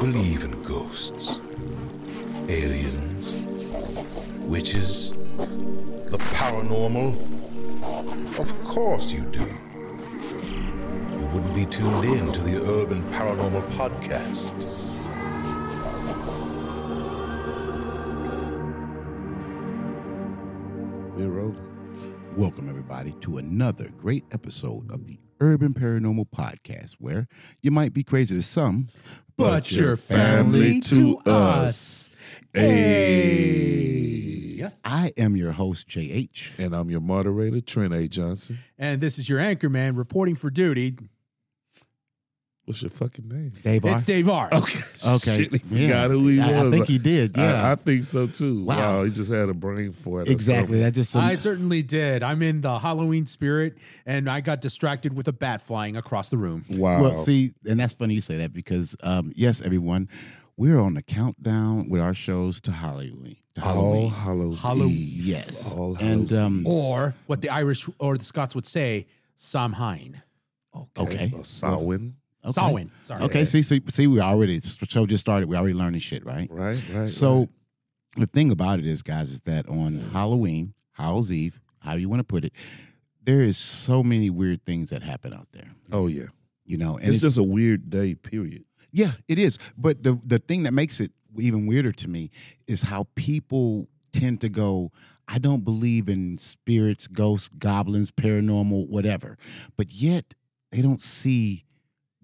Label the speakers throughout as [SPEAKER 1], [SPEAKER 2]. [SPEAKER 1] believe in ghosts, aliens, witches, the paranormal? Of course you do. You wouldn't be tuned in to the Urban Paranormal Podcast.
[SPEAKER 2] We're rolling. Welcome, everybody, to another great episode of the Urban Paranormal Podcast, where you might be crazy to some,
[SPEAKER 3] but your family to us.
[SPEAKER 2] Hey. I am your host, JH.
[SPEAKER 3] And I'm your moderator, Trent A. Johnson.
[SPEAKER 4] And this is your anchor man reporting for duty.
[SPEAKER 3] What's your fucking name?
[SPEAKER 2] Dave R.
[SPEAKER 4] It's Dave R.
[SPEAKER 3] Okay.
[SPEAKER 2] Okay.
[SPEAKER 3] Shit, he
[SPEAKER 2] Yeah.
[SPEAKER 3] forgot who he was.
[SPEAKER 2] I, I think he did.
[SPEAKER 3] I-
[SPEAKER 2] Yeah.
[SPEAKER 3] I, think so too.
[SPEAKER 2] Wow.
[SPEAKER 3] Wow. He just had a brain for it. or
[SPEAKER 2] exactly. That just some,
[SPEAKER 4] I certainly did. I'm in the Halloween spirit, and I got distracted with a bat flying across the room.
[SPEAKER 3] something. Wow.
[SPEAKER 2] Well, see, and that's funny you say that because um, yes, everyone, we're on the countdown with our shows to Halloween. To
[SPEAKER 3] All
[SPEAKER 2] Halloween.
[SPEAKER 3] Hallows
[SPEAKER 4] Hallow-
[SPEAKER 3] Eve.
[SPEAKER 2] yes.
[SPEAKER 3] All Hallows
[SPEAKER 2] and um,
[SPEAKER 4] Or what the Irish or the Scots would say, Samhain.
[SPEAKER 2] okay.
[SPEAKER 3] Or Samhain.
[SPEAKER 2] okay.
[SPEAKER 4] Samhain. Sorry.
[SPEAKER 2] Okay, see, see, see, we already this show just started. We already learning shit, right?
[SPEAKER 3] Right. Right.
[SPEAKER 2] So the thing about it is, guys, is that on Halloween, Hallow's Eve, how you want to put it, there is so many weird things that happen out there.
[SPEAKER 3] right. oh yeah.
[SPEAKER 2] You know, and
[SPEAKER 3] It's, just a weird day. Period.
[SPEAKER 2] yeah, it is. But the the thing that makes it even weirder to me is how people tend to go. I don't believe in spirits, ghosts, goblins, paranormal, whatever. But yet they don't see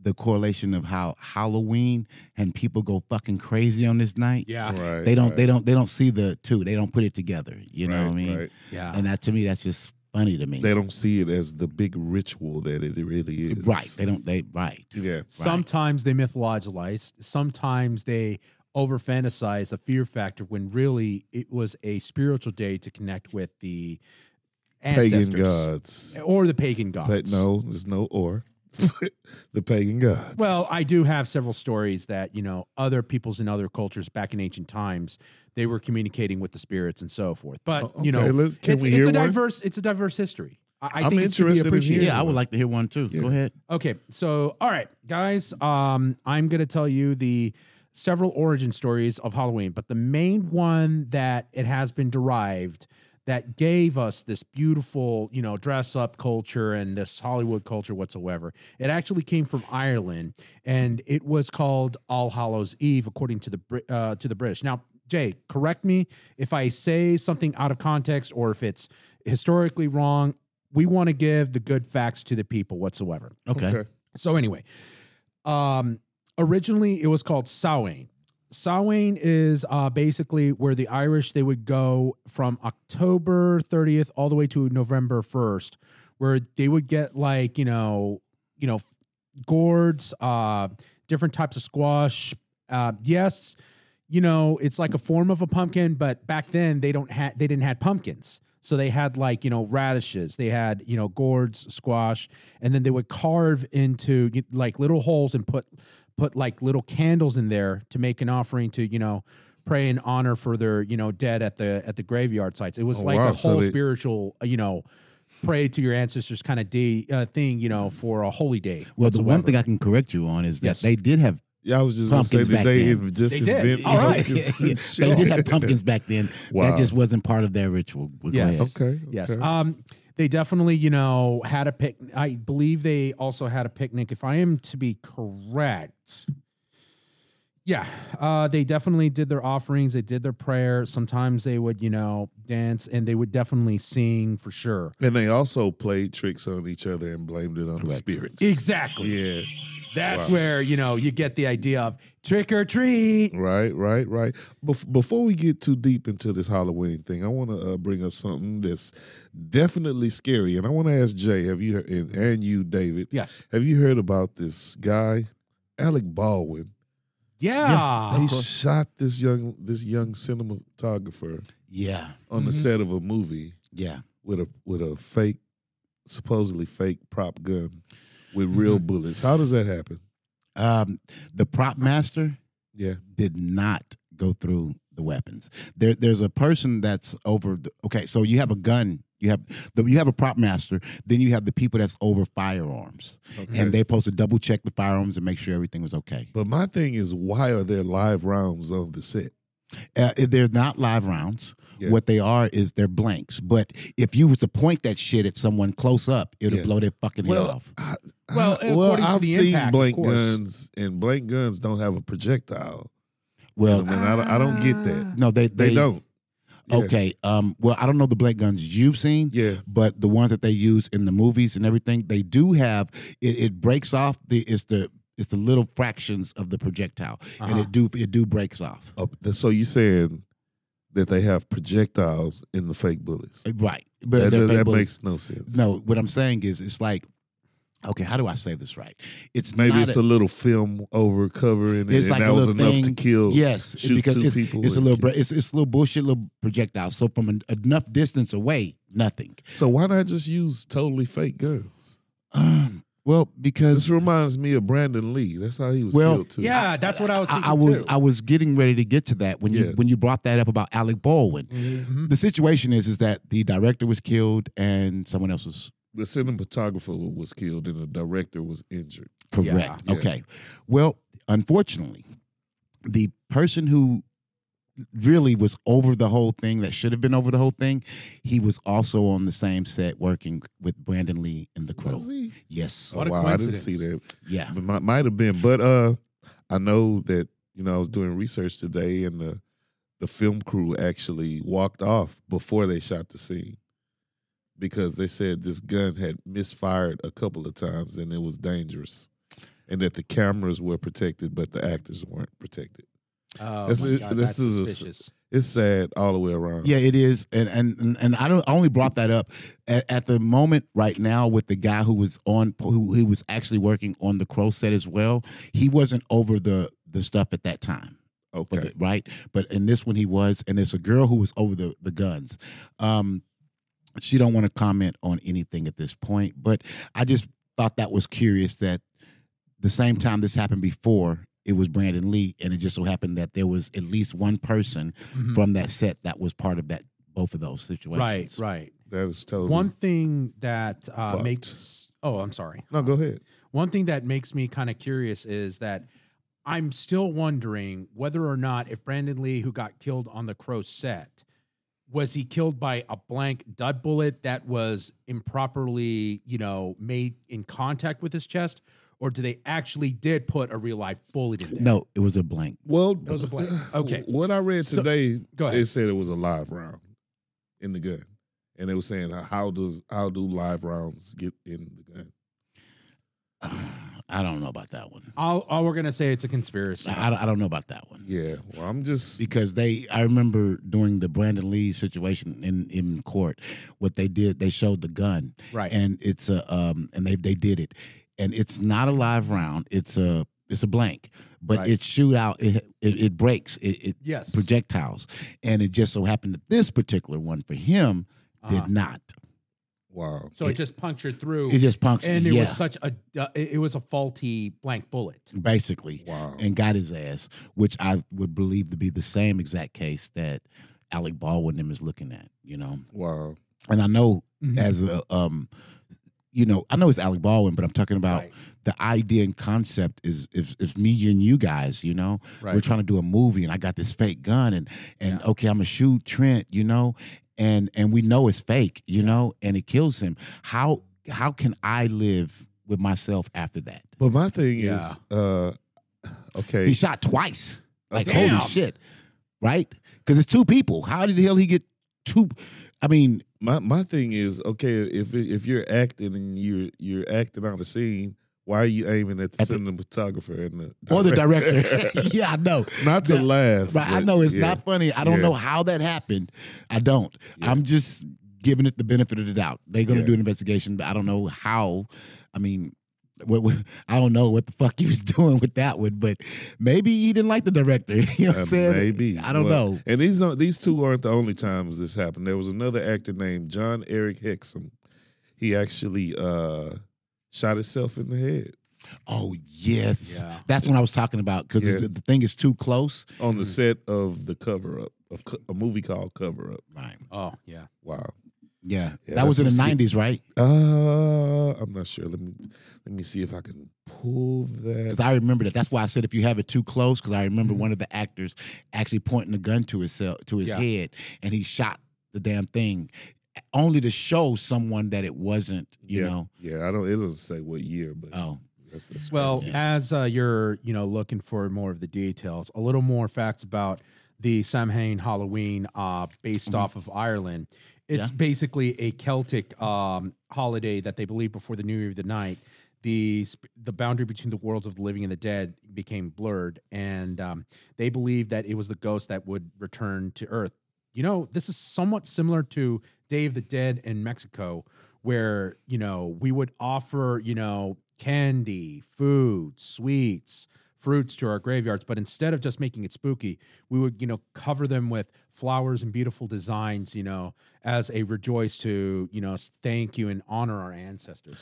[SPEAKER 2] the correlation of how Halloween and people go fucking crazy on this night.
[SPEAKER 4] Yeah.
[SPEAKER 3] Right.
[SPEAKER 2] They don't.
[SPEAKER 3] right,
[SPEAKER 2] They don't. They don't see the two. They don't put it together. You know what I
[SPEAKER 3] right,
[SPEAKER 2] mean?
[SPEAKER 3] right.
[SPEAKER 4] Yeah.
[SPEAKER 2] And that to me, that's just funny to me.
[SPEAKER 3] They don't see it as the big ritual that it really is.
[SPEAKER 2] right. They don't. They right.
[SPEAKER 3] Yeah.
[SPEAKER 4] Sometimes they mythologize. Sometimes they over fantasize the fear factor when really it was a spiritual day to connect with the ancestors.
[SPEAKER 3] Pagan gods.
[SPEAKER 4] Or the pagan
[SPEAKER 3] Pa-
[SPEAKER 4] gods.
[SPEAKER 3] no, there's no or. the pagan gods.
[SPEAKER 4] Well, I do have several stories that, you know, other peoples in other cultures back in ancient times, they were communicating with the spirits and so forth. But,
[SPEAKER 3] O-
[SPEAKER 4] you
[SPEAKER 3] okay,
[SPEAKER 4] know,
[SPEAKER 3] let's- can
[SPEAKER 4] it's,
[SPEAKER 3] we
[SPEAKER 4] it's
[SPEAKER 3] hear
[SPEAKER 4] a
[SPEAKER 3] one?
[SPEAKER 4] diverse it's a diverse history. I, I
[SPEAKER 3] I'm
[SPEAKER 4] think it's to be
[SPEAKER 3] interested in
[SPEAKER 4] appreciated.
[SPEAKER 3] hearing
[SPEAKER 2] Yeah, I would like to hear one too. Go
[SPEAKER 3] Yeah.
[SPEAKER 2] ahead.
[SPEAKER 4] Okay, so all right, guys, um, I'm gonna tell you the several origin stories of Halloween, but the main one that it has been derived that gave us this beautiful, you know, dress up culture and this Hollywood culture whatsoever. It actually came from Ireland, and it was called All Hallows Eve, according to the Brit- uh, to the British. Now, Jay, correct me if I say something out of context or if it's historically wrong. We want to give the good facts to the people whatsoever.
[SPEAKER 2] Okay.
[SPEAKER 4] So anyway, um, originally it was called Samhain. Samhain is uh, basically where the Irish they would go from October 30th all the way to November 1st, where they would get like you know, you know, f- gourds, uh, different types of squash. Uh, yes, you know, it's like a form of a pumpkin, but back then they don't had they didn't had pumpkins. So they had like, you know, radishes, they had, you know, gourds, squash, and then they would carve into y- like little holes and put put like little candles in there to make an offering to, you know, pray and honor for their, you know, dead at the at the graveyard sites. It was
[SPEAKER 3] Oh,
[SPEAKER 4] like
[SPEAKER 3] wow.
[SPEAKER 4] a
[SPEAKER 3] So
[SPEAKER 4] whole
[SPEAKER 3] they-
[SPEAKER 4] spiritual, uh, you know, pray to your ancestors kind of day uh, thing, you know, for a holy day.
[SPEAKER 2] Well, the one
[SPEAKER 4] whatsoever.
[SPEAKER 2] thing I can correct you on is that
[SPEAKER 4] Yes.
[SPEAKER 2] they did have
[SPEAKER 3] Yeah, I was just going to say
[SPEAKER 2] Pumpkins back
[SPEAKER 3] that they
[SPEAKER 2] then.
[SPEAKER 3] have just
[SPEAKER 4] They did.
[SPEAKER 3] invent
[SPEAKER 4] All right.
[SPEAKER 3] pumpkins
[SPEAKER 2] Yeah,
[SPEAKER 3] and shit.
[SPEAKER 2] they did have pumpkins back then.
[SPEAKER 3] Wow.
[SPEAKER 2] That just wasn't part of their ritual. Go
[SPEAKER 4] Yes.
[SPEAKER 2] ahead.
[SPEAKER 3] Okay.
[SPEAKER 4] Yes.
[SPEAKER 3] okay.
[SPEAKER 4] Um, they definitely, you know, had a pic. I believe they also had a picnic. If I am to be correct, yeah, uh, they definitely did their offerings. They did their prayer. Sometimes they would, you know, dance, and they would definitely sing for sure.
[SPEAKER 3] and they also played tricks on each other and blamed it on the
[SPEAKER 2] Correct.
[SPEAKER 3] spirits.
[SPEAKER 4] Exactly.
[SPEAKER 3] Yeah.
[SPEAKER 4] That's
[SPEAKER 3] Wow.
[SPEAKER 4] where you know you get the idea of trick or treat.
[SPEAKER 3] Right, right, right. Bef- before we get too deep into this Halloween thing, I want to uh, bring up something that's definitely scary, and I want to ask Jay, have you and, and you, David,
[SPEAKER 4] Yes.
[SPEAKER 3] have you heard about this guy, Alec Baldwin?
[SPEAKER 4] Yeah. Uh-huh.
[SPEAKER 3] he shot this young this young cinematographer
[SPEAKER 2] Yeah.
[SPEAKER 3] on the
[SPEAKER 4] Mhm.
[SPEAKER 3] set of a movie
[SPEAKER 2] Yeah.
[SPEAKER 3] with a with a fake, supposedly fake prop gun with
[SPEAKER 4] Mm-hmm.
[SPEAKER 3] real bullets. How does that happen?
[SPEAKER 2] Um, the prop master
[SPEAKER 3] Yeah.
[SPEAKER 2] did not go through the weapons. There, there's a person that's over. The, okay, so you have a gun. You have the, you have a prop master. Then you have the people that's over firearms, and they're supposed to double check the firearms and make sure everything was okay.
[SPEAKER 3] But my thing is, why are there live rounds on the set?
[SPEAKER 2] Uh, they're not live rounds.
[SPEAKER 3] Yeah.
[SPEAKER 2] What they are is they're blanks. But if you was to point that shit at someone close up, it'll
[SPEAKER 3] Yeah.
[SPEAKER 2] blow their fucking
[SPEAKER 3] Well,
[SPEAKER 2] head off.
[SPEAKER 3] I-
[SPEAKER 4] Well,
[SPEAKER 3] I,
[SPEAKER 4] according to
[SPEAKER 3] I've
[SPEAKER 4] the
[SPEAKER 3] seen
[SPEAKER 4] impact, of
[SPEAKER 3] blank
[SPEAKER 4] course.
[SPEAKER 3] guns, and blank guns don't have a projectile.
[SPEAKER 2] Well,
[SPEAKER 3] And I, don't- I don't get
[SPEAKER 4] Ah.
[SPEAKER 3] that.
[SPEAKER 2] no, they
[SPEAKER 3] They, don't. Yeah.
[SPEAKER 2] Okay. Um. Well, I don't know the blank guns you've seen.
[SPEAKER 3] Yeah.
[SPEAKER 2] but the ones that they use in the movies and everything, they do have it, it breaks off the it's the it's the little fractions of the projectile, and
[SPEAKER 4] Uh-huh.
[SPEAKER 2] it do it do breaks off.
[SPEAKER 3] Uh, so you saying that they have projectiles in the fake bullets?
[SPEAKER 2] Eh, Right,
[SPEAKER 3] That,
[SPEAKER 2] but they're
[SPEAKER 3] that- that
[SPEAKER 2] fake
[SPEAKER 3] makes
[SPEAKER 2] bullets.
[SPEAKER 3] no sense.
[SPEAKER 2] no. What I'm saying is, it's like, okay, how do I say this right? It's
[SPEAKER 3] Maybe
[SPEAKER 2] not
[SPEAKER 3] it's a, little film over covering it,
[SPEAKER 2] It's
[SPEAKER 3] and
[SPEAKER 2] like
[SPEAKER 3] that
[SPEAKER 2] a
[SPEAKER 3] was
[SPEAKER 2] little
[SPEAKER 3] enough to
[SPEAKER 2] thing.
[SPEAKER 3] kill.
[SPEAKER 2] yes,
[SPEAKER 3] shoot
[SPEAKER 2] because
[SPEAKER 3] two
[SPEAKER 2] it's,
[SPEAKER 3] people
[SPEAKER 2] it's a
[SPEAKER 3] and
[SPEAKER 2] little
[SPEAKER 3] kill.
[SPEAKER 2] bra- it's it's little bullshit little projectile. So from an, enough distance away, nothing.
[SPEAKER 3] So why not just use totally fake guns?
[SPEAKER 2] Um, well, because
[SPEAKER 3] This reminds me of Brandon Lee. That's how he was
[SPEAKER 2] Well,
[SPEAKER 3] killed too.
[SPEAKER 4] Yeah, that's what I was.
[SPEAKER 2] I,
[SPEAKER 4] Thinking
[SPEAKER 2] I was
[SPEAKER 4] too.
[SPEAKER 2] I was getting ready to get to that when you
[SPEAKER 3] Yeah.
[SPEAKER 2] when you brought that up about Alec Baldwin.
[SPEAKER 3] Mm-hmm.
[SPEAKER 4] Mhm.
[SPEAKER 2] the situation is is that the director was killed and someone else was
[SPEAKER 3] the cinematographer was killed and the director was injured.
[SPEAKER 2] correct.
[SPEAKER 3] Yeah.
[SPEAKER 2] Okay. Well, unfortunately, the person who really was over the whole thing that should have been over the whole thing, he was also on the same set working with Brandon Lee in The Crow.
[SPEAKER 3] Was he?
[SPEAKER 2] Yes.
[SPEAKER 4] What
[SPEAKER 3] oh,
[SPEAKER 4] a
[SPEAKER 3] wow, I didn't
[SPEAKER 4] coincidence.
[SPEAKER 3] see that.
[SPEAKER 2] Yeah.
[SPEAKER 3] But might, might have been, but uh, I know that you know I was doing research today, and the the film crew actually walked off before they shot the scene because they said this gun had misfired a couple of times and it was dangerous, and that the cameras were protected but the actors weren't protected.
[SPEAKER 4] Oh
[SPEAKER 3] This
[SPEAKER 4] my
[SPEAKER 3] is-
[SPEAKER 4] God,
[SPEAKER 3] this
[SPEAKER 4] that's
[SPEAKER 3] is a s-
[SPEAKER 4] suspicious.
[SPEAKER 3] It's sad all the way around.
[SPEAKER 2] Yeah, it is, and and and- and I don't I only brought that up at, at the moment right now with the guy who was on who he was actually working on the Crow set as well. He wasn't over the the stuff at that time.
[SPEAKER 3] Okay.
[SPEAKER 2] with it, right? But in this one, he was, and it's a girl who was over the the guns. Um, she don't want to comment on anything at this point, but I just thought that was curious that the same time this happened before, it was Brandon Lee, and it just so happened that there was at least one person
[SPEAKER 4] Mhm.
[SPEAKER 2] from that set that was part of that both of those
[SPEAKER 4] Right,
[SPEAKER 2] situations.
[SPEAKER 4] right.
[SPEAKER 3] That is totally
[SPEAKER 4] One thing that uh,
[SPEAKER 3] Fucked.
[SPEAKER 4] makes oh, I'm sorry.
[SPEAKER 3] No, go ahead.
[SPEAKER 4] One thing that makes me kind of curious is that I'm still wondering whether or not if Brandon Lee, who got killed on the Crow set, was he killed by a blank dud bullet that was improperly, you know, made in contact with his chest, or do they actually did put a real life bullet in there?
[SPEAKER 2] No, it was a blank.
[SPEAKER 3] Well,
[SPEAKER 4] was a blank. Okay.
[SPEAKER 3] What I read
[SPEAKER 4] So-
[SPEAKER 3] today,
[SPEAKER 4] Go ahead.
[SPEAKER 3] it said it was a live round in the gun, and they were saying "How- how does how do live rounds get in the gun?
[SPEAKER 2] I don't know about that one.
[SPEAKER 4] All, all we're gonna say it's a conspiracy.
[SPEAKER 2] I, I don't know about that one.
[SPEAKER 3] Yeah. Well, I'm just
[SPEAKER 2] because they I remember during the Brandon Lee situation in in court what they did they showed the gun
[SPEAKER 4] right.
[SPEAKER 2] and it's a um and they they did it and it's not a live round it's a it's a blank but
[SPEAKER 4] Right.
[SPEAKER 2] it shoot out it it, it breaks it, it
[SPEAKER 4] yes.
[SPEAKER 2] projectiles and it just so happened that this particular one for him
[SPEAKER 4] Uh-huh.
[SPEAKER 2] did not
[SPEAKER 3] wow.
[SPEAKER 4] So it,
[SPEAKER 2] it-
[SPEAKER 4] just punctured through,
[SPEAKER 2] it just punctured
[SPEAKER 4] and it
[SPEAKER 2] yeah
[SPEAKER 4] was such a du- it it was a faulty blank bullet.
[SPEAKER 2] basically
[SPEAKER 3] Wow.
[SPEAKER 2] and got his ass which I would believe to be the same exact case that Alec Baldwin them is looking at you know
[SPEAKER 3] wow.
[SPEAKER 2] and I know
[SPEAKER 4] Mhm.
[SPEAKER 2] as a um you know i know it's alec baldwin but i'm talking about
[SPEAKER 4] Right.
[SPEAKER 2] the idea and concept is if if me and you guys you know
[SPEAKER 4] Right.
[SPEAKER 2] we're trying to do a movie and i got this fake gun and and
[SPEAKER 4] Yeah.
[SPEAKER 2] okay i'm gonna shoot trent you know and and we know it's fake you know and it kills him how how can i live with myself after that
[SPEAKER 3] But my thing
[SPEAKER 4] Yeah.
[SPEAKER 3] is, uh, okay,
[SPEAKER 2] he shot twice like
[SPEAKER 3] okay,
[SPEAKER 4] Damn.
[SPEAKER 2] holy shit right because it's two people how did the hell he get two i mean
[SPEAKER 3] my my thing is, okay, if it- if you're acting and you're you're acting on the scene, why are you aiming at the
[SPEAKER 2] At the-
[SPEAKER 3] cinematographer and the
[SPEAKER 2] or the director yeah i know
[SPEAKER 3] Not to
[SPEAKER 2] Now-
[SPEAKER 3] laugh,
[SPEAKER 2] But I
[SPEAKER 3] but
[SPEAKER 2] know it's
[SPEAKER 3] yeah.
[SPEAKER 2] not funny. I don't
[SPEAKER 3] Yeah.
[SPEAKER 2] know how that happened. I don't.
[SPEAKER 3] Yeah.
[SPEAKER 2] I'm just giving it the benefit of the doubt. They're going to
[SPEAKER 3] Yeah.
[SPEAKER 2] do an investigation, but I don't know how. I mean, what, what, I don't know what the fuck he was doing with that one, but maybe he didn't like the director. You know what I'm
[SPEAKER 3] Uh,
[SPEAKER 2] saying?
[SPEAKER 3] Maybe
[SPEAKER 2] I don't
[SPEAKER 3] Well,
[SPEAKER 2] know.
[SPEAKER 3] And these are these two aren't the only times this happened. There was another actor named John Eric Hexam. He actually uh, shot himself in the head
[SPEAKER 2] Oh, yes.
[SPEAKER 4] Yeah.
[SPEAKER 2] That's what I was talking about because
[SPEAKER 3] Yeah.
[SPEAKER 2] the, the thing is too close.
[SPEAKER 3] on the
[SPEAKER 4] Mhm.
[SPEAKER 3] set of the cover up of co- a movie called Cover Up.
[SPEAKER 2] Right.
[SPEAKER 4] Oh yeah.
[SPEAKER 3] Wow.
[SPEAKER 2] Yeah,
[SPEAKER 3] Yeah,
[SPEAKER 2] that was in
[SPEAKER 3] that's
[SPEAKER 2] the
[SPEAKER 3] some
[SPEAKER 2] '90s, right?
[SPEAKER 3] Uh, I'm not sure. Let me let me see if I can pull that.
[SPEAKER 2] Because I remember that. Mm-hmm. That's why I said if you have it too close, because I remember one of the actors actually pointing a gun to his to his
[SPEAKER 4] Yeah.
[SPEAKER 2] head, and he shot the damn thing, only to show someone that it wasn't. You
[SPEAKER 3] yeah.
[SPEAKER 2] know.
[SPEAKER 3] Yeah, I don't. It doesn't say what year, but
[SPEAKER 2] Oh,
[SPEAKER 3] that's, that's
[SPEAKER 4] Well,
[SPEAKER 3] crazy.
[SPEAKER 4] as uh, you're you know looking for more of the details, a little more facts about the Samhain Halloween, uh, based
[SPEAKER 2] Mhm.
[SPEAKER 4] off of Ireland. It's
[SPEAKER 2] Yeah.
[SPEAKER 4] basically a Celtic um, holiday that they believe before the New Year of the Night, the sp- the boundary between the worlds of the living and the dead became blurred, and um, they believe that it was the ghost that would return to Earth. You know, this is somewhat similar to Day of the Dead in Mexico, where you know we would offer you know candy, food, sweets, fruits to our graveyards, but instead of just making it spooky, we would you know cover them with flowers and beautiful designs, you know, as a rejoice to you know s- thank you and honor our ancestors.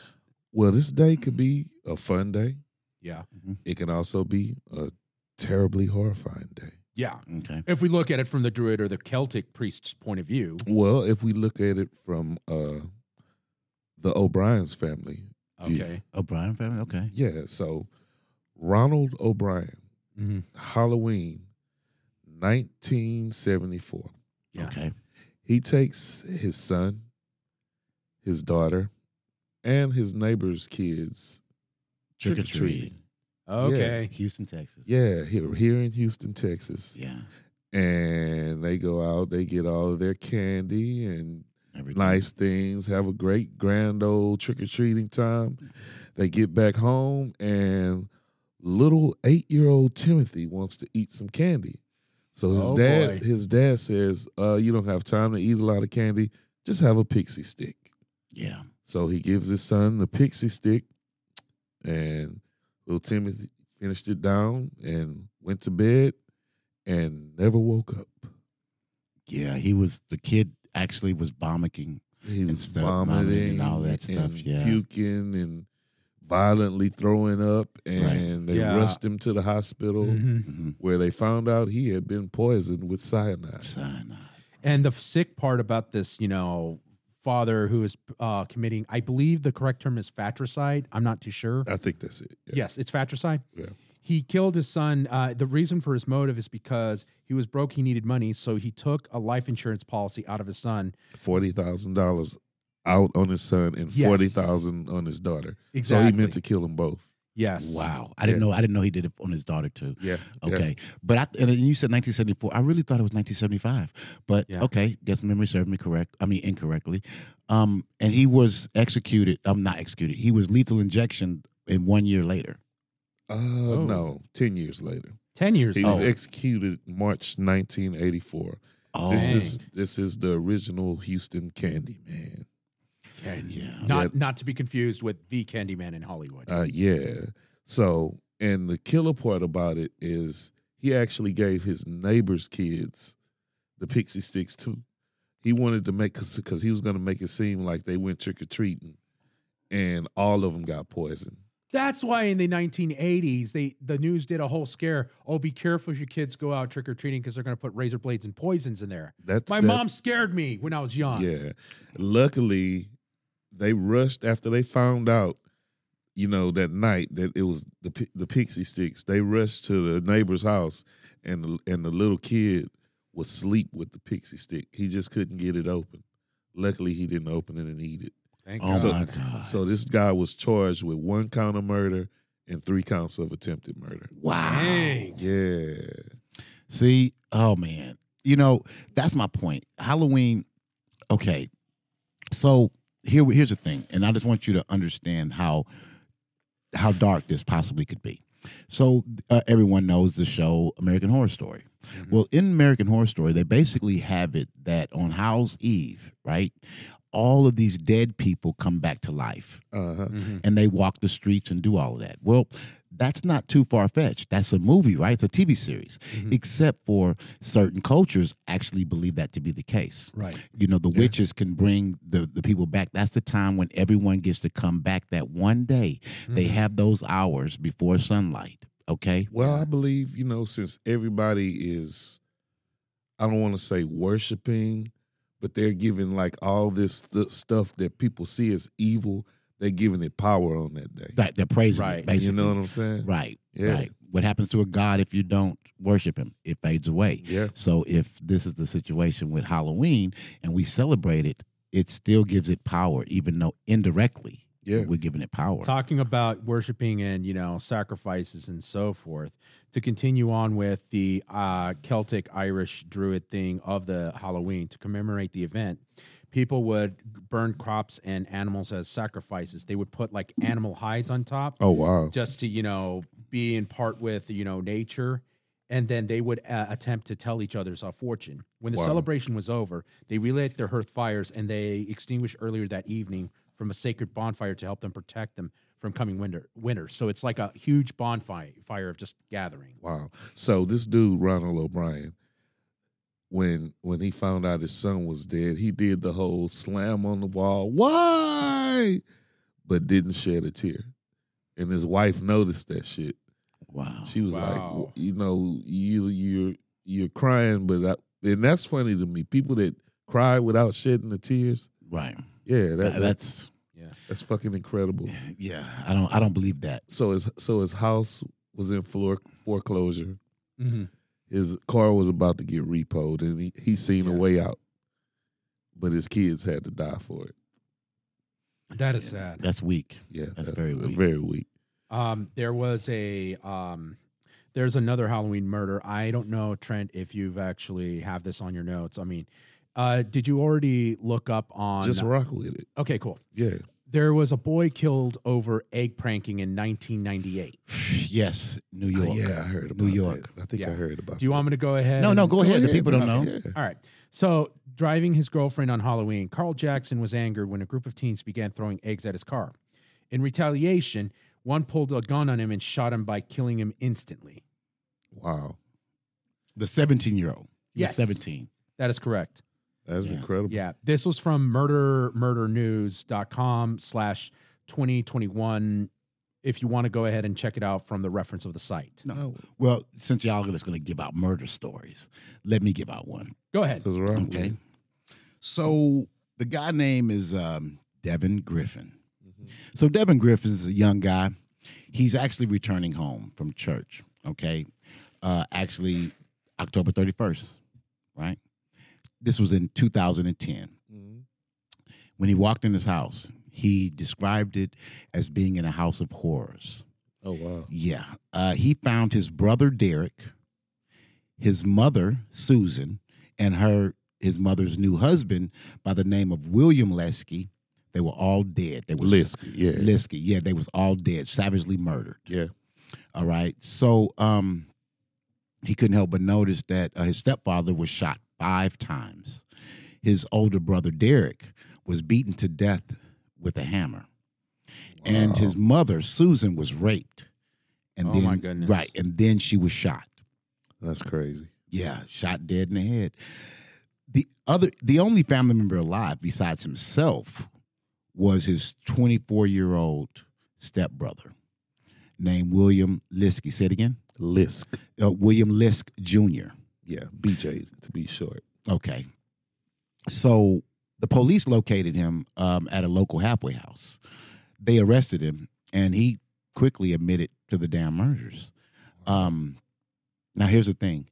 [SPEAKER 3] well, this day could be a fun day.
[SPEAKER 4] Yeah,
[SPEAKER 3] It can also be a terribly horrifying day.
[SPEAKER 4] yeah.
[SPEAKER 2] okay.
[SPEAKER 4] If we look at it from the Druid or the Celtic priest's point of view,
[SPEAKER 3] Well, if we look at it from uh the O'Brien's family, Yeah.
[SPEAKER 4] okay,
[SPEAKER 2] O'Brien family. Okay.
[SPEAKER 3] yeah. So Ronald O'Brien,
[SPEAKER 4] Mhm.
[SPEAKER 3] Halloween, 1974.
[SPEAKER 4] Yeah.
[SPEAKER 2] Okay.
[SPEAKER 3] He takes his son, his daughter, and his neighbor's kids.
[SPEAKER 2] Trick or
[SPEAKER 3] Trick-or-treating.
[SPEAKER 2] treating.
[SPEAKER 4] okay,
[SPEAKER 2] Houston, Texas.
[SPEAKER 3] Yeah, here here in Houston, Texas.
[SPEAKER 2] Yeah.
[SPEAKER 3] And they go out, they get all of their candy and
[SPEAKER 2] Every
[SPEAKER 3] nice things, have a great grand old trick-or-treating time. They get back home and little eight-year-old Timothy wants to eat some candy. So his
[SPEAKER 4] Oh,
[SPEAKER 3] dad
[SPEAKER 4] boy.
[SPEAKER 3] his dad says, uh, you don't have time to eat a lot of candy, just have a pixie stick.
[SPEAKER 2] Yeah.
[SPEAKER 3] So he gives his son the pixie stick, and little Timothy finished it down and went to bed and never woke up.
[SPEAKER 2] Yeah. He was the kid. Actually, was vomiting.
[SPEAKER 3] He was
[SPEAKER 2] stuff, vomiting
[SPEAKER 3] vomiting
[SPEAKER 2] and all that stuff,
[SPEAKER 3] and
[SPEAKER 2] yeah.
[SPEAKER 3] puking and violently throwing up, and they
[SPEAKER 4] Yeah.
[SPEAKER 3] rushed him to the hospital
[SPEAKER 4] Mhm.
[SPEAKER 2] hmm
[SPEAKER 3] where they found out he had been poisoned with cyanide.
[SPEAKER 2] Cyanide.
[SPEAKER 4] and the sick part about this, you know. Father who is uh, committing, I believe the correct term is fratricide. I'm not too sure.
[SPEAKER 3] I think that's it. Uh, yeah.
[SPEAKER 4] Yes, it's fratricide.
[SPEAKER 3] Yeah.
[SPEAKER 4] He killed his son. Uh, the reason for his motive is because he was broke. He needed money, so he took a life insurance policy out of his son.
[SPEAKER 3] Forty thousand dollars out on his son and
[SPEAKER 4] Yes.
[SPEAKER 3] forty thousand on his daughter. So he meant to kill them both.
[SPEAKER 4] Yes.
[SPEAKER 2] Wow. I didn't
[SPEAKER 3] Yeah.
[SPEAKER 2] know. I didn't know he did it on his daughter too.
[SPEAKER 3] Yeah. yeah.
[SPEAKER 2] Okay, but I and you said 1974. I really thought it was 1975, but
[SPEAKER 4] Yeah.
[SPEAKER 2] okay, guess memory served me correct. I mean incorrectly. Um, and he was executed. I'm um, not executed. He was lethal injection in one year later.
[SPEAKER 3] Uh,
[SPEAKER 4] Oh.
[SPEAKER 3] no, 10 years later.
[SPEAKER 4] Ten years.
[SPEAKER 3] He
[SPEAKER 4] old.
[SPEAKER 3] was executed March 1984.
[SPEAKER 2] Oh,
[SPEAKER 3] This is this is the original Houston Candyman.
[SPEAKER 4] Okay.
[SPEAKER 2] yeah.
[SPEAKER 4] Not not to be confused with the Candyman in Hollywood.
[SPEAKER 3] Uh yeah. So, and the killer part about it is he actually gave his neighbor's kids the pixie sticks too. He wanted to make cuz he was going to make it seem like they went trick or treating and all of them got poisoned.
[SPEAKER 4] That's why in the 1980s, they the news did a whole scare. Oh, be careful if your kids go out trick or treating because they're going to put razor blades and poisons in there.
[SPEAKER 3] That's
[SPEAKER 4] My
[SPEAKER 3] that-
[SPEAKER 4] mom scared me when I was young.
[SPEAKER 3] Yeah. Luckily, they rushed after they found out, you know, that night that it was the pi- the pixie sticks. They rushed to the neighbor's house, and the, and the little kid was asleep with the pixie stick. He just couldn't get it open. Luckily, he didn't open it and eat it.
[SPEAKER 4] Thank
[SPEAKER 2] Oh
[SPEAKER 4] God.
[SPEAKER 3] So-
[SPEAKER 2] my god.
[SPEAKER 3] So this guy was charged with one count of murder and three counts of attempted murder.
[SPEAKER 2] wow.
[SPEAKER 4] Dang.
[SPEAKER 3] Yeah.
[SPEAKER 2] See, oh man, you know that's my point. Halloween, okay. So here, here's the thing, and I just want you to understand how how dark this possibly could be. So uh, everyone knows the show American Horror Story.
[SPEAKER 4] Mhm.
[SPEAKER 2] Well, in American Horror Story, they basically have it that on Howl's Eve, right? All of these dead people come back to life
[SPEAKER 3] Uh huh.
[SPEAKER 4] Mhm.
[SPEAKER 2] and they walk the streets and do all of that. Well, that's not too far fetched. That's a movie, right? It's a TV series,
[SPEAKER 4] Mhm.
[SPEAKER 2] except for certain cultures actually believe that to be the case.
[SPEAKER 4] Right.
[SPEAKER 2] You know, the witches can bring the, the people back. That's the time when everyone gets to come back that one day. They
[SPEAKER 4] Mhm.
[SPEAKER 2] have those hours before sunlight, okay?
[SPEAKER 3] Well, I believe, you know, since everybody is, I don't want to say worshiping, but they're giving like all this stu- stuff that people see as evil. They're giving it power on that day.
[SPEAKER 2] That they're praising,
[SPEAKER 4] Right.
[SPEAKER 2] it, basically.
[SPEAKER 3] You know what I'm saying?
[SPEAKER 2] Right.
[SPEAKER 3] Yeah.
[SPEAKER 2] Right. What happens to a god if you don't worship him? It fades away.
[SPEAKER 3] Yeah.
[SPEAKER 2] So if this is the situation with Halloween and we celebrate it, it still gives it power, even though indirectly
[SPEAKER 3] Yeah.
[SPEAKER 2] we're giving it power.
[SPEAKER 4] Talking about worshiping and you know sacrifices and so forth. To continue on with the uh, Celtic Irish Druid thing of the Halloween to commemorate the event, people would burn crops and animals as sacrifices. They would put like animal hides on top.
[SPEAKER 3] Oh wow.
[SPEAKER 4] just to you know be in part with you know nature and then they would uh, attempt to tell each other's a fortune when the
[SPEAKER 3] Wow.
[SPEAKER 4] celebration was over they relit their hearth fires and they extinguished earlier that evening from a sacred bonfire to help them protect them from coming winter winter so it's like a huge bonfire fire of just gathering
[SPEAKER 3] Wow. So this dude Ronald O'Brien, when when he found out his son was dead, he did the whole slam on the wall, why? But didn't shed a tear. And his wife noticed that shit.
[SPEAKER 2] Wow.
[SPEAKER 3] She was like, "W-
[SPEAKER 4] Wow.
[SPEAKER 3] you know, you you're you're crying, but I, and that's funny to me. People that cry without shedding the tears,
[SPEAKER 2] right.
[SPEAKER 3] yeah, that, that's
[SPEAKER 2] That- that's
[SPEAKER 3] that's fucking incredible.
[SPEAKER 2] yeah. I don't I don't believe that.
[SPEAKER 3] So his so his house was in floor foreclosure. Mm-hmm. his car was about to get repoed and he, he seen a
[SPEAKER 4] Yeah.
[SPEAKER 3] way out but his kids had to die for it
[SPEAKER 4] That is sad
[SPEAKER 2] That's weak.
[SPEAKER 3] yeah
[SPEAKER 2] That's very weak.
[SPEAKER 3] very weak
[SPEAKER 4] um, there was a um, there's another halloween murder i don't know trent if you've actually have this on your notes i mean uh, did you already look up on
[SPEAKER 3] just rock with it
[SPEAKER 4] Okay, cool.
[SPEAKER 3] yeah
[SPEAKER 4] There was a boy killed over egg pranking in 1998.
[SPEAKER 2] yes, New
[SPEAKER 3] Oh,
[SPEAKER 2] York.
[SPEAKER 3] yeah i heard about
[SPEAKER 2] New York.
[SPEAKER 3] that. i think i
[SPEAKER 4] Yeah.
[SPEAKER 3] heard about
[SPEAKER 4] Do you want me to go ahead?
[SPEAKER 2] No, no,
[SPEAKER 4] and-
[SPEAKER 2] go, ahead. The people don't know.
[SPEAKER 3] yeah.
[SPEAKER 4] All right. So, driving his girlfriend on Halloween, Carl Jackson was angered when a group of teens began throwing eggs at his car. In retaliation, one pulled a gun on him and shot him by killing him instantly.
[SPEAKER 3] wow
[SPEAKER 2] The 17 year old.
[SPEAKER 4] Yes.
[SPEAKER 2] 17.
[SPEAKER 4] That is correct.
[SPEAKER 3] that's
[SPEAKER 2] Yeah.
[SPEAKER 3] incredible
[SPEAKER 4] Yeah. This was from murder murdernews.com slash 2021 if you want to go ahead and check it out from the reference of the site.
[SPEAKER 2] No. Well, since y'all are just going to give out murder stories, let me give out one.
[SPEAKER 4] Go ahead.
[SPEAKER 3] Just rock with
[SPEAKER 2] Okay.
[SPEAKER 3] it.
[SPEAKER 2] So the guy name is um, Devin Griffin.
[SPEAKER 3] Mhm.
[SPEAKER 2] So Devin Griffin is a young guy. He's actually returning home from church. Okay, uh, actually October thirty first, right? This was in two thousand and ten.
[SPEAKER 3] Mhm.
[SPEAKER 2] When he walked in his house, he described it as being in a house of horrors.
[SPEAKER 3] oh wow
[SPEAKER 2] Yeah. Uh, he found his brother Derek, his mother Susan, and her his mother's new husband by the name of William Lesky. They were all dead. They were
[SPEAKER 3] Lisk, yeah
[SPEAKER 2] Lesky. Yeah, they was all dead, savagely murdered.
[SPEAKER 3] yeah
[SPEAKER 2] All right. So um, he couldn't help but notice that uh, his stepfather was shot five times. His older brother Derek was beaten to death with a hammer and his mother Susan was raped, and
[SPEAKER 4] Oh,
[SPEAKER 2] then
[SPEAKER 4] my goodness.
[SPEAKER 2] right, and then she was shot.
[SPEAKER 3] that's crazy
[SPEAKER 2] Yeah, shot dead in the head. The other, the only family member alive besides himself was his 24 year old stepbrother named William Lisk. He said again,
[SPEAKER 3] lisk
[SPEAKER 2] uh, William Lisk Jr.
[SPEAKER 3] yeah bj to be short
[SPEAKER 2] Okay. So the police located him um, at a local halfway house. They arrested him, and he quickly admitted to the damn murders. Um, now, here's the thing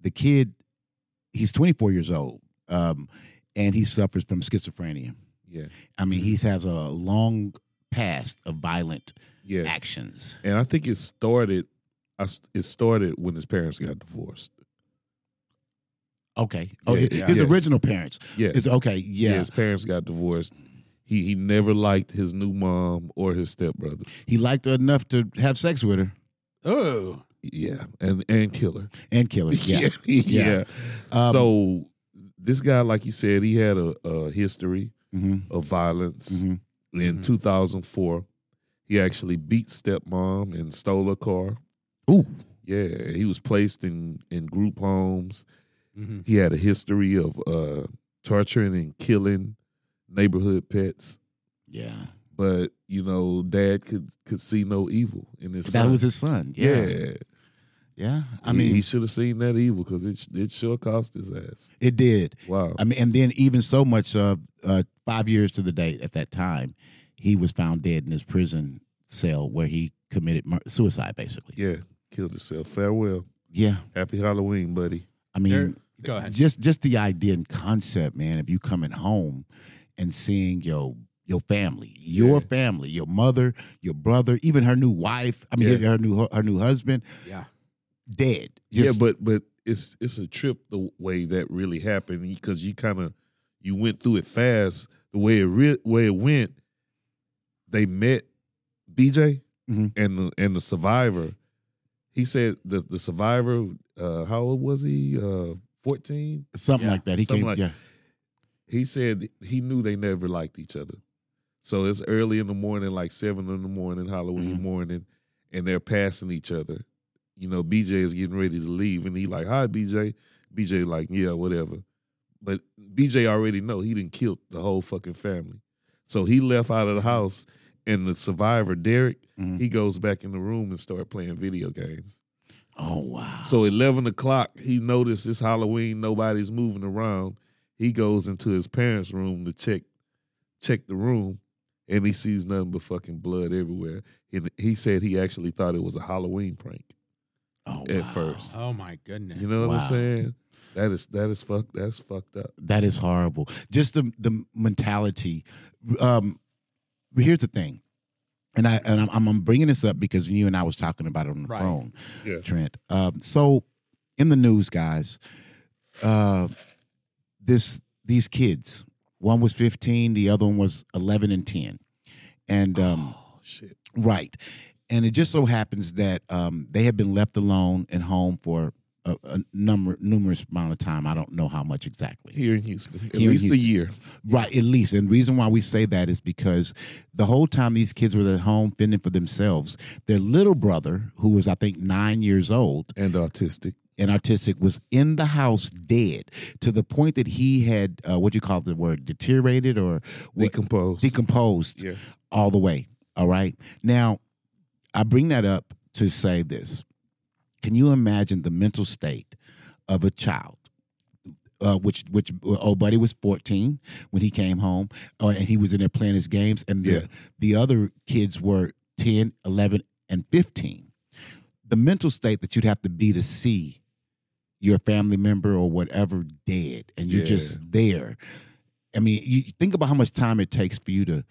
[SPEAKER 2] the kid, he's 24 years old, um, and he suffers from schizophrenia.
[SPEAKER 3] yeah
[SPEAKER 2] I mean,
[SPEAKER 3] Mm-hmm.
[SPEAKER 2] he has a long past of violent
[SPEAKER 3] yeah
[SPEAKER 2] actions.
[SPEAKER 3] and i think it started I s it started when his parents got divorced
[SPEAKER 2] Okay. Oh,
[SPEAKER 3] Yeah,
[SPEAKER 2] his,
[SPEAKER 3] yeah.
[SPEAKER 2] his
[SPEAKER 3] Yeah.
[SPEAKER 2] original parents.
[SPEAKER 3] yeah
[SPEAKER 2] Is okay.
[SPEAKER 3] Yeah.
[SPEAKER 2] Yeah.
[SPEAKER 3] his parents got divorced. He he never liked his new mom or his stepbrothers.
[SPEAKER 2] He liked her enough to have sex with her
[SPEAKER 4] Oh.
[SPEAKER 3] Yeah, and and killer.
[SPEAKER 2] and kill her. Yeah.
[SPEAKER 3] yeah. yeah.
[SPEAKER 2] Um,
[SPEAKER 3] so this guy, like you said, he had a, a history
[SPEAKER 2] hmm
[SPEAKER 3] of violence.
[SPEAKER 2] hmm
[SPEAKER 3] In
[SPEAKER 4] Mhm.
[SPEAKER 3] 2004, he actually beat stepmom and stole her car.
[SPEAKER 2] Ooh.
[SPEAKER 3] Yeah, he was placed in in group homes.
[SPEAKER 4] Mhm.
[SPEAKER 3] He had a history of uh, torturing and killing neighborhood pets.
[SPEAKER 2] Yeah.
[SPEAKER 3] but you know, dad could could see no evil in his
[SPEAKER 2] That
[SPEAKER 3] son.
[SPEAKER 2] was his son. Yeah.
[SPEAKER 3] yeah.
[SPEAKER 2] Yeah, I
[SPEAKER 3] He-
[SPEAKER 2] mean,
[SPEAKER 3] he should have seen that evil because it sh- it sure cost his ass.
[SPEAKER 2] it did.
[SPEAKER 3] Wow.
[SPEAKER 2] I mean, and then even so much uh, uh, five years to the date at that time, he was found dead in his prison cell where he committed mur- suicide, basically.
[SPEAKER 3] yeah, killed himself. Farewell.
[SPEAKER 2] Yeah,
[SPEAKER 3] Happy Halloween, buddy.
[SPEAKER 2] I mean,
[SPEAKER 4] There- Go ahead.
[SPEAKER 2] just just the idea and concept, man, of you coming home and seeing your your family, your family, your mother, your brother, even her new wife. I mean,
[SPEAKER 3] Yeah.
[SPEAKER 2] her new her new husband
[SPEAKER 4] Yeah.
[SPEAKER 2] dead.
[SPEAKER 3] yeah,
[SPEAKER 2] Just-
[SPEAKER 3] but but it's it's a trip the way that really happened because you kind of you went through it fast. The way it re- way it went, they met BJ
[SPEAKER 2] Mhm.
[SPEAKER 3] and the and the survivor. He said the the survivor. Uh, how old was he? Uh, Fourteen.
[SPEAKER 2] something
[SPEAKER 4] yeah,
[SPEAKER 2] like that. He
[SPEAKER 3] something
[SPEAKER 2] came.
[SPEAKER 3] like-
[SPEAKER 2] yeah,
[SPEAKER 3] He said he knew they never liked each other. So it's early in the morning, like seven in the morning, Halloween
[SPEAKER 2] Mhm.
[SPEAKER 3] morning, and they're passing each other. You know, BJ is getting ready to leave, and he like, "Hi, BJ." BJ like, "Yeah, whatever." But BJ already know he didn't kill the whole fucking family, so he left out of the house. And the survivor Derek,
[SPEAKER 2] Mhm.
[SPEAKER 3] he goes back in the room and start playing video games.
[SPEAKER 2] Oh wow.
[SPEAKER 3] So eleven o'clock, he noticed it's Halloween. Nobody's moving around. He goes into his parents' room to check check the room, and he sees nothing but fucking blood everywhere. And he said he actually thought it was a Halloween prank.
[SPEAKER 2] oh,
[SPEAKER 3] at first.
[SPEAKER 4] Oh my goodness.
[SPEAKER 3] You know what
[SPEAKER 2] Wow.
[SPEAKER 3] I'm saying? That is that is fucked. That's fucked up.
[SPEAKER 2] That is horrible. Just the the mentality. Um, but here's the thing, and I and I'm, I'm bringing this up because you and I was talking about it on the
[SPEAKER 4] Right.
[SPEAKER 2] phone,
[SPEAKER 3] Yeah.
[SPEAKER 2] Trent. Um, so in the news, guys, uh, this these kids. One was 15, the other one was 11 and 10, and um,
[SPEAKER 3] oh shit.
[SPEAKER 2] Right. And it just so happens that um, they have been left alone and home for a, a number numerous amount of time. I don't know how much exactly.
[SPEAKER 3] Here in Houston, at
[SPEAKER 2] Here in
[SPEAKER 3] least
[SPEAKER 2] Houston.
[SPEAKER 3] a year.
[SPEAKER 2] Right, at least. And the reason why we say that is because the whole time these kids were at home fending for themselves, their little brother, who was I think nine years old
[SPEAKER 3] And autistic.
[SPEAKER 2] and autistic, was in the house dead to the point that he had uh, what do you call the word deteriorated or what-
[SPEAKER 3] Decomposed.
[SPEAKER 2] decomposed
[SPEAKER 3] yeah.
[SPEAKER 2] all the way. All right. Now, I bring that up to say this. Can you imagine the mental state of a child? Uh, which which old buddy was 14 when he came home uh, and he was in there playing his games and the,
[SPEAKER 3] Yeah.
[SPEAKER 2] the other kids were 10 11 and 15 the mental state that you'd have to be to see your family member or whatever dead and you're
[SPEAKER 3] Yeah.
[SPEAKER 2] just there i mean you you think about how much time it takes for you to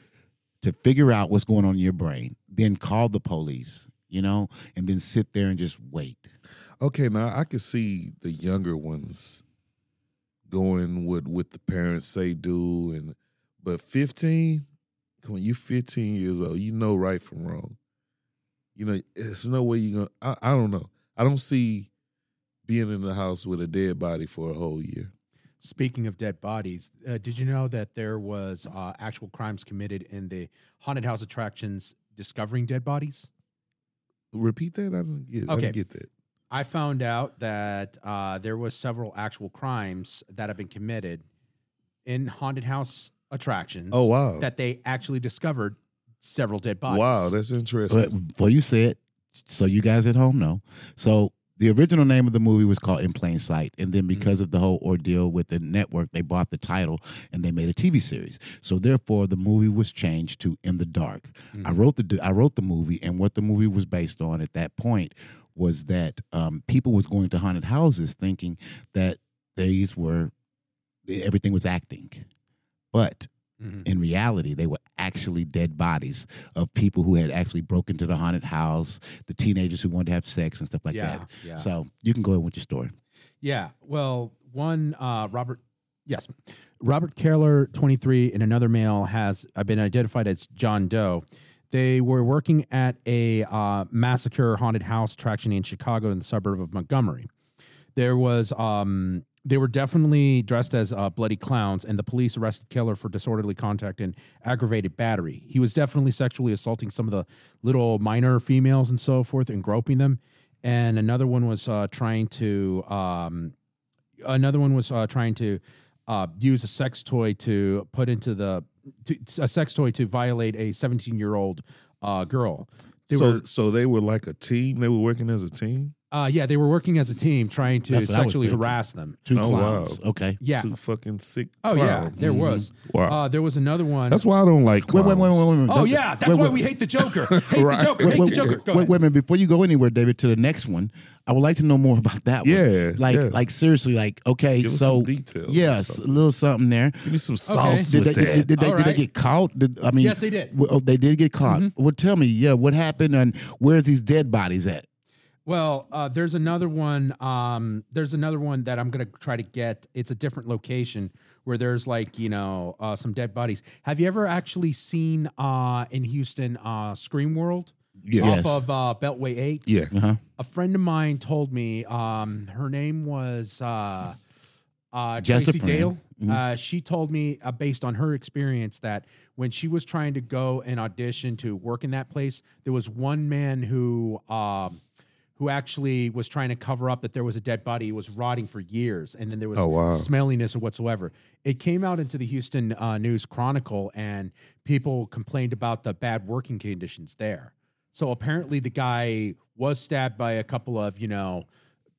[SPEAKER 2] to figure out what's going on in your brain then call the police you know and then sit there and just wait
[SPEAKER 3] Okay, now I could see the younger ones going with what the parents say do, and but fifteen, come on, you fifteen years old, you know right from wrong. You know, it's no way you gonna. I, I don't know. I don't see being in the house with a dead body for a whole year.
[SPEAKER 4] Speaking of dead bodies, uh, did you know that there was uh, actual crimes committed in the haunted house attractions discovering dead bodies?
[SPEAKER 3] Repeat that. I don't get. I
[SPEAKER 4] Okay.
[SPEAKER 3] don't get that.
[SPEAKER 4] I found out that uh, there was several actual crimes that have been committed in haunted house attractions.
[SPEAKER 3] Oh wow!
[SPEAKER 4] That they actually discovered several dead bodies.
[SPEAKER 3] wow, that's interesting.
[SPEAKER 2] but before you say it so you guys at home know so the original name of the movie was called in plain sight and then because of the whole ordeal with the network they bought the title and they made a tv series so therefore the movie was changed to in the dark I
[SPEAKER 4] Mhm.
[SPEAKER 2] wrote the I wrote the movie, and what the movie was based on at that point was that um, people was going to haunted houses thinking that these were everything was acting, but
[SPEAKER 4] Mhm.
[SPEAKER 2] in reality, they were actually dead bodies of people who had actually broken into the haunted house, the teenagers who wanted to have sex and stuff like
[SPEAKER 4] yeah,
[SPEAKER 2] that.
[SPEAKER 4] yeah.
[SPEAKER 2] So you can go ahead with your story.
[SPEAKER 3] Oh,
[SPEAKER 4] Yeah. Well, one uh, Robert, yes, Robert Kerler, 23, and another male has uh, been identified as John Doe. They were working at a uh, massacre haunted house attraction in Chicago in the suburb of Montgomery. There was um, they were definitely dressed as uh, bloody clowns, and the police arrested Keller for disorderly contact and aggravated battery. He was definitely sexually assaulting some of the little minor females and so forth, and groping them and another one was uh, trying to um, another one was uh, trying to uh, use a sex toy to put into the to, a sex toy to violate a 17 year old uh, girl. They
[SPEAKER 3] so
[SPEAKER 4] were
[SPEAKER 3] so they were like a team. They were working as a team.
[SPEAKER 4] Uh, yeah, they were working as a team trying to
[SPEAKER 2] That's what I was
[SPEAKER 4] sexually
[SPEAKER 2] thinking.
[SPEAKER 4] harass them.
[SPEAKER 2] Two
[SPEAKER 3] Oh,
[SPEAKER 2] clowns.
[SPEAKER 3] wow.
[SPEAKER 2] Okay.
[SPEAKER 4] Yeah.
[SPEAKER 3] Two fucking sick.
[SPEAKER 4] Oh yeah,
[SPEAKER 3] clowns.
[SPEAKER 4] there was.
[SPEAKER 2] Mm-hmm.
[SPEAKER 3] Wow.
[SPEAKER 4] Uh, there was another one.
[SPEAKER 3] that's why I don't like.
[SPEAKER 2] Wait,
[SPEAKER 3] Clowns.
[SPEAKER 2] wait, wait, wait, wait, wait.
[SPEAKER 4] Oh
[SPEAKER 2] Don't-
[SPEAKER 4] yeah, that's
[SPEAKER 2] wait,
[SPEAKER 4] why
[SPEAKER 2] wait.
[SPEAKER 4] we hate the Joker. Hate
[SPEAKER 3] Right.
[SPEAKER 4] the Joker. Hate
[SPEAKER 2] Wait,
[SPEAKER 4] the Joker. Go
[SPEAKER 2] wait,
[SPEAKER 4] ahead.
[SPEAKER 2] wait a minute. Before you go anywhere, David, to the next one, I would like to know more about that one.
[SPEAKER 3] Yeah,
[SPEAKER 2] Like,
[SPEAKER 3] yeah.
[SPEAKER 2] like seriously, like, okay,
[SPEAKER 3] Give us
[SPEAKER 2] so.
[SPEAKER 3] some details or
[SPEAKER 2] Yes, a
[SPEAKER 3] something.
[SPEAKER 2] little something there.
[SPEAKER 3] Give me some sauce
[SPEAKER 2] Did they,
[SPEAKER 3] with that.
[SPEAKER 2] did, did they,
[SPEAKER 4] All
[SPEAKER 2] did they
[SPEAKER 4] right.
[SPEAKER 2] get caught? Did, I mean,
[SPEAKER 4] Yes, they did. Mm-hmm.
[SPEAKER 2] Well, oh, they did get caught. Well, tell me, yeah, what happened and where's these dead bodies at?
[SPEAKER 4] Well, uh, there's another one. Um, there's another one that I'm gonna try to get. It's a different location where there's like you know uh, some dead bodies. Have you ever actually seen uh, in Houston uh, Scream World
[SPEAKER 3] Yeah.
[SPEAKER 2] Yes.
[SPEAKER 4] off of uh, Beltway Eight?
[SPEAKER 3] Yeah.
[SPEAKER 2] Uh-huh.
[SPEAKER 4] A friend of mine told me um, her name was uh, uh,
[SPEAKER 2] Just a
[SPEAKER 4] Tracy
[SPEAKER 2] friend.
[SPEAKER 4] Dale.
[SPEAKER 3] Mm-hmm.
[SPEAKER 2] Mhm.
[SPEAKER 4] Uh, she told me, uh, based on her experience, that when she was trying to go and audition to work in that place, there was one man who um, who actually was trying to cover up that there was a dead body. It was rotting for years, and then there was
[SPEAKER 3] Oh, wow.
[SPEAKER 4] smelliness or whatsoever. It came out into the Houston uh, News Chronicle, and people complained about the bad working conditions there. So apparently, the guy was stabbed by a couple of you know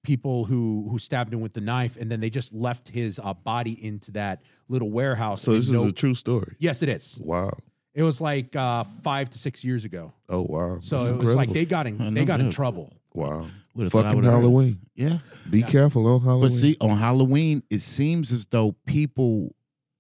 [SPEAKER 4] people who who stabbed him with the knife, and then they just left his uh, body into that little warehouse.
[SPEAKER 3] So
[SPEAKER 4] and
[SPEAKER 3] this is
[SPEAKER 4] no-
[SPEAKER 3] a true story.
[SPEAKER 4] yes, it is.
[SPEAKER 3] Wow.
[SPEAKER 4] It was like uh, five to six years ago.
[SPEAKER 3] Oh wow.
[SPEAKER 4] So
[SPEAKER 3] That's
[SPEAKER 4] it was like
[SPEAKER 3] incredible.
[SPEAKER 4] they got
[SPEAKER 2] I
[SPEAKER 4] in they
[SPEAKER 2] know
[SPEAKER 4] got in
[SPEAKER 2] that.
[SPEAKER 4] trouble.
[SPEAKER 3] Wow.
[SPEAKER 2] Would've thought I
[SPEAKER 3] Fucking
[SPEAKER 2] would've heard.
[SPEAKER 3] Halloween.
[SPEAKER 2] Yeah.
[SPEAKER 3] Be careful on Halloween.
[SPEAKER 2] But see, on Halloween, it seems as though people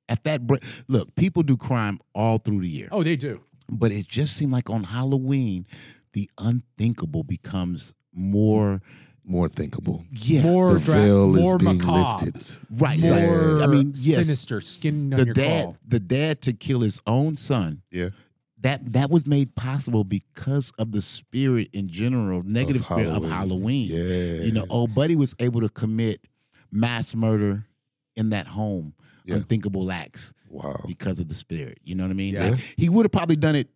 [SPEAKER 2] at that break, look, people do crime all through the year.
[SPEAKER 4] Oh, they do.
[SPEAKER 2] But it just seemed like on Halloween, the unthinkable becomes more,
[SPEAKER 3] more thinkable.
[SPEAKER 2] yeah,
[SPEAKER 4] More
[SPEAKER 3] the
[SPEAKER 4] dra-
[SPEAKER 3] veil
[SPEAKER 4] more
[SPEAKER 3] is being
[SPEAKER 4] macabre.
[SPEAKER 3] lifted.
[SPEAKER 2] right.
[SPEAKER 4] More
[SPEAKER 2] like, I mean, yes,
[SPEAKER 4] sinister skin on
[SPEAKER 2] the
[SPEAKER 4] your
[SPEAKER 2] dad,
[SPEAKER 4] claw.
[SPEAKER 2] the dad to kill his own son.
[SPEAKER 3] Yeah.
[SPEAKER 2] That that was made possible because of the spirit in general, negative spirit of Halloween.
[SPEAKER 3] Yeah.
[SPEAKER 2] You know, old buddy was able to commit mass murder in that home,
[SPEAKER 3] Yeah.
[SPEAKER 2] unthinkable acts
[SPEAKER 3] Wow.
[SPEAKER 2] because of the spirit. You know what I mean?
[SPEAKER 4] Yeah.
[SPEAKER 2] Like, he would have probably done it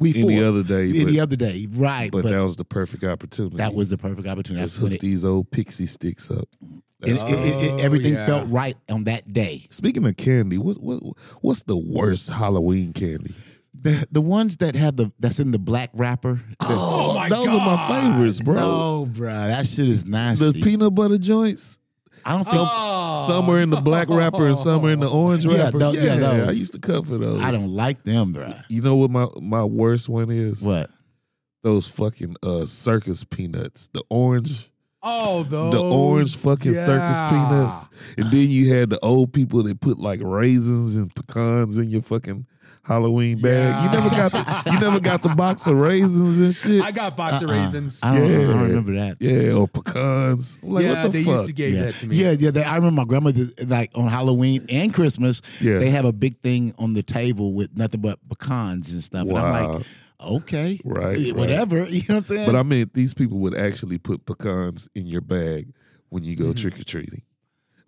[SPEAKER 2] week
[SPEAKER 3] Any
[SPEAKER 2] four,
[SPEAKER 3] other day,
[SPEAKER 2] any
[SPEAKER 3] but,
[SPEAKER 2] other day, right?
[SPEAKER 3] but that was the perfect opportunity.
[SPEAKER 2] that was the perfect opportunity.
[SPEAKER 3] Let's
[SPEAKER 2] That's when
[SPEAKER 3] hook
[SPEAKER 2] it,
[SPEAKER 3] these old pixie sticks up.
[SPEAKER 2] it-
[SPEAKER 3] That's
[SPEAKER 2] it-
[SPEAKER 3] what-
[SPEAKER 2] it- it-
[SPEAKER 4] Oh,
[SPEAKER 2] everything
[SPEAKER 4] yeah.
[SPEAKER 2] felt right on that day.
[SPEAKER 3] Speaking of candy, what what what's the worst Halloween candy?
[SPEAKER 2] The the ones that have the that's in the black wrapper.
[SPEAKER 4] Oh, my
[SPEAKER 3] those are my
[SPEAKER 4] God.
[SPEAKER 3] favorites, bro.
[SPEAKER 2] No, bro, Oh, that shit is nasty.
[SPEAKER 3] The peanut butter joints.
[SPEAKER 2] I don't think
[SPEAKER 4] Oh.
[SPEAKER 3] Some are in the black wrapper and some are in the orange
[SPEAKER 2] Oh. Yeah,
[SPEAKER 3] wrapper.
[SPEAKER 2] tho- yeah, those.
[SPEAKER 3] I used to cut for those.
[SPEAKER 2] I don't like them, bro.
[SPEAKER 3] You know what my, my worst one is?
[SPEAKER 2] What?
[SPEAKER 3] Those fucking uh circus peanuts. The orange
[SPEAKER 4] Oh, those.
[SPEAKER 3] the orange fucking circus
[SPEAKER 4] yeah.
[SPEAKER 3] peanuts. And then you had the old people that put like raisins and pecans in your fucking Halloween bag. You never got the, you never got the box of raisins and shit.
[SPEAKER 4] I got box of
[SPEAKER 2] Uh-uh.
[SPEAKER 4] raisins.
[SPEAKER 2] I don't, I don't
[SPEAKER 3] Yeah.
[SPEAKER 2] remember that.
[SPEAKER 3] yeah, or pecans. I'm like,
[SPEAKER 4] yeah,
[SPEAKER 3] what the
[SPEAKER 4] they
[SPEAKER 3] fuck?
[SPEAKER 4] used to give
[SPEAKER 2] yeah.
[SPEAKER 4] that to me.
[SPEAKER 2] Yeah, yeah. They, I remember my grandmother like on Halloween and Christmas.
[SPEAKER 3] Yeah.
[SPEAKER 2] they have a big thing on the table with nothing but pecans and stuff. And I'm
[SPEAKER 3] Wow.
[SPEAKER 2] like, okay,
[SPEAKER 3] Right,
[SPEAKER 2] eh,
[SPEAKER 3] right.
[SPEAKER 2] whatever. You know what I'm saying?
[SPEAKER 3] but I meant these people would actually put pecans in your bag when you go
[SPEAKER 2] Mm-hmm.
[SPEAKER 3] trick or treating.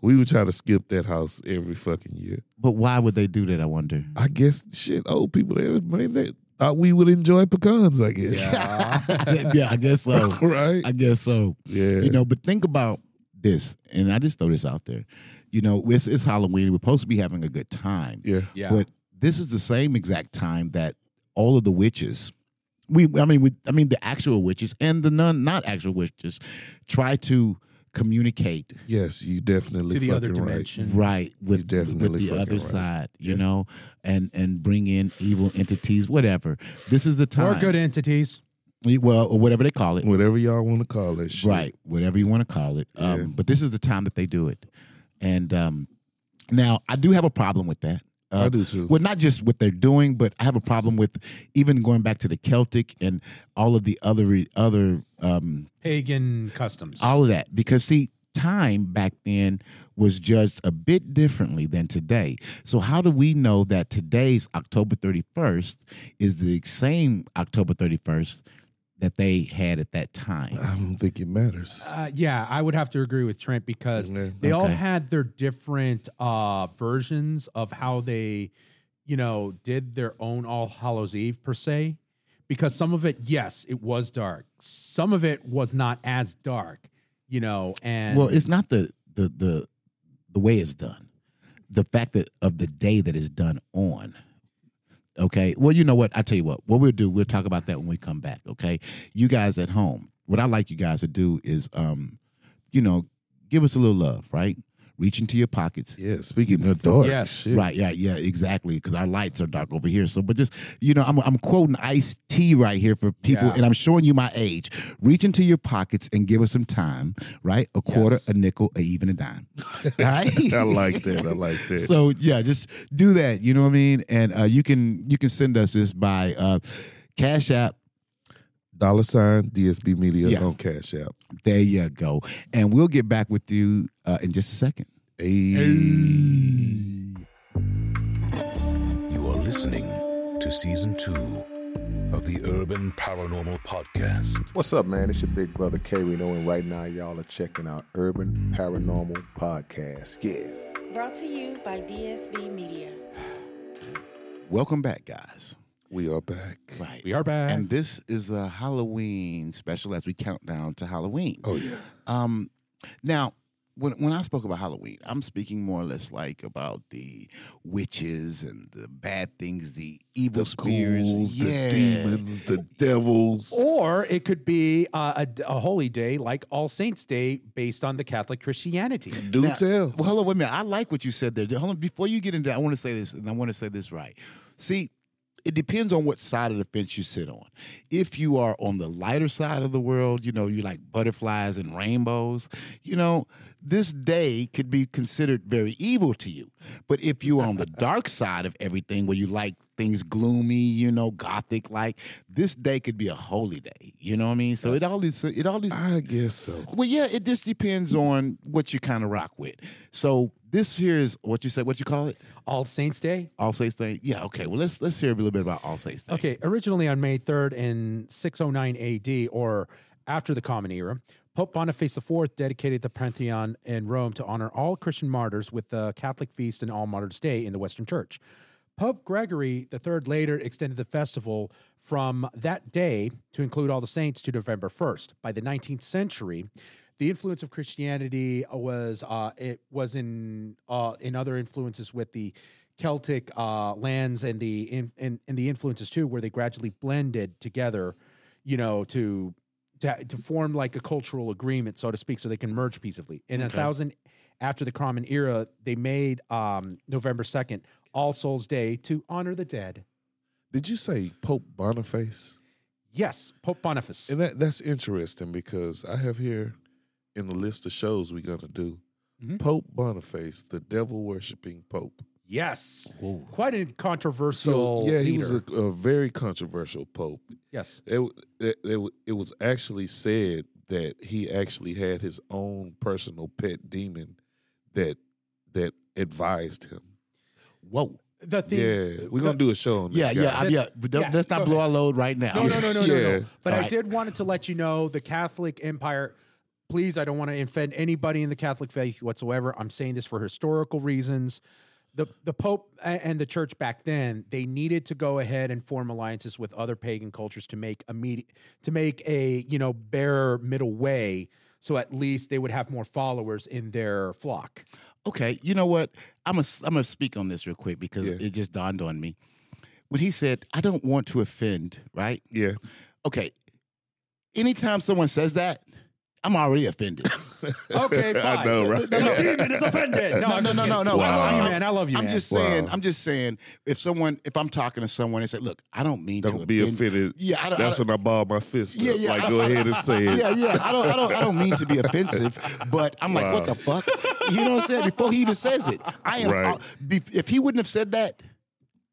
[SPEAKER 3] We would try to skip that house every fucking year.
[SPEAKER 2] but why would they do that? I wonder.
[SPEAKER 3] I guess shit, old people they, they thought we would enjoy pecans, I guess.
[SPEAKER 2] yeah, I guess so.
[SPEAKER 3] right?
[SPEAKER 2] I guess so.
[SPEAKER 3] yeah.
[SPEAKER 2] You know, but think about this, and I just throw this out there. You know, it's, it's Halloween. We're supposed to be having a good time.
[SPEAKER 3] yeah.
[SPEAKER 4] Yeah.
[SPEAKER 2] But this is the same exact time that all of the witches, we I mean we, I mean the actual witches and the non not actual witches, try to communicate
[SPEAKER 3] Yes, you definitely
[SPEAKER 4] to the other
[SPEAKER 3] fucking right.
[SPEAKER 4] dimension.
[SPEAKER 2] right with,
[SPEAKER 3] You're
[SPEAKER 2] with
[SPEAKER 3] definitely
[SPEAKER 2] the
[SPEAKER 3] fucking
[SPEAKER 2] other
[SPEAKER 3] right.
[SPEAKER 2] side, you know, and and bring in evil entities, whatever. This is the time,
[SPEAKER 4] Or good entities.
[SPEAKER 2] well, or whatever they call it,
[SPEAKER 3] Whatever y'all want to call that shit.
[SPEAKER 2] right? Whatever you want to call it.
[SPEAKER 3] Yeah.
[SPEAKER 2] Um, but this is the time that they do it, and um, now I do have a problem with that.
[SPEAKER 3] I
[SPEAKER 2] Uh,
[SPEAKER 3] do too.
[SPEAKER 2] well not just what they're doing but i have a problem with even going back to the celtic and all of the other re- other um
[SPEAKER 4] Pagan customs.
[SPEAKER 2] all of that because see time back then was judged a bit differently than today so how do we know that today's october 31st is the same october 31st that they had at that time
[SPEAKER 3] I don't think it matters.
[SPEAKER 4] Uh, yeah, I would have to agree with Trent because
[SPEAKER 3] Yeah.
[SPEAKER 4] they all
[SPEAKER 2] Okay.
[SPEAKER 4] had their different uh, versions of how they, you know, did their own All Hallows Eve per se. Because some of it, yes, it was dark. Some of it was not as dark, you know. And
[SPEAKER 2] well it's not the the the the way it's done the fact that of the day that it's done on okay well you know what i tell you what what we'll do we'll talk about that when we come back okay you guys at home what I like you guys to do is, um, you know, give us a little love, right? Reach into your pockets.
[SPEAKER 3] Yeah, speaking of dark.
[SPEAKER 4] Yes.
[SPEAKER 3] shit.
[SPEAKER 2] Right, yeah, yeah, exactly. Because our lights are dark over here. So, but just you know, I'm I'm quoting Ice T right here for people,
[SPEAKER 4] Yeah.
[SPEAKER 2] and I'm showing you my age. Reach into your pockets and give us some time. Right, a quarter,
[SPEAKER 4] Yes.
[SPEAKER 2] a nickel, a even a dime. All right?
[SPEAKER 3] I like that. I like that.
[SPEAKER 2] So yeah, just do that. You know what I mean? And uh, you can you can send us this by uh, Cash App.
[SPEAKER 3] Dollar sign DSB Media
[SPEAKER 2] Yeah.
[SPEAKER 3] on Cash App.
[SPEAKER 2] There you go. And we'll get back with you uh, in just a second.
[SPEAKER 3] Ayy.
[SPEAKER 1] You are listening to season two of the Urban Paranormal Podcast.
[SPEAKER 5] What's up, man? It's your big brother K Reno, and right now y'all are checking out Urban Paranormal Podcast. Yeah.
[SPEAKER 6] Brought to you by DSB Media.
[SPEAKER 2] Welcome back, guys.
[SPEAKER 3] We are back.
[SPEAKER 2] Right.
[SPEAKER 4] We are back.
[SPEAKER 2] And this is a Halloween special as we count down to Halloween.
[SPEAKER 3] Oh yeah.
[SPEAKER 2] Um, now, when when I spoke about Halloween, I'm speaking more or less like about the witches and the bad things, the evil
[SPEAKER 3] The
[SPEAKER 2] spirits,
[SPEAKER 3] ghouls,
[SPEAKER 2] yeah.
[SPEAKER 3] the demons, the devils.
[SPEAKER 4] Or it could be uh, a, d- a holy day like All Saints Day based on the Catholic Christianity.
[SPEAKER 3] Do
[SPEAKER 2] Now-
[SPEAKER 3] tell.
[SPEAKER 2] Well, hold on, wait a minute. I like what you said there. Hold on, before you get into that, I want to say this, and I want to say this right. See, it depends on what side of the fence you sit on. If you are on the lighter side of the world, you know, you like butterflies and rainbows, you know, this day could be considered very evil to you. But if you're on the dark side of everything where you like things gloomy, you know, gothic like, this day could be a holy day. You know what I mean? So it all is it all is
[SPEAKER 3] I guess so.
[SPEAKER 2] well, yeah, it just depends on what you kind of rock with. So this here is what you say. What you call it?
[SPEAKER 4] All Saints Day?
[SPEAKER 2] All Saints Day. Yeah. Okay. Well, let's let's hear a little bit about All Saints Day.
[SPEAKER 4] Okay, originally on May 3rd in 609 AD, or after the Common Era, Pope Boniface IV dedicated the Pantheon in Rome to honor all Christian martyrs with the Catholic feast and All Martyrs' Day in the Western Church. Pope Gregory III later extended the festival from that day to include all the saints to November 1st. By the 19th century, the influence of Christianity was uh, it was in uh, in other influences with the Celtic uh, lands and the in, and, and the influences too, where they gradually blended together, you know, to to, to form like a cultural agreement, so to speak, so they can merge peaceably. In a thousand after the Common Era, they made um, November second All Souls Day to honor the dead.
[SPEAKER 3] Did you say Pope Boniface?
[SPEAKER 4] Yes, Pope Boniface.
[SPEAKER 3] And that, that's interesting because I have here in the list of shows we're gonna do
[SPEAKER 5] Mm-hmm.
[SPEAKER 4] Mhm.
[SPEAKER 3] Pope Boniface, the devil worshipping Pope.
[SPEAKER 4] Yes, quite a controversial.
[SPEAKER 3] yeah, he was a,
[SPEAKER 4] leader.
[SPEAKER 3] a very controversial Pope.
[SPEAKER 4] yes.
[SPEAKER 3] It, w- it, it, w- it was actually said that he actually had his own personal pet demon that that advised him.
[SPEAKER 2] Whoa.
[SPEAKER 4] The thing.
[SPEAKER 3] yeah, we're
[SPEAKER 4] the-
[SPEAKER 3] gonna do a show on this.
[SPEAKER 2] Yeah.
[SPEAKER 3] guy.
[SPEAKER 2] Yeah. I- yeah. But don't-
[SPEAKER 4] Yeah,
[SPEAKER 2] Let's
[SPEAKER 4] go
[SPEAKER 2] not blow our load right now.
[SPEAKER 4] No, no, no, no, no,
[SPEAKER 3] Yeah.
[SPEAKER 4] no. But
[SPEAKER 2] All
[SPEAKER 4] I
[SPEAKER 2] right.
[SPEAKER 4] did wanted to let you know the Catholic Empire. Please, I don't want to offend anybody in the Catholic faith whatsoever. I'm saying this for historical reasons. The the Pope a- and the Church back then they needed to go ahead and form alliances with other pagan cultures to make a medi- to make a you know bare middle way. So at least they would have more followers in their flock.
[SPEAKER 2] Okay. You know what? I'm gonna I'm gonna speak on this real quick because
[SPEAKER 3] Yeah.
[SPEAKER 2] it just dawned on me when he said, "I don't want to offend." Right.
[SPEAKER 3] yeah.
[SPEAKER 2] Okay. Anytime someone says that, I'm already offended.
[SPEAKER 4] Okay, fine.
[SPEAKER 3] I know, right?
[SPEAKER 4] The demon is offended. No,
[SPEAKER 2] No,
[SPEAKER 4] I'm
[SPEAKER 2] no,
[SPEAKER 4] just
[SPEAKER 2] no, no, no.
[SPEAKER 4] kidding. I love
[SPEAKER 2] Wow.
[SPEAKER 4] you, man. I love you,
[SPEAKER 2] I'm
[SPEAKER 4] man.
[SPEAKER 2] just saying.
[SPEAKER 3] Wow.
[SPEAKER 2] I'm just saying. If someone, if I'm talking to someone and say, "Look, I don't mean to
[SPEAKER 3] Don't be
[SPEAKER 2] offend
[SPEAKER 3] offended.
[SPEAKER 2] Yeah, I don't-
[SPEAKER 3] That's
[SPEAKER 2] I don't-
[SPEAKER 3] when I ball my fist.
[SPEAKER 2] Yeah,
[SPEAKER 3] up.
[SPEAKER 2] yeah,
[SPEAKER 3] Like,
[SPEAKER 2] I-
[SPEAKER 3] go ahead and say it.
[SPEAKER 2] yeah, yeah. I don't, I don't, I don't mean to be offensive, but I'm like, what the fuck? You know what I'm saying? Before he even says it, I am.
[SPEAKER 3] Right.
[SPEAKER 2] be- if he wouldn't have said that,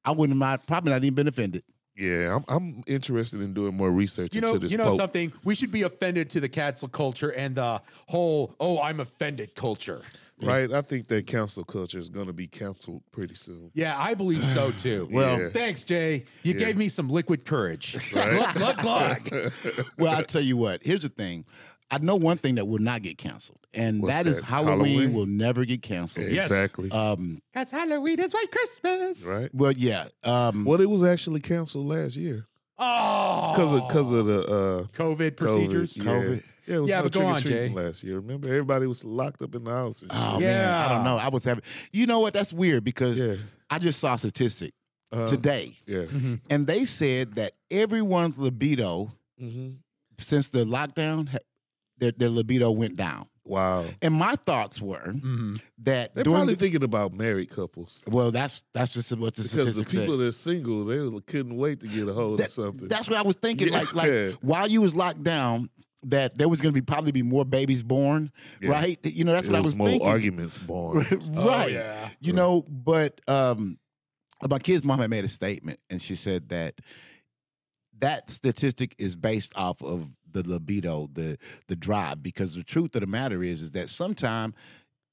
[SPEAKER 2] I wouldn't have probably not even been offended.
[SPEAKER 3] Yeah, I'm, I'm interested in doing more research
[SPEAKER 4] You know,
[SPEAKER 3] into this
[SPEAKER 4] you know
[SPEAKER 3] Pope.
[SPEAKER 4] something. We should be offended to the cancel culture and the whole "oh, I'm offended" culture.
[SPEAKER 3] Right? I think that council culture is going to be canceled pretty soon.
[SPEAKER 4] Yeah, I believe so too.
[SPEAKER 3] Well- Yeah.
[SPEAKER 4] thanks, Jay. You gave me some liquid courage.
[SPEAKER 3] Right?
[SPEAKER 4] glug glug.
[SPEAKER 2] Well, I'll tell you what. Here's the thing. I know one thing that will not get canceled, and
[SPEAKER 3] What's
[SPEAKER 2] that is
[SPEAKER 3] that?
[SPEAKER 2] Halloween,
[SPEAKER 3] Halloween?
[SPEAKER 2] will never get canceled.
[SPEAKER 4] Yes.
[SPEAKER 3] Exactly.
[SPEAKER 4] Uh,
[SPEAKER 2] Um.
[SPEAKER 4] Cause Halloween is white Christmas.
[SPEAKER 3] right?
[SPEAKER 2] Well, yeah. Um.
[SPEAKER 3] Well, it was actually canceled last year
[SPEAKER 4] Oh,
[SPEAKER 3] because of, cause of the uh,
[SPEAKER 4] COVID
[SPEAKER 3] COVID.
[SPEAKER 4] procedures.
[SPEAKER 3] Yeah.
[SPEAKER 2] COVID.
[SPEAKER 3] Yeah, it was
[SPEAKER 4] Yeah,
[SPEAKER 3] no
[SPEAKER 4] but go
[SPEAKER 3] trick
[SPEAKER 4] on,
[SPEAKER 3] or treating
[SPEAKER 4] Jay.
[SPEAKER 3] last year. Remember, everybody was locked up in the house. And shit.
[SPEAKER 2] Oh man, I
[SPEAKER 4] Yeah.
[SPEAKER 2] don't know. I was having. You know what? That's weird because
[SPEAKER 3] yeah.
[SPEAKER 2] I just saw a statistic
[SPEAKER 3] Uh,
[SPEAKER 2] today,
[SPEAKER 3] Yeah.
[SPEAKER 2] and they said that everyone's libido
[SPEAKER 3] Mm-hmm.
[SPEAKER 2] since the lockdown, ha- their their libido went down.
[SPEAKER 3] Wow.
[SPEAKER 2] And my thoughts were
[SPEAKER 4] Mhm.
[SPEAKER 2] that
[SPEAKER 3] They're
[SPEAKER 2] during
[SPEAKER 3] Mm. probably
[SPEAKER 2] the-
[SPEAKER 3] thinking about married couples.
[SPEAKER 2] well, that's that's just what the
[SPEAKER 3] Because the
[SPEAKER 2] statistics say.
[SPEAKER 3] people that's single, they was- couldn't wait to get a hold
[SPEAKER 2] That-
[SPEAKER 3] of something.
[SPEAKER 2] That's what I was thinking. Like
[SPEAKER 3] Yeah.
[SPEAKER 2] like while you was locked down, that there was going to be probably be more babies born,
[SPEAKER 3] Yeah.
[SPEAKER 2] right? You know, that's
[SPEAKER 3] It
[SPEAKER 2] what I
[SPEAKER 3] was
[SPEAKER 2] was
[SPEAKER 3] more Oh,
[SPEAKER 2] thinking.
[SPEAKER 3] arguments born.
[SPEAKER 2] right. You know, but um my kid's mom had made a statement and she said that that statistic is based off of the libido, the the drive, because the truth of the matter is is that sometime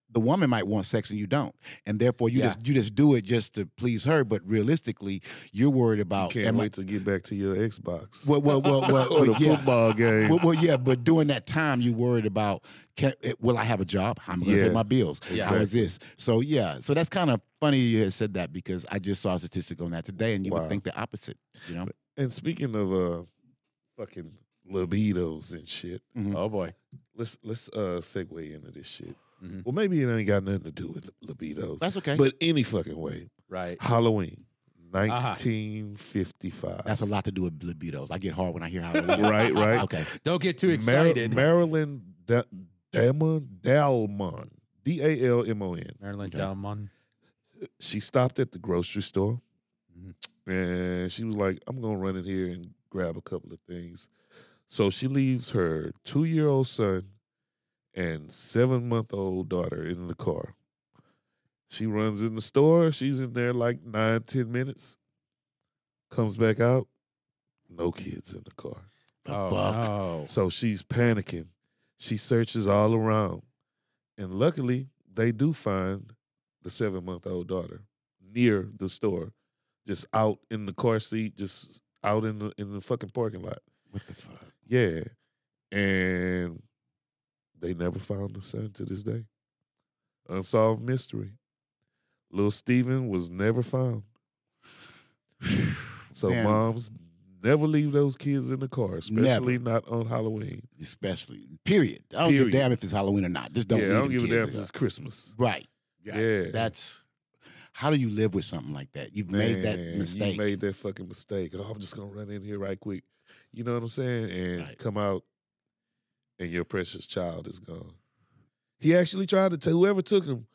[SPEAKER 2] the woman might want sex and you don't, and therefore you
[SPEAKER 4] Yeah.
[SPEAKER 2] just you just do it just to please her. But realistically, you're worried about
[SPEAKER 3] Can't
[SPEAKER 2] am I-
[SPEAKER 3] wait to get back to your Xbox
[SPEAKER 2] well, well, well, well,
[SPEAKER 3] or the
[SPEAKER 2] well, yeah.
[SPEAKER 3] football game.
[SPEAKER 2] Well, well, yeah, but during that time, you worried about can, eh, will I have a job? How am I going to
[SPEAKER 3] Yeah,
[SPEAKER 2] pay my bills? How is
[SPEAKER 3] exactly.
[SPEAKER 2] this? So yeah, so that's kind of funny you had said that because I just saw a statistic on that today, and you
[SPEAKER 3] Wow.
[SPEAKER 2] would think the opposite. You know,
[SPEAKER 3] and speaking of uh, fucking libidos and shit,
[SPEAKER 4] Oh boy.
[SPEAKER 3] let's let's uh segue into this shit.
[SPEAKER 4] Mhm.
[SPEAKER 3] Well, maybe it ain't got nothing to do with libidos,
[SPEAKER 2] Mm-hmm. that's okay. Uh-huh.
[SPEAKER 3] but any fucking way,
[SPEAKER 4] Right.
[SPEAKER 3] Halloween, nineteen fifty-five.
[SPEAKER 2] that's a lot to do with libidos. I get hard when I hear how.
[SPEAKER 3] right, right.
[SPEAKER 2] Okay.
[SPEAKER 4] Don't get too
[SPEAKER 3] Mar-
[SPEAKER 4] excited.
[SPEAKER 3] Marilyn da- Damon Dalmon, D A L M O N.
[SPEAKER 4] Marilyn
[SPEAKER 2] Okay.
[SPEAKER 4] Delmon.
[SPEAKER 3] She stopped at the grocery store,
[SPEAKER 4] Mhm.
[SPEAKER 3] and she was like, "I'm gonna run in here and grab a couple of things." So she leaves her two-year-old son and seven-month-old daughter in the car. She runs in the store. She's in there like nine, ten minutes. Comes back out, no kids in the car.
[SPEAKER 2] The
[SPEAKER 4] oh,
[SPEAKER 2] fuck.
[SPEAKER 4] no.
[SPEAKER 3] So she's panicking. She searches all around. And luckily, they do find the seven month old daughter near the store, just out in the car seat, just out in the in the fucking parking lot.
[SPEAKER 2] What the fuck?
[SPEAKER 3] Yeah. And they never found the son to this day. Unsolved mystery. Little Steven was never found. So
[SPEAKER 2] Man.
[SPEAKER 3] moms never leave those kids in the car, especially not on Halloween.
[SPEAKER 2] Especially. Period. I don't
[SPEAKER 3] Period.
[SPEAKER 2] give a damn if it's Halloween or not. Just don't.
[SPEAKER 3] yeah,
[SPEAKER 2] leave
[SPEAKER 3] I don't
[SPEAKER 2] them
[SPEAKER 3] give a
[SPEAKER 2] kids
[SPEAKER 3] damn if
[SPEAKER 2] there.
[SPEAKER 3] it's Christmas.
[SPEAKER 2] Right.
[SPEAKER 3] Yeah.
[SPEAKER 2] That's. How do you live with something like that? You've made that
[SPEAKER 3] Man,
[SPEAKER 2] mistake.
[SPEAKER 3] You made that fucking mistake. Oh, I'm just gonna run in here right quick. You know what I'm saying? And
[SPEAKER 2] Right.
[SPEAKER 3] come out, and your precious child is gone. He actually tried to take whoever took him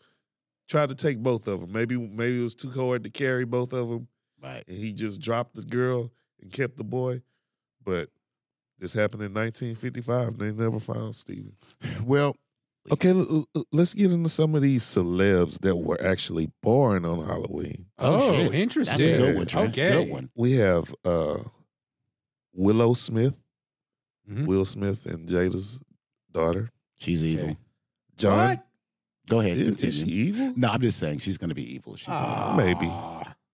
[SPEAKER 3] tried to take both of them. Maybe maybe it was too hard to carry both of them,
[SPEAKER 2] right.
[SPEAKER 3] and he just dropped the girl and kept the boy. But this happened in 1955. and They never found Steven.
[SPEAKER 2] Well,
[SPEAKER 3] Okay, l- l- let's get into some of these celebs that were actually born on Halloween.
[SPEAKER 4] Oh,
[SPEAKER 2] shit.
[SPEAKER 4] interesting.
[SPEAKER 2] that's a good one. Trent.
[SPEAKER 4] Okay.
[SPEAKER 2] Good one.
[SPEAKER 3] we have uh Willow Smith,
[SPEAKER 4] Mhm.
[SPEAKER 3] Will Smith and Jada's daughter.
[SPEAKER 2] She's evil.
[SPEAKER 3] John
[SPEAKER 4] What?
[SPEAKER 2] Go ahead.
[SPEAKER 3] is, is she
[SPEAKER 2] continue.
[SPEAKER 3] evil?
[SPEAKER 2] e-, No, I'm just saying she's going to be evil. She's gonna
[SPEAKER 4] Ah.
[SPEAKER 3] Maybe.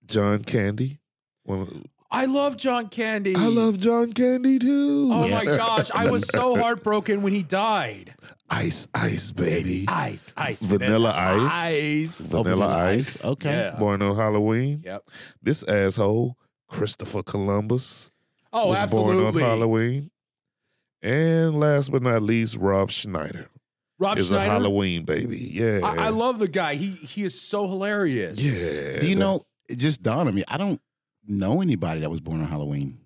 [SPEAKER 3] John Candy. One of-
[SPEAKER 4] I love John Candy.
[SPEAKER 3] I love John Candy too.
[SPEAKER 4] Oh my gosh, I was so heartbroken when he died.
[SPEAKER 3] Ice Ice Baby.
[SPEAKER 4] Ice, ice,
[SPEAKER 3] Vanilla
[SPEAKER 4] ice.
[SPEAKER 2] be- Oh,
[SPEAKER 3] Vanilla Ice.
[SPEAKER 2] Okay.
[SPEAKER 4] Yeah.
[SPEAKER 3] Born on Halloween.
[SPEAKER 4] Yep.
[SPEAKER 3] This asshole, Christopher Columbus,
[SPEAKER 4] Oh,
[SPEAKER 3] was born on
[SPEAKER 4] absolutely.
[SPEAKER 3] Halloween. And last but not least, Rob Schneider
[SPEAKER 4] Rob
[SPEAKER 3] is a
[SPEAKER 4] Schneider.
[SPEAKER 3] Halloween baby. Yeah.
[SPEAKER 4] I, I love the guy. He he is so hilarious.
[SPEAKER 3] Yeah.
[SPEAKER 2] Do you know? It just dawned on me. I don't know anybody that was born on Halloween.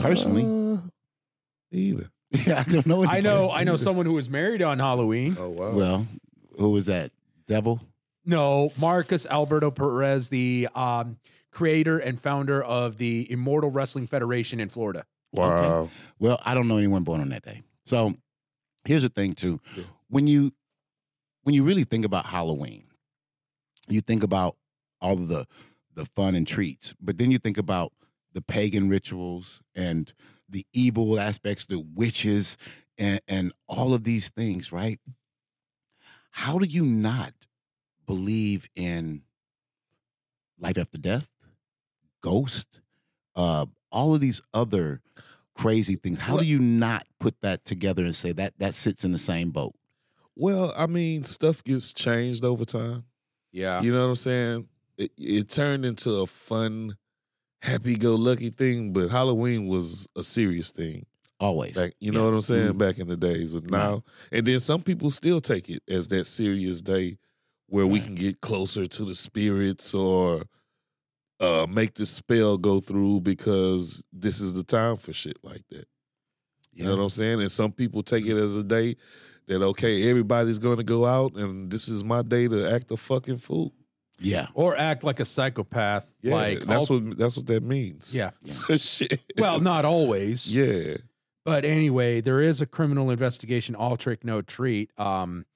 [SPEAKER 2] Personally.
[SPEAKER 3] Uh, either.
[SPEAKER 2] Yeah, I don't know. Anybody.
[SPEAKER 4] I know. I know someone who was married on Halloween.
[SPEAKER 3] Oh wow.
[SPEAKER 2] Well, who was that? Devil.
[SPEAKER 4] No, Marcus Alberto Perez, the um, creator and founder of the Immortal Wrestling Federation in Florida.
[SPEAKER 3] wow.
[SPEAKER 2] Well, I don't know anyone born on that day. So here's the thing too.
[SPEAKER 3] Yeah.
[SPEAKER 2] When you when you really think about Halloween, you think about all of the the fun and treats, but then you think about the pagan rituals and the evil aspects, the witches and, and all of these things, right? How do you not believe in life after death, ghost, uh, all of these other crazy things? How
[SPEAKER 3] Well-
[SPEAKER 2] do you not put that together and say that that sits in the same boat?
[SPEAKER 3] Well, I mean, stuff gets changed over time.
[SPEAKER 4] Yeah.
[SPEAKER 3] You know what I'm saying? It, it turned into a fun, happy-go-lucky thing, but Halloween was a serious thing.
[SPEAKER 2] Always.
[SPEAKER 3] Back, you know
[SPEAKER 2] Yeah.
[SPEAKER 3] what I'm saying?
[SPEAKER 4] Mm-hmm.
[SPEAKER 2] Mhm.
[SPEAKER 3] Back in the days, but
[SPEAKER 2] Right.
[SPEAKER 3] now, and then some people still take it as that serious day where we
[SPEAKER 2] Right.
[SPEAKER 3] can get closer to the spirits or uh, make the spell go through because this is the time for shit like that. You know what I'm saying? And some people take
[SPEAKER 4] Mm-hmm.
[SPEAKER 3] it as a day that okay, everybody's gonna go out and this is my day to act a fucking fool.
[SPEAKER 2] Yeah.
[SPEAKER 4] or act like a psychopath.
[SPEAKER 3] Yeah,
[SPEAKER 4] like
[SPEAKER 3] that's
[SPEAKER 4] all-
[SPEAKER 3] what that's what that means.
[SPEAKER 4] Yeah.
[SPEAKER 3] Shit.
[SPEAKER 4] Well, not always.
[SPEAKER 3] yeah,
[SPEAKER 4] But anyway, there is a criminal investigation, all trick, no treat. Um,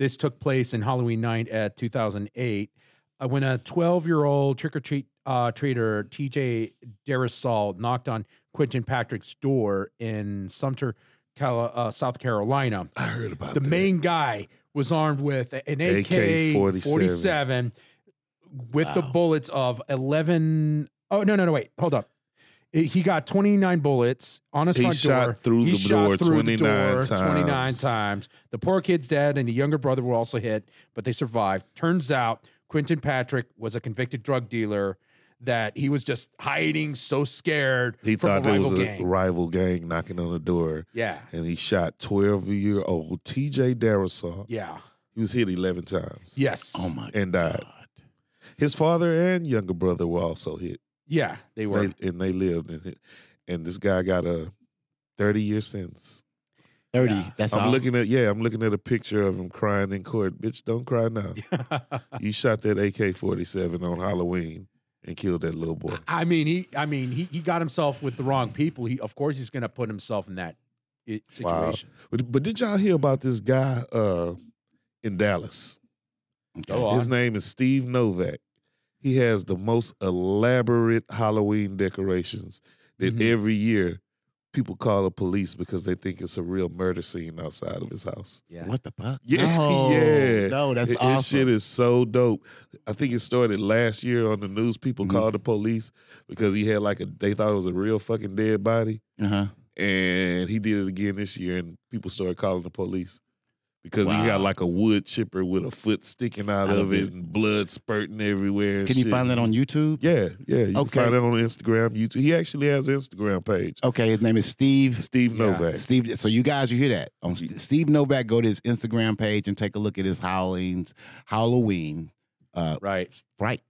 [SPEAKER 4] this took place in Halloween night at 2008 uh, when a 12 year old trick or treat uh, treater, TJ Derisol, knocked on Quentin Patrick's door in Sumter, Cali- uh, South Carolina.
[SPEAKER 3] I heard about
[SPEAKER 4] The
[SPEAKER 3] that.
[SPEAKER 4] main guy was armed with an AK 47 with the
[SPEAKER 2] Wow.
[SPEAKER 4] bullets of 11. Oh, no, no, no, wait, hold up. It- He got 29 bullets on his
[SPEAKER 3] He
[SPEAKER 4] front
[SPEAKER 3] shot
[SPEAKER 4] door.
[SPEAKER 3] through
[SPEAKER 4] he
[SPEAKER 3] the
[SPEAKER 4] shot
[SPEAKER 3] door
[SPEAKER 4] through the
[SPEAKER 3] 29
[SPEAKER 4] door 29
[SPEAKER 3] times.
[SPEAKER 4] times. The poor kid's dead, and the younger brother were also hit, but they survived. Turns out Quentin Patrick was a convicted drug dealer that he was just hiding, so scared
[SPEAKER 3] He
[SPEAKER 4] from
[SPEAKER 3] thought
[SPEAKER 4] a
[SPEAKER 3] it
[SPEAKER 4] rival
[SPEAKER 3] was a
[SPEAKER 4] gang.
[SPEAKER 3] rival gang knocking on the door,
[SPEAKER 4] yeah,
[SPEAKER 3] and he shot 12 year old T.J. Darisaw.
[SPEAKER 4] yeah,
[SPEAKER 3] He was hit 11 times.
[SPEAKER 4] yes,
[SPEAKER 2] Oh my
[SPEAKER 3] And
[SPEAKER 2] God.
[SPEAKER 3] died. his father and younger brother were also hit,
[SPEAKER 4] yeah, they were.
[SPEAKER 3] they, and they lived. And, and this guy got a 30 year sentence.
[SPEAKER 2] 30.
[SPEAKER 4] Yeah.
[SPEAKER 2] That's
[SPEAKER 3] I'm
[SPEAKER 2] all.
[SPEAKER 3] looking at yeah, I'm looking at a picture of him crying in court. Bitch, don't cry now. you shot that AK-47 on Halloween and killed that little boy.
[SPEAKER 4] I mean, he. I mean, he, he got himself with the wrong people. He, of course, he's going to put himself in that i-
[SPEAKER 3] Wow.
[SPEAKER 4] situation.
[SPEAKER 3] But, but did y'all hear about this guy uh, in Dallas?
[SPEAKER 2] Okay.
[SPEAKER 4] Go on.
[SPEAKER 3] His name is Steve Novak. He has the most elaborate Halloween decorations that
[SPEAKER 2] Mm-hmm.
[SPEAKER 4] Mhm.
[SPEAKER 3] every year people call the police because they think it's a real murder scene outside of his house.
[SPEAKER 4] Yeah.
[SPEAKER 2] What the fuck?
[SPEAKER 3] Yeah,
[SPEAKER 2] No.
[SPEAKER 3] yeah.
[SPEAKER 2] No, that's
[SPEAKER 3] His
[SPEAKER 2] awesome.
[SPEAKER 3] shit is so dope. I think it started last year on the news. People
[SPEAKER 2] Mhm.
[SPEAKER 3] called the police because he had like a they thought it was a real fucking dead body.
[SPEAKER 2] uh-huh.
[SPEAKER 3] and he did it again this year, and people started calling the police because he got
[SPEAKER 2] Wow.
[SPEAKER 3] like a wood chipper with a foot sticking out, of it, and blood spurting everywhere. and
[SPEAKER 2] Can you
[SPEAKER 3] shit.
[SPEAKER 2] find that on YouTube?
[SPEAKER 3] Yeah, yeah. You
[SPEAKER 2] Okay. Oh,
[SPEAKER 3] can find that on Instagram, YouTube. He actually has an Instagram page.
[SPEAKER 2] Okay, his name is Steve.
[SPEAKER 3] Steve
[SPEAKER 4] Yeah.
[SPEAKER 3] Novak.
[SPEAKER 2] Steve, so you guys, you hear that on St- Steve Novak? Go to his Instagram page and take a look at his Halloween's Halloween uh,
[SPEAKER 4] Right.
[SPEAKER 2] fright.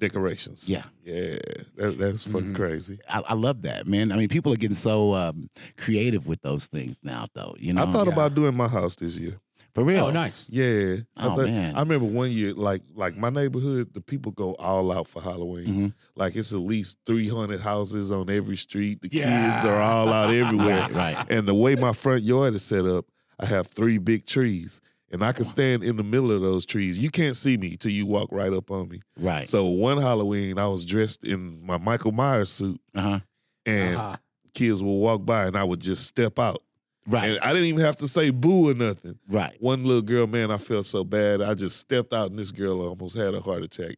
[SPEAKER 3] Decorations.
[SPEAKER 2] Yeah. Mm-hmm.
[SPEAKER 3] yeah. That, that's fucking
[SPEAKER 4] Mhm.
[SPEAKER 3] crazy.
[SPEAKER 2] I, I love that, man. I mean, people are getting so um, creative with those things now, though. You know,
[SPEAKER 3] I thought
[SPEAKER 4] yeah.
[SPEAKER 3] about doing my house this year.
[SPEAKER 2] for real.
[SPEAKER 4] Oh, nice.
[SPEAKER 3] Yeah. I
[SPEAKER 2] Oh,
[SPEAKER 3] thought-
[SPEAKER 2] man.
[SPEAKER 3] I remember one year, like like my neighborhood, the people go all out for Halloween.
[SPEAKER 2] Mhm.
[SPEAKER 3] Like it's at least three hundred houses on every street. The kids
[SPEAKER 4] Yeah.
[SPEAKER 3] are all out everywhere.
[SPEAKER 2] Right, right.
[SPEAKER 3] and the way my front yard is set up, I have three big trees. And I can stand in the middle of those trees. You can't see me till you walk right up on me.
[SPEAKER 2] Right.
[SPEAKER 3] So one Halloween, I was dressed in my Michael Myers suit,
[SPEAKER 2] uh-huh.
[SPEAKER 3] and
[SPEAKER 4] Uh-huh.
[SPEAKER 3] kids would walk by, and I would just step out.
[SPEAKER 2] Right.
[SPEAKER 3] And I didn't even have to say boo or nothing
[SPEAKER 2] right.
[SPEAKER 3] one little girl, man, I felt so bad. I just stepped out, and this girl almost had a heart attack.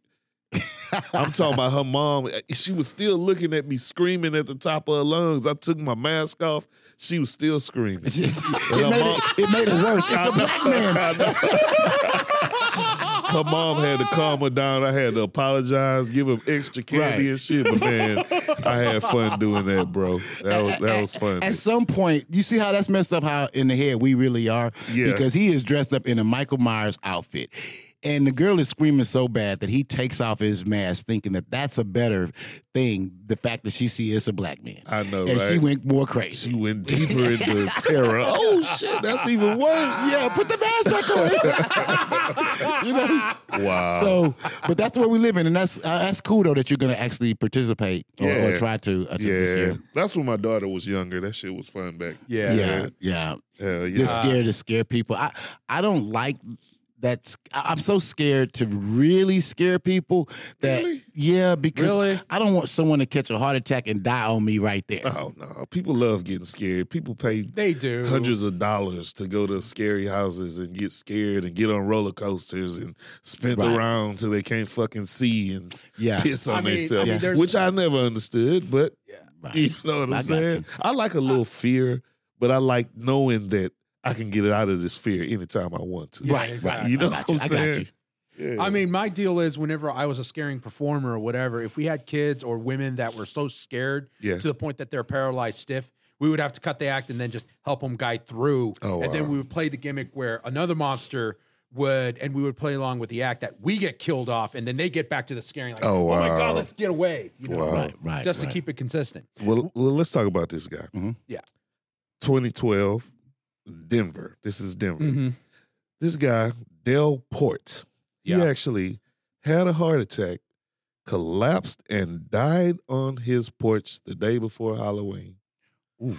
[SPEAKER 3] I'm talking about her mom. Uh, She was still looking at me, screaming at the top of her lungs. I took my mask off. She was still screaming.
[SPEAKER 2] it,
[SPEAKER 3] And her
[SPEAKER 2] made
[SPEAKER 3] mom-
[SPEAKER 2] it, it made it worse. It's
[SPEAKER 3] I
[SPEAKER 2] a
[SPEAKER 3] know,
[SPEAKER 2] black man.
[SPEAKER 3] I know. her mom had to calm her down. I had to apologize, give him extra candy
[SPEAKER 2] Right.
[SPEAKER 3] and shit. But man, I had fun doing that, bro. That was that was fun.
[SPEAKER 2] At some point, you see how that's messed up. How in the head we really are,
[SPEAKER 3] Yeah.
[SPEAKER 2] because he is dressed up in a Michael Myers outfit, and the girl is screaming so bad that he takes off his mask, thinking that that's a better thing. The fact that she sees it's a black man,
[SPEAKER 3] I know,
[SPEAKER 2] and
[SPEAKER 3] right?
[SPEAKER 2] she went more crazy.
[SPEAKER 3] she went deeper into terror. Oh shit, that's even worse.
[SPEAKER 2] Yeah, put the mask back on. you know.
[SPEAKER 3] Wow.
[SPEAKER 2] So, but that's where we live in, and that's uh, that's cool though that you're going to actually participate or, or
[SPEAKER 3] Yeah.
[SPEAKER 2] try to. Uh, to
[SPEAKER 3] yeah,
[SPEAKER 2] This year.
[SPEAKER 3] that's when my daughter was younger. That shit was fun back.
[SPEAKER 4] Yeah.
[SPEAKER 2] Yeah, yeah, yeah.
[SPEAKER 3] Hell yeah.
[SPEAKER 2] Just scared to scare people. I I don't like that. sc- I- I'm so scared to really scare people that
[SPEAKER 3] Really?
[SPEAKER 2] yeah because
[SPEAKER 4] Really?
[SPEAKER 2] I don't want someone to catch a heart attack and die on me right there.
[SPEAKER 3] oh no, people love getting scared. People pay
[SPEAKER 4] They do.
[SPEAKER 3] hundreds of dollars to go to scary houses and get scared and get on roller coasters and spin
[SPEAKER 2] Right.
[SPEAKER 3] around till they can't fucking see and
[SPEAKER 2] yeah,
[SPEAKER 3] piss
[SPEAKER 4] I
[SPEAKER 3] on
[SPEAKER 4] mean- I
[SPEAKER 3] themselves,
[SPEAKER 4] mean, there's-
[SPEAKER 3] which I never understood. But
[SPEAKER 2] right.
[SPEAKER 3] you know what I'm
[SPEAKER 2] I got
[SPEAKER 3] saying?
[SPEAKER 2] you.
[SPEAKER 3] I like a little fear, but I like knowing that I can get out of this fear anytime I want to.
[SPEAKER 4] Yeah,
[SPEAKER 2] right, right.
[SPEAKER 4] exactly.
[SPEAKER 3] You know
[SPEAKER 2] I
[SPEAKER 3] what
[SPEAKER 2] got you.
[SPEAKER 3] I'm
[SPEAKER 2] I got
[SPEAKER 3] saying?
[SPEAKER 2] you.
[SPEAKER 3] Yeah.
[SPEAKER 4] I mean, my deal is whenever I was a scaring performer or whatever, if we had kids or women that were so scared
[SPEAKER 3] Yeah.
[SPEAKER 4] to the point that they're paralyzed stiff, we would have to cut the act and then just help them guide through.
[SPEAKER 3] Oh,
[SPEAKER 4] and then
[SPEAKER 3] wow.
[SPEAKER 4] we would play the gimmick where another monster would, and we would play along with the act that we get killed off and then they get back to the scaring. Like,
[SPEAKER 3] Oh,
[SPEAKER 4] oh, my
[SPEAKER 3] wow.
[SPEAKER 4] God, let's get away. You know,
[SPEAKER 3] Wow.
[SPEAKER 2] Right, right.
[SPEAKER 4] just
[SPEAKER 2] right.
[SPEAKER 4] to keep it consistent.
[SPEAKER 3] Well, well, let's talk about this guy.
[SPEAKER 2] Mhm.
[SPEAKER 4] Yeah.
[SPEAKER 3] 2012, Denver. This is Denver.
[SPEAKER 2] Mm-hmm.
[SPEAKER 3] This guy, Dell Ports, he
[SPEAKER 4] Yeah.
[SPEAKER 3] actually had a heart attack, collapsed, and died on his porch the day before Halloween.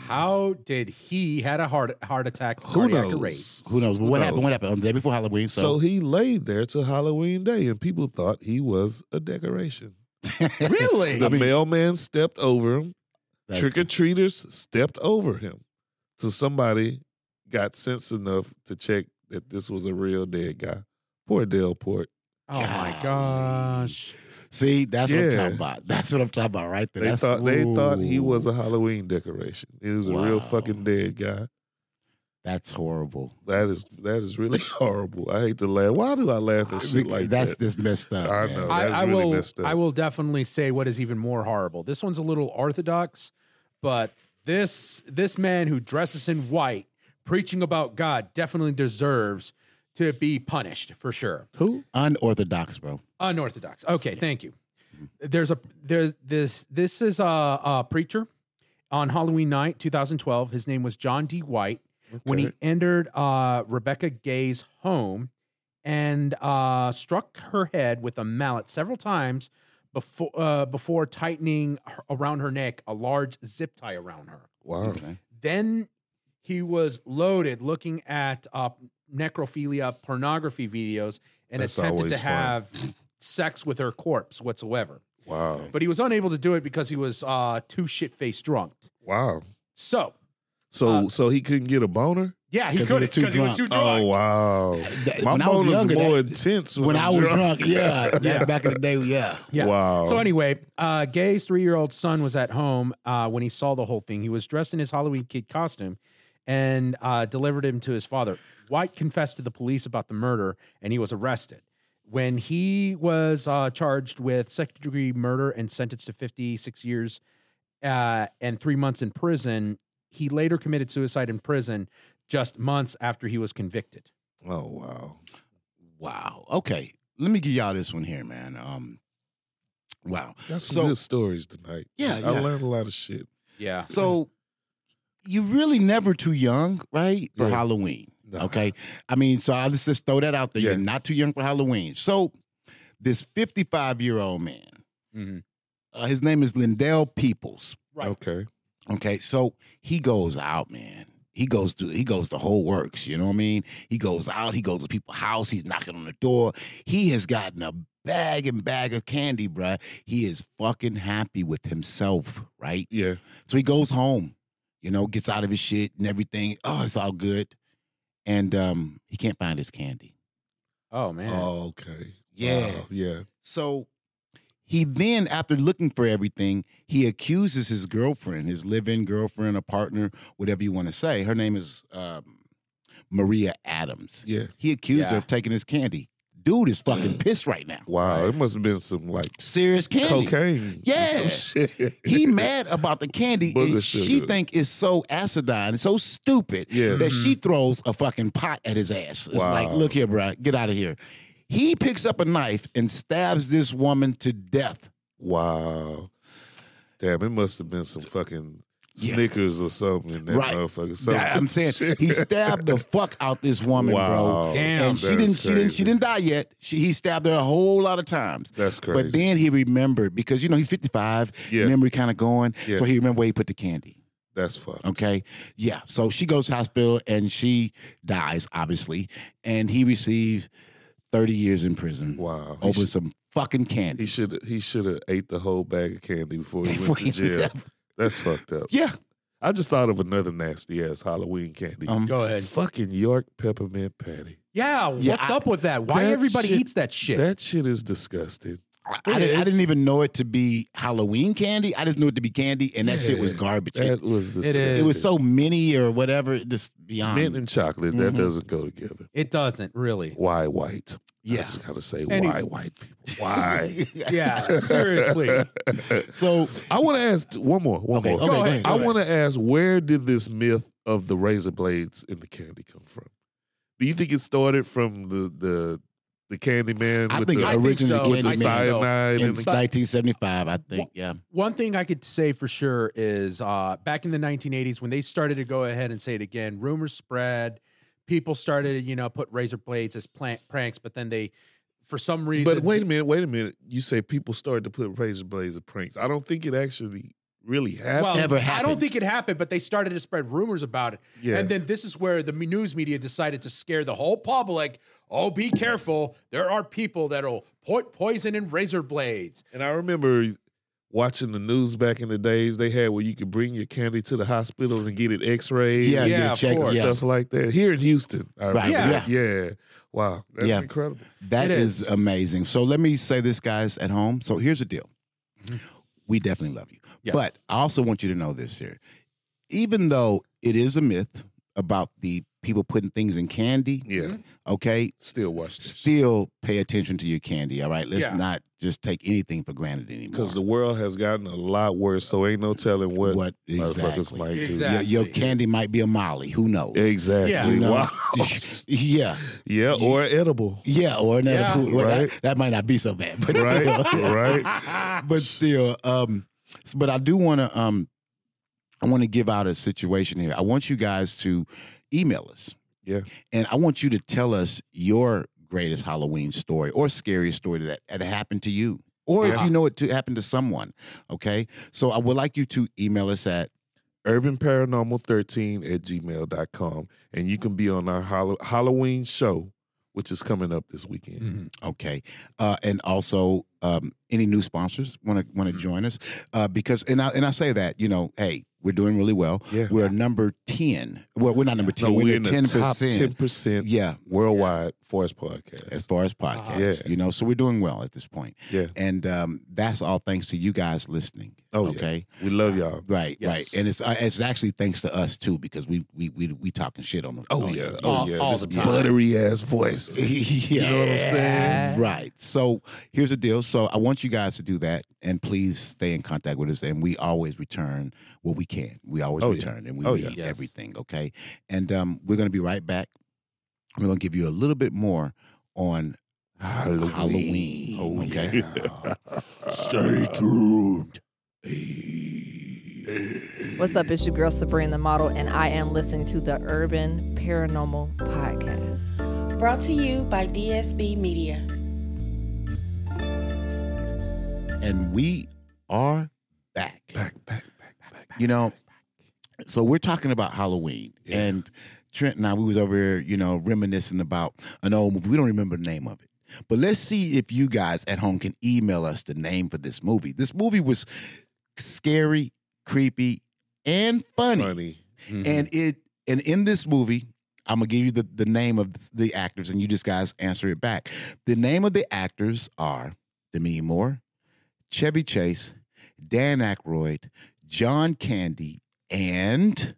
[SPEAKER 4] How did he had a heart heart attack?
[SPEAKER 3] Who
[SPEAKER 4] cardiac
[SPEAKER 3] knows?
[SPEAKER 4] arrest?
[SPEAKER 2] Who knows? But what happened?
[SPEAKER 3] knows?
[SPEAKER 2] What happened on the day before Halloween?
[SPEAKER 3] So,
[SPEAKER 2] So,
[SPEAKER 3] he laid there till Halloween Day, and people thought he was a decoration.
[SPEAKER 4] Really?
[SPEAKER 3] The mailman stepped over him.
[SPEAKER 2] That's-
[SPEAKER 3] Trick or treaters stepped over him. So somebody got sense enough to check that this was a real dead guy. Poor Delport.
[SPEAKER 4] Oh my gosh.
[SPEAKER 2] see, that's what I'm
[SPEAKER 3] Yeah.
[SPEAKER 2] talking about. That's what I'm talking about, right there.
[SPEAKER 3] They
[SPEAKER 2] That's-
[SPEAKER 3] thought they thought he
[SPEAKER 2] Ooh.
[SPEAKER 3] was a Halloween decoration. He was a real
[SPEAKER 2] Wow.
[SPEAKER 3] fucking dead guy.
[SPEAKER 2] That's horrible.
[SPEAKER 3] That is that is really horrible. I hate to laugh. Why do I laugh at shit like
[SPEAKER 2] that's
[SPEAKER 3] that?
[SPEAKER 2] just messed up.
[SPEAKER 3] I
[SPEAKER 2] man.
[SPEAKER 3] know.
[SPEAKER 4] I,
[SPEAKER 3] Oh, that's
[SPEAKER 4] I
[SPEAKER 3] really
[SPEAKER 4] will
[SPEAKER 3] messed up.
[SPEAKER 4] I will definitely say what is even more horrible. This one's a little orthodox, but this this man who dresses in white preaching about God definitely deserves to be punished for sure.
[SPEAKER 3] Who?
[SPEAKER 2] Unorthodox, bro.
[SPEAKER 4] Unorthodox. Okay, thank you. There's a there's this this is a, a preacher on Halloween night 2012. His name was John D. White. When he
[SPEAKER 3] Okay.
[SPEAKER 4] entered uh, Rebecca Gay's home and uh, struck her head with a mallet several times before uh, before tightening her- around her neck a large zip tie around her.
[SPEAKER 3] Wow.
[SPEAKER 4] Then he was loaded looking at uh, necrophilia pornography videos and
[SPEAKER 3] That's
[SPEAKER 4] attempted to
[SPEAKER 3] always fun.
[SPEAKER 4] have sex with her corpse whatsoever.
[SPEAKER 3] Wow.
[SPEAKER 4] But he was unable to do it because he was uh, too shit faced drunk.
[SPEAKER 3] Wow.
[SPEAKER 4] So,
[SPEAKER 3] So
[SPEAKER 4] Uh,
[SPEAKER 3] so he couldn't get a boner?
[SPEAKER 4] yeah,
[SPEAKER 2] 'Cause
[SPEAKER 4] he
[SPEAKER 2] he was
[SPEAKER 4] couldn't
[SPEAKER 2] too
[SPEAKER 4] because he, was
[SPEAKER 2] drunk.
[SPEAKER 4] too drunk.
[SPEAKER 3] Oh wow.
[SPEAKER 2] That-
[SPEAKER 3] My
[SPEAKER 2] when I was
[SPEAKER 3] boners
[SPEAKER 2] younger,
[SPEAKER 3] more
[SPEAKER 2] that-
[SPEAKER 3] intense
[SPEAKER 2] when I was drunk, yeah,
[SPEAKER 4] Yeah.
[SPEAKER 2] That, back in the day, yeah.
[SPEAKER 4] Yeah.
[SPEAKER 3] Wow.
[SPEAKER 4] So anyway, uh, Gay's three-year-old son was at home uh, when he saw the whole thing. He was dressed in his Halloween kid costume, and uh, delivered him to his father. White confessed to the police about the murder, and he was arrested. When he was uh, charged with second-degree murder and sentenced to 56 years uh, and three months in prison, he later committed suicide in prison just months after he was convicted.
[SPEAKER 3] Oh wow.
[SPEAKER 2] Wow. Okay. Let me give y'all this one here, man. Um, wow.
[SPEAKER 3] That's some
[SPEAKER 2] So-
[SPEAKER 3] good stories tonight.
[SPEAKER 2] Yeah,
[SPEAKER 3] I
[SPEAKER 2] yeah.
[SPEAKER 3] learned a lot of shit.
[SPEAKER 4] Yeah.
[SPEAKER 2] So you're really never too young, right? For
[SPEAKER 3] Yeah.
[SPEAKER 2] Halloween.
[SPEAKER 3] No.
[SPEAKER 2] Okay. I mean, so I'll just, just throw that out there. You're
[SPEAKER 3] Yeah.
[SPEAKER 2] not too young for Halloween. So this 55 year old man,
[SPEAKER 4] Mhm.
[SPEAKER 2] uh, his name is Lindell Peoples.
[SPEAKER 4] Right.
[SPEAKER 3] Okay.
[SPEAKER 2] Okay, so he goes out, man. He goes to he goes the whole works. You know what I mean? He goes out. He goes to people's house. He's knocking on the door. He has gotten a bag and bag of candy, bruh. He is fucking happy with himself, right?
[SPEAKER 3] Yeah.
[SPEAKER 2] So he goes home. You know, gets out of his shit and everything. Oh, it's all good, and um, he can't find his candy.
[SPEAKER 4] Oh man.
[SPEAKER 3] Oh, okay.
[SPEAKER 2] Yeah.
[SPEAKER 3] Wow, Yeah.
[SPEAKER 2] So he then, after looking for everything, he accuses his girlfriend, his live-in girlfriend, a partner, whatever you want to say. Her name is um, Maria Adams.
[SPEAKER 3] Yeah.
[SPEAKER 2] He accused her
[SPEAKER 4] Yeah.
[SPEAKER 2] of taking his candy. Dude is fucking pissed right now.
[SPEAKER 3] Wow. It must have been some like
[SPEAKER 2] Serious candy.
[SPEAKER 3] cocaine. or
[SPEAKER 2] Yeah.
[SPEAKER 3] some shit.
[SPEAKER 2] He mad about the candy,
[SPEAKER 3] Booger
[SPEAKER 2] and she
[SPEAKER 3] sugar.
[SPEAKER 2] think is so acidine, so stupid
[SPEAKER 3] Yeah. Mm-hmm.
[SPEAKER 2] that she throws a fucking pot at his ass. It's
[SPEAKER 3] Wow.
[SPEAKER 2] like, look here, bro, get out of here. He picks up a knife and stabs this woman to death.
[SPEAKER 3] Wow. Damn, it must have been some fucking
[SPEAKER 2] Yeah.
[SPEAKER 3] Snickers or something in that
[SPEAKER 2] Right.
[SPEAKER 3] motherfucker. Some
[SPEAKER 2] That- I'm saying
[SPEAKER 3] shit.
[SPEAKER 2] he stabbed the fuck out this woman, bro.
[SPEAKER 3] wow.
[SPEAKER 4] Damn.
[SPEAKER 2] And she
[SPEAKER 3] That is
[SPEAKER 2] didn't, she didn't,
[SPEAKER 3] crazy.
[SPEAKER 2] she didn't die yet. She, he stabbed her a whole lot of times.
[SPEAKER 3] That's crazy.
[SPEAKER 2] But then he remembered because you know he's 55,
[SPEAKER 3] Yeah.
[SPEAKER 2] memory kind of going.
[SPEAKER 3] Yeah.
[SPEAKER 2] So he remembered where he put the candy.
[SPEAKER 3] That's fucked.
[SPEAKER 2] Okay. Yeah. So she goes to hospital and she dies, obviously. And he received 30 years in prison
[SPEAKER 3] Wow. He
[SPEAKER 2] over
[SPEAKER 3] should-
[SPEAKER 2] some fucking candy.
[SPEAKER 3] He should he should have ate the whole bag of candy before he
[SPEAKER 2] Before
[SPEAKER 3] went
[SPEAKER 2] he
[SPEAKER 3] to jail.
[SPEAKER 2] left.
[SPEAKER 3] That's fucked up.
[SPEAKER 2] yeah.
[SPEAKER 3] I just thought of another nasty ass Halloween candy.
[SPEAKER 2] Um,
[SPEAKER 4] Go ahead.
[SPEAKER 3] fucking York peppermint patty.
[SPEAKER 4] Yeah,
[SPEAKER 2] Yeah,
[SPEAKER 4] what's
[SPEAKER 2] I-
[SPEAKER 4] up with that? Why
[SPEAKER 3] That
[SPEAKER 4] everybody
[SPEAKER 3] shit-
[SPEAKER 4] eats that shit?
[SPEAKER 3] That shit is disgusting.
[SPEAKER 2] I, I didn't, I
[SPEAKER 3] is.
[SPEAKER 2] didn't even know it to be Halloween candy. I just knew it to be candy, and that shit was
[SPEAKER 3] Yeah.
[SPEAKER 2] garbage. It-
[SPEAKER 3] That was disgusting.
[SPEAKER 4] is.
[SPEAKER 2] it was so mini or whatever, just beyond.
[SPEAKER 3] mint and chocolate. That
[SPEAKER 2] Mhm.
[SPEAKER 3] doesn't go together.
[SPEAKER 4] it doesn't really.
[SPEAKER 3] Why white? I
[SPEAKER 2] Yeah.
[SPEAKER 3] just gotta say
[SPEAKER 4] Any-
[SPEAKER 3] why white people. Why?
[SPEAKER 4] Yeah, seriously.
[SPEAKER 2] so
[SPEAKER 3] I want to ask one more. One
[SPEAKER 2] okay,
[SPEAKER 3] more.
[SPEAKER 2] okay,
[SPEAKER 4] Go
[SPEAKER 2] go
[SPEAKER 4] ahead.
[SPEAKER 2] ahead.
[SPEAKER 3] I want to ask where did this myth of the razor blades in the candy come from? Do you think it started from the the the Candyman
[SPEAKER 2] I
[SPEAKER 3] with
[SPEAKER 2] think
[SPEAKER 3] the,
[SPEAKER 4] I think
[SPEAKER 2] originally
[SPEAKER 4] so.
[SPEAKER 3] with the
[SPEAKER 4] I think so.
[SPEAKER 2] Candyman
[SPEAKER 3] cyanide
[SPEAKER 2] in
[SPEAKER 3] and the,
[SPEAKER 2] 1975, I think. Yeah.
[SPEAKER 4] One thing I could say for sure is uh, back in the 1980s when they started to go ahead and say it again, rumors spread. People started, to, you know, put razor blades as plant pranks, but then they, for some reason,
[SPEAKER 3] But wait a minute, wait a minute. You say people started to put razor blades and pranks. I don't think it actually really happened.
[SPEAKER 4] well,
[SPEAKER 2] Never
[SPEAKER 4] I don't
[SPEAKER 2] happened.
[SPEAKER 4] think it happened, but they started to spread rumors about it.
[SPEAKER 3] yeah.
[SPEAKER 4] And then this is where the news media decided to scare the whole public. Oh, be careful. There are people that'll put poison in razor blades.
[SPEAKER 3] And I remember watching the news back in the days they had where you could bring your candy to the hospital and get it x-rayed
[SPEAKER 2] Yeah,
[SPEAKER 3] and
[SPEAKER 4] yeah,
[SPEAKER 2] yeah,
[SPEAKER 4] of
[SPEAKER 2] check
[SPEAKER 4] course.
[SPEAKER 2] yeah.
[SPEAKER 3] stuff like that. Here in Houston. I
[SPEAKER 2] Right,
[SPEAKER 3] remember
[SPEAKER 4] yeah.
[SPEAKER 3] that. Yeah. Wow. That's
[SPEAKER 2] Yeah.
[SPEAKER 3] incredible.
[SPEAKER 2] That
[SPEAKER 4] It
[SPEAKER 2] is.
[SPEAKER 4] is.
[SPEAKER 2] amazing. So let me say this, guys, at home. So here's the deal. Mm-hmm. We definitely love you.
[SPEAKER 4] Yes.
[SPEAKER 2] But I also want you to know this here. Even though it is a myth about the people putting things in candy,
[SPEAKER 3] Yeah.
[SPEAKER 2] okay,
[SPEAKER 3] Still watch this.
[SPEAKER 2] still pay attention to your candy, all right? Let's
[SPEAKER 4] Yeah.
[SPEAKER 2] not just take anything for granted anymore.
[SPEAKER 3] Because the world has gotten a lot worse, so ain't no telling what,
[SPEAKER 2] what
[SPEAKER 3] motherfuckers
[SPEAKER 2] exactly.
[SPEAKER 3] might do.
[SPEAKER 4] Exactly.
[SPEAKER 2] Your, your candy might be a molly. Who knows?
[SPEAKER 3] Exactly.
[SPEAKER 4] Yeah.
[SPEAKER 2] You know?
[SPEAKER 3] Wow.
[SPEAKER 2] yeah.
[SPEAKER 3] yeah, or edible.
[SPEAKER 2] Yeah, or another
[SPEAKER 4] Yeah.
[SPEAKER 2] food. Well,
[SPEAKER 3] Right.
[SPEAKER 2] that, that might not be so bad, but
[SPEAKER 3] Right?
[SPEAKER 2] still.
[SPEAKER 3] right?
[SPEAKER 2] but still, um, s- but I do want to, um, I want to give out a situation here. I want you guys to email us.
[SPEAKER 3] Yeah.
[SPEAKER 2] and I want you to tell us your greatest Halloween story or scariest story that that happened to you, or if
[SPEAKER 4] Yeah.
[SPEAKER 2] you know it to happen to someone. Okay, so I would like you to email us at
[SPEAKER 3] urbanparanormal13 at gmail.com. And you can be on our Hall- Halloween show, which is coming up this weekend.
[SPEAKER 2] Mm. Okay, uh, and also um, any new sponsors want to
[SPEAKER 3] Mm-hmm.
[SPEAKER 2] want to join us uh, because and I and I say that you know hey we're doing really well
[SPEAKER 3] Yeah.
[SPEAKER 2] we're number ten well we're not number ten
[SPEAKER 3] No,
[SPEAKER 2] we're,
[SPEAKER 3] we're in
[SPEAKER 2] in
[SPEAKER 3] the
[SPEAKER 2] ten
[SPEAKER 3] top
[SPEAKER 2] percent
[SPEAKER 3] 10%
[SPEAKER 2] yeah
[SPEAKER 3] worldwide for us
[SPEAKER 2] as
[SPEAKER 3] podcast.
[SPEAKER 2] far as podcasts
[SPEAKER 3] Uh-huh. Yeah.
[SPEAKER 2] you know so we're doing well at this point
[SPEAKER 3] Yeah.
[SPEAKER 2] and um, that's all thanks to you guys listening
[SPEAKER 3] Oh, yeah.
[SPEAKER 2] okay
[SPEAKER 3] We love y'all.
[SPEAKER 2] right
[SPEAKER 4] Yes.
[SPEAKER 2] right and it's uh, it's actually thanks to us too because we we we we talking shit on them
[SPEAKER 3] Oh,
[SPEAKER 2] on
[SPEAKER 3] yeah.
[SPEAKER 2] you.
[SPEAKER 3] Oh,
[SPEAKER 4] All-
[SPEAKER 3] yeah.
[SPEAKER 4] all
[SPEAKER 3] this
[SPEAKER 4] the time.
[SPEAKER 3] buttery ass voice.
[SPEAKER 2] yeah.
[SPEAKER 3] You know what I'm saying?
[SPEAKER 2] Right. So here's the deal. So I want you guys to do that, and please stay in contact with us. And we always return what we can. We always
[SPEAKER 3] Oh, yeah.
[SPEAKER 2] return, and we
[SPEAKER 3] Oh, yeah.
[SPEAKER 2] read
[SPEAKER 4] Yes.
[SPEAKER 2] everything. Okay. And um, we're gonna be right back. We're gonna give you a little bit more on
[SPEAKER 3] Halloween.
[SPEAKER 2] Halloween.
[SPEAKER 3] Oh,
[SPEAKER 2] okay.
[SPEAKER 3] yeah.
[SPEAKER 2] Stay tuned.
[SPEAKER 7] What's up? It's your girl Sabrina the Model, and I am listening to the Urban Paranormal Podcast.
[SPEAKER 6] Brought to you by DSB Media.
[SPEAKER 2] And we are back.
[SPEAKER 3] Back, back, back, back.
[SPEAKER 2] You know, so we're talking about Halloween
[SPEAKER 3] Yeah.
[SPEAKER 2] and Trent and I we was over here, you know, reminiscing about an old movie. We don't remember the name of it. But let's see if you guys at home can email us the name for this movie. This movie was scary, creepy, and funny.
[SPEAKER 3] Funny.
[SPEAKER 2] And
[SPEAKER 3] Mm-hmm.
[SPEAKER 2] it and in this movie, I'm gonna give you the, the name of the actors and you just guys answer it back. The name of the actors are Demi Moore, Chevy Chase, Dan Aykroyd, John Candy, and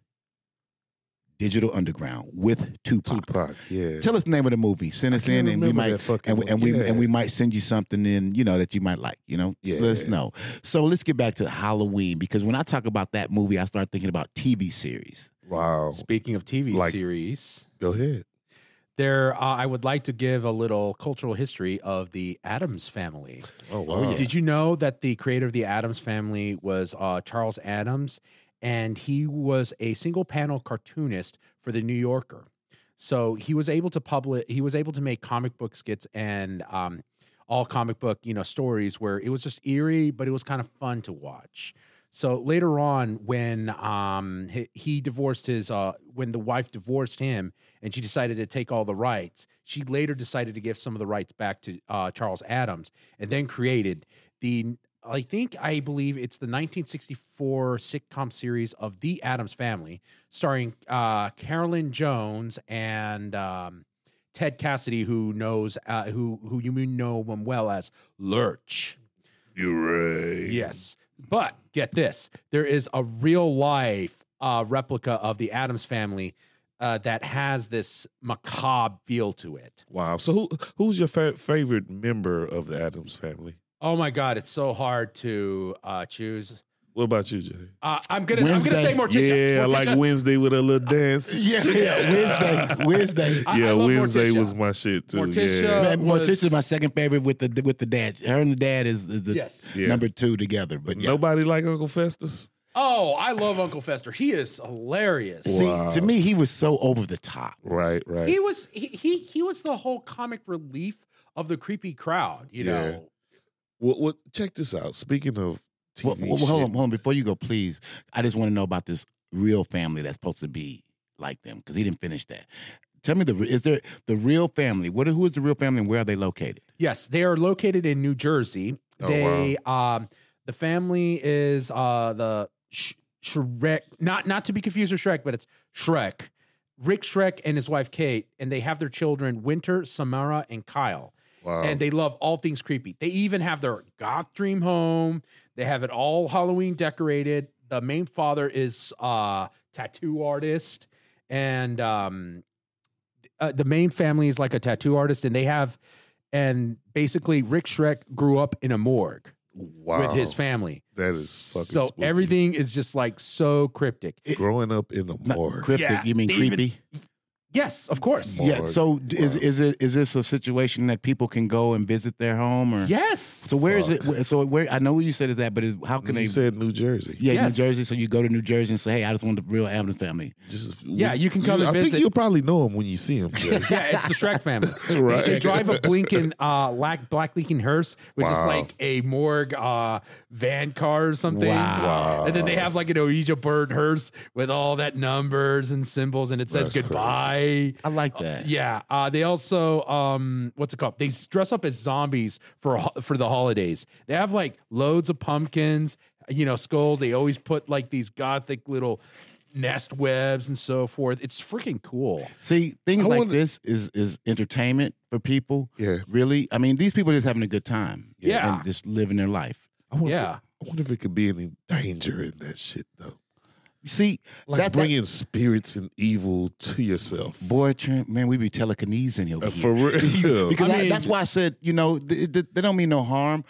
[SPEAKER 2] Digital Underground with Tupac.
[SPEAKER 3] Mm-hmm. Tupac, yeah.
[SPEAKER 2] Tell us the name of the movie. Send
[SPEAKER 3] I
[SPEAKER 2] us
[SPEAKER 3] can't
[SPEAKER 2] in, and we
[SPEAKER 3] remember
[SPEAKER 2] might
[SPEAKER 3] that fucking
[SPEAKER 2] and we,
[SPEAKER 3] one.
[SPEAKER 2] and, we,
[SPEAKER 3] Yeah.
[SPEAKER 2] and we might send you something in, you know, that you might like. You know,
[SPEAKER 3] Yeah.
[SPEAKER 2] let us know. So let's get back to Halloween because when I talk about that movie, I start thinking about TV series.
[SPEAKER 3] Wow.
[SPEAKER 4] Speaking of TV
[SPEAKER 3] Like-
[SPEAKER 4] series,
[SPEAKER 3] Go ahead.
[SPEAKER 4] there uh, I would like to give a little cultural history of the Adams family. Uh,
[SPEAKER 3] Oh, wow.
[SPEAKER 4] Did you know that the creator of the Adams family was uh, Charles Adams, and he was a single panel cartoonist for the New Yorker. So he was able to publish. He was able to make comic book skits and um, all comic book you know stories where it was just eerie, but it was kind of fun to watch. So later on, when um, he, he divorced his, uh, when the wife divorced him, and she decided to take all the rights, she later decided to give some of the rights back to uh, Charles Adams, and then created the, I think I believe it's the 1964 sitcom series of The Adams Family, starring uh, Carolyn Jones and um, Ted Cassidy, who knows uh, who who you may know him well as Lurch.
[SPEAKER 3] You're right.
[SPEAKER 4] Yes. But get this there is a real life uh, replica of the Adams family uh, that has this macabre feel to it.
[SPEAKER 3] Wow. So who who's your fa- favorite member of the Adams family?
[SPEAKER 4] Oh my God, it's so hard to uh, choose.
[SPEAKER 3] What about you, Jay?
[SPEAKER 4] Uh, I'm gonna I'm
[SPEAKER 2] Wednesday.
[SPEAKER 4] gonna say Morticia.
[SPEAKER 3] yeah, I
[SPEAKER 4] Morticia.
[SPEAKER 3] like Wednesday with a little dance.
[SPEAKER 2] Yeah, yeah, Wednesday, Wednesday.
[SPEAKER 4] I- I
[SPEAKER 3] yeah,
[SPEAKER 4] love
[SPEAKER 3] Wednesday
[SPEAKER 4] Morticia.
[SPEAKER 3] was my shit too.
[SPEAKER 4] Morticia.
[SPEAKER 3] Yeah.
[SPEAKER 2] Man,
[SPEAKER 4] was-
[SPEAKER 2] Morticia's my second favorite with the with the dad. Her and the dad is, is the
[SPEAKER 4] Yes.
[SPEAKER 3] Yeah.
[SPEAKER 2] number two together. But yeah.
[SPEAKER 3] Nobody like Uncle Festus.
[SPEAKER 4] Oh, I love Uncle Fester. He is hilarious.
[SPEAKER 2] See,
[SPEAKER 3] Wow.
[SPEAKER 2] to me, he was so over the top.
[SPEAKER 3] Right, right.
[SPEAKER 4] He was he, he he was the whole comic relief of the creepy crowd. You
[SPEAKER 3] Yeah.
[SPEAKER 4] know,
[SPEAKER 3] Well, well, check this out. Speaking of TV
[SPEAKER 2] Well, well,
[SPEAKER 3] shit,
[SPEAKER 2] hold on, hold on. Before you go, please, I just want to know about this real family that's supposed to be like them because he didn't finish that. Tell me the is there the real family? What are- who is the real family and where are they located?
[SPEAKER 4] yes, they are located in New Jersey.
[SPEAKER 3] Oh,
[SPEAKER 4] they um the family is uh the Sh- Shrek not not to be confused with Shrek, but it's Shrek. Rick Shrek and his wife Kate, and they have their children Winter, Samara, and Kyle.
[SPEAKER 3] wow.
[SPEAKER 4] and they love all things creepy. They even have their goth dream home. They have it all Halloween decorated. The main father is uh tattoo artist, and um, uh, the main family is like a tattoo artist, and they have, and basically Rick Shrek grew up in a morgue
[SPEAKER 3] wow.
[SPEAKER 4] with his family.
[SPEAKER 3] That is
[SPEAKER 4] So
[SPEAKER 3] fucking spooky.
[SPEAKER 4] everything is just like so cryptic.
[SPEAKER 3] growing up in the
[SPEAKER 2] Not
[SPEAKER 3] morgue.
[SPEAKER 2] cryptic,
[SPEAKER 4] Yeah,
[SPEAKER 2] you mean
[SPEAKER 4] they even-
[SPEAKER 2] creepy?
[SPEAKER 4] Yes, of course.
[SPEAKER 3] Morgue.
[SPEAKER 2] Yeah. So d is
[SPEAKER 3] Wow.
[SPEAKER 2] is it is this a situation that people can go and visit their home or?
[SPEAKER 4] Yes.
[SPEAKER 2] So where is
[SPEAKER 3] Fuck.
[SPEAKER 2] it? So where I know where you said is that, but is, how
[SPEAKER 3] Because
[SPEAKER 2] can they?
[SPEAKER 3] he said New Jersey.
[SPEAKER 2] yeah,
[SPEAKER 4] Yes.
[SPEAKER 2] New Jersey. So you go to New Jersey and say, hey, I just want the real Adams family.
[SPEAKER 3] Just,
[SPEAKER 4] Yeah, you can come and
[SPEAKER 3] I
[SPEAKER 4] visit.
[SPEAKER 3] think you'll probably know him when you see him. Jay.
[SPEAKER 4] yeah, it's the Shrek family.
[SPEAKER 3] Right.
[SPEAKER 4] They drive a blinking uh black black leaking hearse, which is
[SPEAKER 3] Wow.
[SPEAKER 4] like a morgue uh van car or something.
[SPEAKER 2] Wow.
[SPEAKER 4] And then they have like an Ouija bird hearse with all that numbers and symbols and it says
[SPEAKER 3] That's
[SPEAKER 4] goodbye.
[SPEAKER 2] I like that.
[SPEAKER 4] Yeah. Uh they also um what's it called? They s- dress up as zombies for ho- for the holidays. They have like loads of pumpkins, you know, skulls. They always put like these gothic little nest webs and so forth. It's freaking cool.
[SPEAKER 2] See, things
[SPEAKER 3] I
[SPEAKER 2] like
[SPEAKER 3] wonder-
[SPEAKER 2] this is is entertainment for people.
[SPEAKER 3] yeah.
[SPEAKER 2] Really, I mean, these people are just having a good time.
[SPEAKER 4] Yeah.
[SPEAKER 2] and just living their life.
[SPEAKER 3] I wonder,
[SPEAKER 4] Yeah.
[SPEAKER 3] I wonder if it could be any danger in that shit though.
[SPEAKER 2] See,
[SPEAKER 3] Like
[SPEAKER 2] that, that
[SPEAKER 3] bringing spirits and evil to yourself.
[SPEAKER 2] boy, Trent, man, we be telekinesing over
[SPEAKER 3] Uh,
[SPEAKER 2] here.
[SPEAKER 3] for real.
[SPEAKER 2] because
[SPEAKER 4] I
[SPEAKER 2] I-
[SPEAKER 4] mean-
[SPEAKER 2] that's why I said, you know, th- th- they don't mean no harm,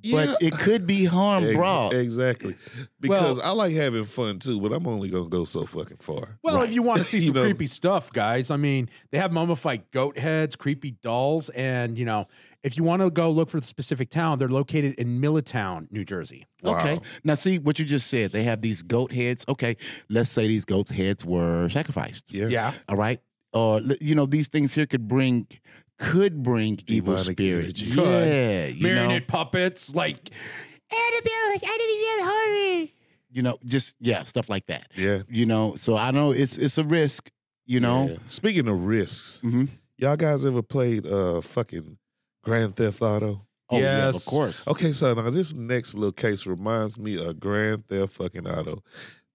[SPEAKER 3] Yeah.
[SPEAKER 2] but it could be harm
[SPEAKER 3] Ex-
[SPEAKER 2] brought.
[SPEAKER 3] Exactly. Because
[SPEAKER 4] Well-
[SPEAKER 3] I like having fun too, but I'm only gonna go so fucking far.
[SPEAKER 4] Well, if you want to see
[SPEAKER 3] You
[SPEAKER 4] some
[SPEAKER 3] know?
[SPEAKER 4] creepy stuff, guys, I mean, they have mummified goat heads, creepy dolls, and you know, if you want to go look for the specific town, they're located in Millitown, New Jersey.
[SPEAKER 2] Okay.
[SPEAKER 3] Wow.
[SPEAKER 2] Now, see what you just said. They have these goat heads. Okay. Let's say these goat heads were sacrificed.
[SPEAKER 3] Yeah.
[SPEAKER 2] All right. Or, l- you know, these things here could bring, could bring evil
[SPEAKER 3] Demonic
[SPEAKER 2] spirits.
[SPEAKER 3] energy.
[SPEAKER 4] Could.
[SPEAKER 2] Yeah. You know,
[SPEAKER 4] marionette puppets, like
[SPEAKER 2] you know, just, yeah, stuff like that.
[SPEAKER 3] Yeah.
[SPEAKER 2] You know, so I know it's it's a risk, you know.
[SPEAKER 3] Yeah. Speaking of risks,
[SPEAKER 4] Mm-hmm.
[SPEAKER 2] Mhm.
[SPEAKER 3] y'all guys ever played uh fucking Grand Theft Auto?
[SPEAKER 2] Oh, yeah,
[SPEAKER 4] Yes.
[SPEAKER 2] of course.
[SPEAKER 3] Okay, so now this next little case reminds me of Grand Theft fucking Auto.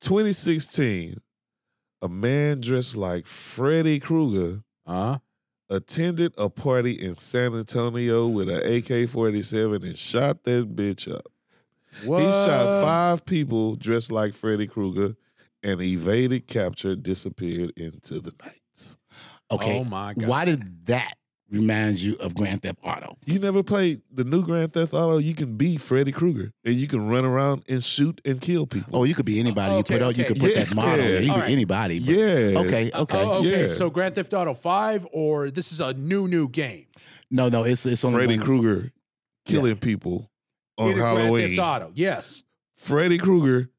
[SPEAKER 3] 2016, a man dressed like Freddy Krueger
[SPEAKER 4] uh
[SPEAKER 3] attended a party in San Antonio with an AK-47 and shot that bitch up.
[SPEAKER 4] what?
[SPEAKER 3] He shot five people dressed like Freddy Krueger and evaded capture, disappeared into the night.
[SPEAKER 2] Okay.
[SPEAKER 4] Oh my god.
[SPEAKER 2] Why did that remind you of Grand Theft Auto?
[SPEAKER 3] You never played the new Grand Theft Auto. You can be Freddy Krueger and you can run around and shoot and kill people.
[SPEAKER 2] Oh, you could be anybody.
[SPEAKER 4] Okay,
[SPEAKER 2] you put out. You
[SPEAKER 4] okay.
[SPEAKER 2] could put
[SPEAKER 3] Yeah.
[SPEAKER 2] that model. there. You could
[SPEAKER 4] All
[SPEAKER 2] be
[SPEAKER 4] right.
[SPEAKER 2] anybody. but-
[SPEAKER 3] yeah.
[SPEAKER 2] Okay.
[SPEAKER 4] Uh,
[SPEAKER 2] Okay.
[SPEAKER 4] oh, okay.
[SPEAKER 3] yeah.
[SPEAKER 4] So Grand Theft Auto 5 or this is a new new game.
[SPEAKER 2] No, no. It's it's only
[SPEAKER 3] Freddy
[SPEAKER 2] one-
[SPEAKER 3] Krueger killing people on
[SPEAKER 4] Either Grand
[SPEAKER 3] Halloween.
[SPEAKER 4] Theft Auto. Yes.
[SPEAKER 3] Freddy Krueger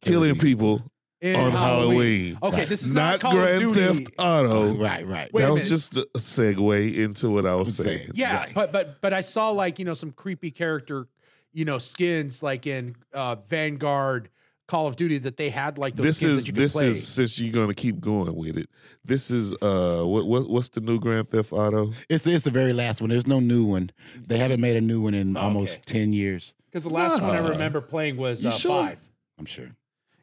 [SPEAKER 3] killing people
[SPEAKER 4] In
[SPEAKER 3] on Halloween.
[SPEAKER 4] Okay,
[SPEAKER 2] Right.
[SPEAKER 4] this is
[SPEAKER 3] Not
[SPEAKER 4] not, Call
[SPEAKER 3] Grand
[SPEAKER 4] of Duty.
[SPEAKER 3] Theft Auto.
[SPEAKER 2] Oh, right. Right.
[SPEAKER 4] Wait a
[SPEAKER 3] that was
[SPEAKER 4] minute.
[SPEAKER 3] just a segue into what I was
[SPEAKER 2] I'm saying.
[SPEAKER 3] saying.
[SPEAKER 4] Yeah,
[SPEAKER 2] Right.
[SPEAKER 4] but but but I saw like you know some creepy character, you know skins like in uh, Vanguard, Call of Duty that they had like those
[SPEAKER 3] this
[SPEAKER 4] skins
[SPEAKER 3] is
[SPEAKER 4] that you could
[SPEAKER 3] this
[SPEAKER 4] play.
[SPEAKER 3] is since you're gonna keep going with it. This is uh what, what what's the new Grand Theft Auto?
[SPEAKER 2] It's it's the very last one. There's no new one. They haven't made a new one
[SPEAKER 3] Oh,
[SPEAKER 2] in almost ten years.
[SPEAKER 4] Because the last one I
[SPEAKER 3] Nah.
[SPEAKER 4] remember playing was
[SPEAKER 3] You
[SPEAKER 4] uh,
[SPEAKER 3] sure?
[SPEAKER 4] five.
[SPEAKER 2] I'm sure.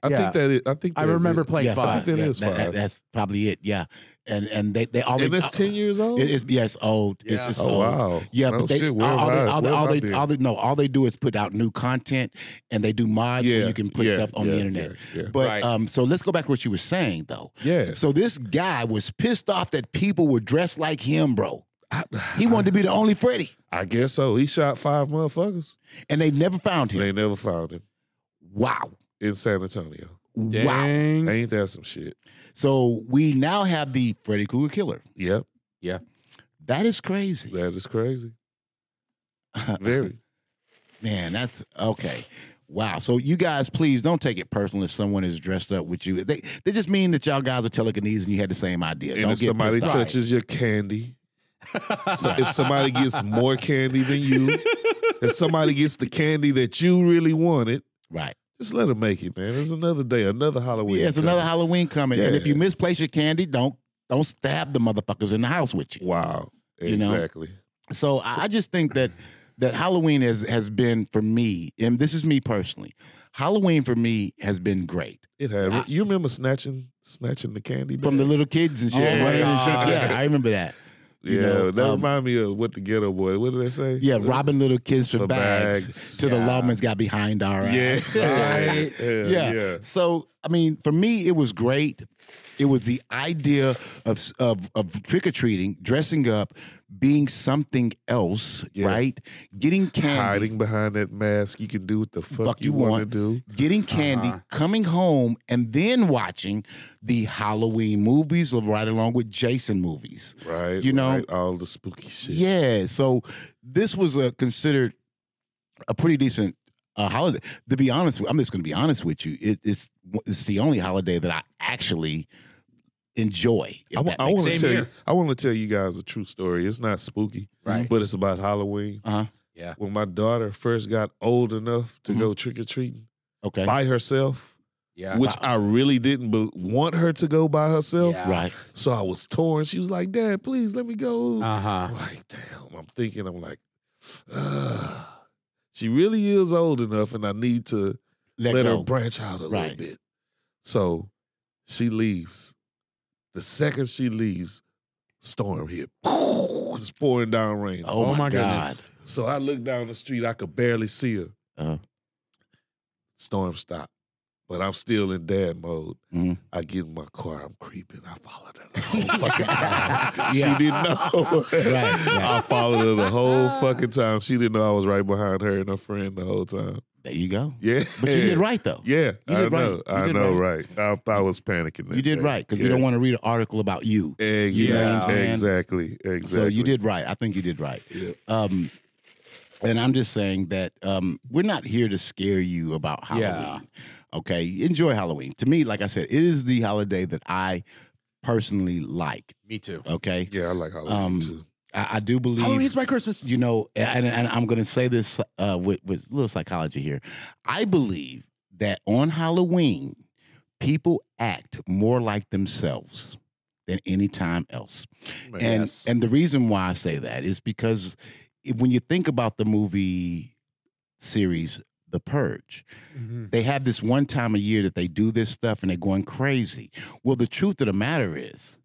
[SPEAKER 3] I
[SPEAKER 4] Yeah.
[SPEAKER 3] think that it, I think
[SPEAKER 4] I
[SPEAKER 3] that's
[SPEAKER 4] remember
[SPEAKER 3] it.
[SPEAKER 4] playing
[SPEAKER 2] yeah,
[SPEAKER 4] five.
[SPEAKER 3] think that is
[SPEAKER 2] that-
[SPEAKER 3] five.
[SPEAKER 2] that's probably it. Yeah. And and they they all
[SPEAKER 3] and
[SPEAKER 2] they,
[SPEAKER 3] that's ten years old.
[SPEAKER 2] It is yes old. It's,
[SPEAKER 4] Yeah.
[SPEAKER 2] it's
[SPEAKER 3] oh
[SPEAKER 2] old.
[SPEAKER 3] wow!
[SPEAKER 2] Yeah,
[SPEAKER 3] No
[SPEAKER 2] but they
[SPEAKER 3] shit,
[SPEAKER 2] all,
[SPEAKER 3] where have
[SPEAKER 2] they
[SPEAKER 3] I-
[SPEAKER 2] all, they,
[SPEAKER 3] where
[SPEAKER 2] all,
[SPEAKER 3] have I
[SPEAKER 2] they,
[SPEAKER 3] been?
[SPEAKER 2] all they no all they do is put out new content and they do mods
[SPEAKER 3] yeah,
[SPEAKER 2] where you can put
[SPEAKER 3] yeah,
[SPEAKER 2] stuff on
[SPEAKER 3] yeah,
[SPEAKER 2] the internet.
[SPEAKER 3] Yeah, yeah.
[SPEAKER 2] But
[SPEAKER 4] Right.
[SPEAKER 2] um, so let's go back to what you were saying though.
[SPEAKER 3] Yeah.
[SPEAKER 2] So this guy was pissed off that people were dressed like him, bro. He wanted to be the only Freddy,
[SPEAKER 3] I guess so. He shot five motherfuckers.
[SPEAKER 2] and they never found him.
[SPEAKER 3] They never found him.
[SPEAKER 2] Wow.
[SPEAKER 3] in San Antonio.
[SPEAKER 2] Wow.
[SPEAKER 4] Dang.
[SPEAKER 3] Ain't that some shit?
[SPEAKER 2] So we now have the Freddy Krueger killer.
[SPEAKER 3] Yep,
[SPEAKER 2] That is crazy.
[SPEAKER 3] that is crazy. Very.
[SPEAKER 2] Man, that's okay. Wow. So you guys, please don't take it personal if someone is dressed up with you. They they just mean that y'all guys are telekinesis and you had the same idea.
[SPEAKER 3] and
[SPEAKER 2] don't
[SPEAKER 3] if
[SPEAKER 2] get
[SPEAKER 3] somebody
[SPEAKER 2] pissed off.
[SPEAKER 3] touches your candy, so if somebody gets more candy than you, if somebody gets the candy that you really wanted,
[SPEAKER 2] Right.
[SPEAKER 3] just let them make it, man. It's another day, another Halloween.
[SPEAKER 2] yeah, it's another
[SPEAKER 3] coming.
[SPEAKER 2] Halloween coming. And if
[SPEAKER 3] Yeah.
[SPEAKER 2] you misplace your candy, don't don't stab the motherfuckers in the house with you.
[SPEAKER 3] Wow.
[SPEAKER 2] You know?
[SPEAKER 3] Exactly.
[SPEAKER 2] So I I just think that that Halloween has has been for me, and this is me personally. Halloween for me has been great.
[SPEAKER 3] It happened. You remember snatching snatching the candy
[SPEAKER 2] From the
[SPEAKER 3] bags?
[SPEAKER 2] little kids and shit.
[SPEAKER 4] Oh, my
[SPEAKER 2] running and
[SPEAKER 4] God.
[SPEAKER 2] shit. Yeah, I remember that. you
[SPEAKER 3] Yeah,
[SPEAKER 2] know,
[SPEAKER 3] that
[SPEAKER 2] um,
[SPEAKER 3] remind me of what the ghetto boy. What did they say?
[SPEAKER 2] Yeah, robbing little kids for
[SPEAKER 3] For
[SPEAKER 2] bags,
[SPEAKER 3] bags.
[SPEAKER 2] till the
[SPEAKER 3] Yeah.
[SPEAKER 2] lawman's got behind our
[SPEAKER 3] Yeah.
[SPEAKER 2] ass.
[SPEAKER 4] Right.
[SPEAKER 3] yeah.
[SPEAKER 2] yeah.
[SPEAKER 3] yeah.
[SPEAKER 2] So I mean, for me, it was great. It was the idea of of, of trick or treating, dressing up, being something else,
[SPEAKER 3] Yeah.
[SPEAKER 2] right? Getting candy,
[SPEAKER 3] Hiding behind that mask, you can do what the fuck,
[SPEAKER 2] Fuck
[SPEAKER 3] you,
[SPEAKER 2] you
[SPEAKER 3] want
[SPEAKER 2] want.
[SPEAKER 3] to do.
[SPEAKER 2] getting candy,
[SPEAKER 4] Uh-huh.
[SPEAKER 2] coming home, and then watching the Halloween movies, or right along with Jason movies.
[SPEAKER 3] Right.
[SPEAKER 2] You know?
[SPEAKER 3] right, all the spooky shit.
[SPEAKER 2] Yeah. So this was a considered a pretty decent uh, holiday. To be honest, with, I'm just going to be honest with you. It, it's it's the only holiday that I actually enjoy. if
[SPEAKER 3] I,
[SPEAKER 2] that makes
[SPEAKER 3] want to
[SPEAKER 2] sense.
[SPEAKER 3] tell you.
[SPEAKER 4] here.
[SPEAKER 3] I want to tell you guys a true story. It's not spooky,
[SPEAKER 4] Right.
[SPEAKER 3] But it's about Halloween.
[SPEAKER 2] Uh-huh.
[SPEAKER 4] Yeah.
[SPEAKER 3] When my daughter first got old enough
[SPEAKER 4] Mm-hmm.
[SPEAKER 3] to go trick or treating
[SPEAKER 2] Okay.
[SPEAKER 3] by herself,
[SPEAKER 4] Yeah.
[SPEAKER 3] which I really didn't be- want her to go by herself,
[SPEAKER 4] Yeah.
[SPEAKER 2] Right.
[SPEAKER 3] so I was torn. She was like, "Dad, please let me go."
[SPEAKER 2] Uh-huh.
[SPEAKER 4] Uh huh.
[SPEAKER 3] I'm like, damn. I'm thinking. I'm like, Ugh. she really is old enough, and I need to
[SPEAKER 2] Let,
[SPEAKER 3] let
[SPEAKER 2] go.
[SPEAKER 3] her branch out a
[SPEAKER 2] Right.
[SPEAKER 3] little bit. So she leaves. The second she leaves, storm hit. It's pouring down rain.
[SPEAKER 2] oh,
[SPEAKER 4] Oh,
[SPEAKER 2] my,
[SPEAKER 4] my
[SPEAKER 2] God.
[SPEAKER 4] goodness.
[SPEAKER 3] So I look down the street. I could barely see her.
[SPEAKER 2] Uh-huh.
[SPEAKER 3] Storm stopped. But I'm still in dad mode.
[SPEAKER 2] Mhm.
[SPEAKER 3] I get in my car. I'm creeping. I followed her the whole fucking time.
[SPEAKER 2] Yeah.
[SPEAKER 3] She didn't know.
[SPEAKER 2] Right, right.
[SPEAKER 3] I followed her the whole fucking time. She didn't know I was right behind her and her friend the whole time.
[SPEAKER 2] There you go.
[SPEAKER 3] Yeah.
[SPEAKER 2] But you did right though.
[SPEAKER 3] Yeah, I
[SPEAKER 2] You did right.
[SPEAKER 3] know.
[SPEAKER 2] You
[SPEAKER 3] I
[SPEAKER 2] did
[SPEAKER 3] know, right. I, I was panicking.
[SPEAKER 2] You did right because we don't want to read an article about you.
[SPEAKER 3] Exactly.
[SPEAKER 4] You know what I'm
[SPEAKER 2] saying?
[SPEAKER 3] Exactly. Exactly.
[SPEAKER 2] So you did right. I think you did right.
[SPEAKER 3] Yeah.
[SPEAKER 2] Um, and I'm just saying that um, we're not here to scare you about Halloween.
[SPEAKER 4] Yeah.
[SPEAKER 2] Okay, enjoy Halloween. To me, like I said, it is the holiday that I personally like.
[SPEAKER 4] Me too.
[SPEAKER 2] Okay,
[SPEAKER 3] Yeah, I like Halloween
[SPEAKER 2] Um,
[SPEAKER 3] too.
[SPEAKER 2] I, I do believe
[SPEAKER 4] Halloween's my Christmas.
[SPEAKER 2] you know, and, and I'm going to say this uh, with, with a little psychology here. I believe that on Halloween, people act more like themselves than any time else.
[SPEAKER 3] Man.
[SPEAKER 2] And
[SPEAKER 4] Oh, Yes.
[SPEAKER 2] and the reason why I say that is because if- when you think about the movie series The Purge, they have this one time a year that they do this stuff and they're going crazy. Well, the truth of the matter is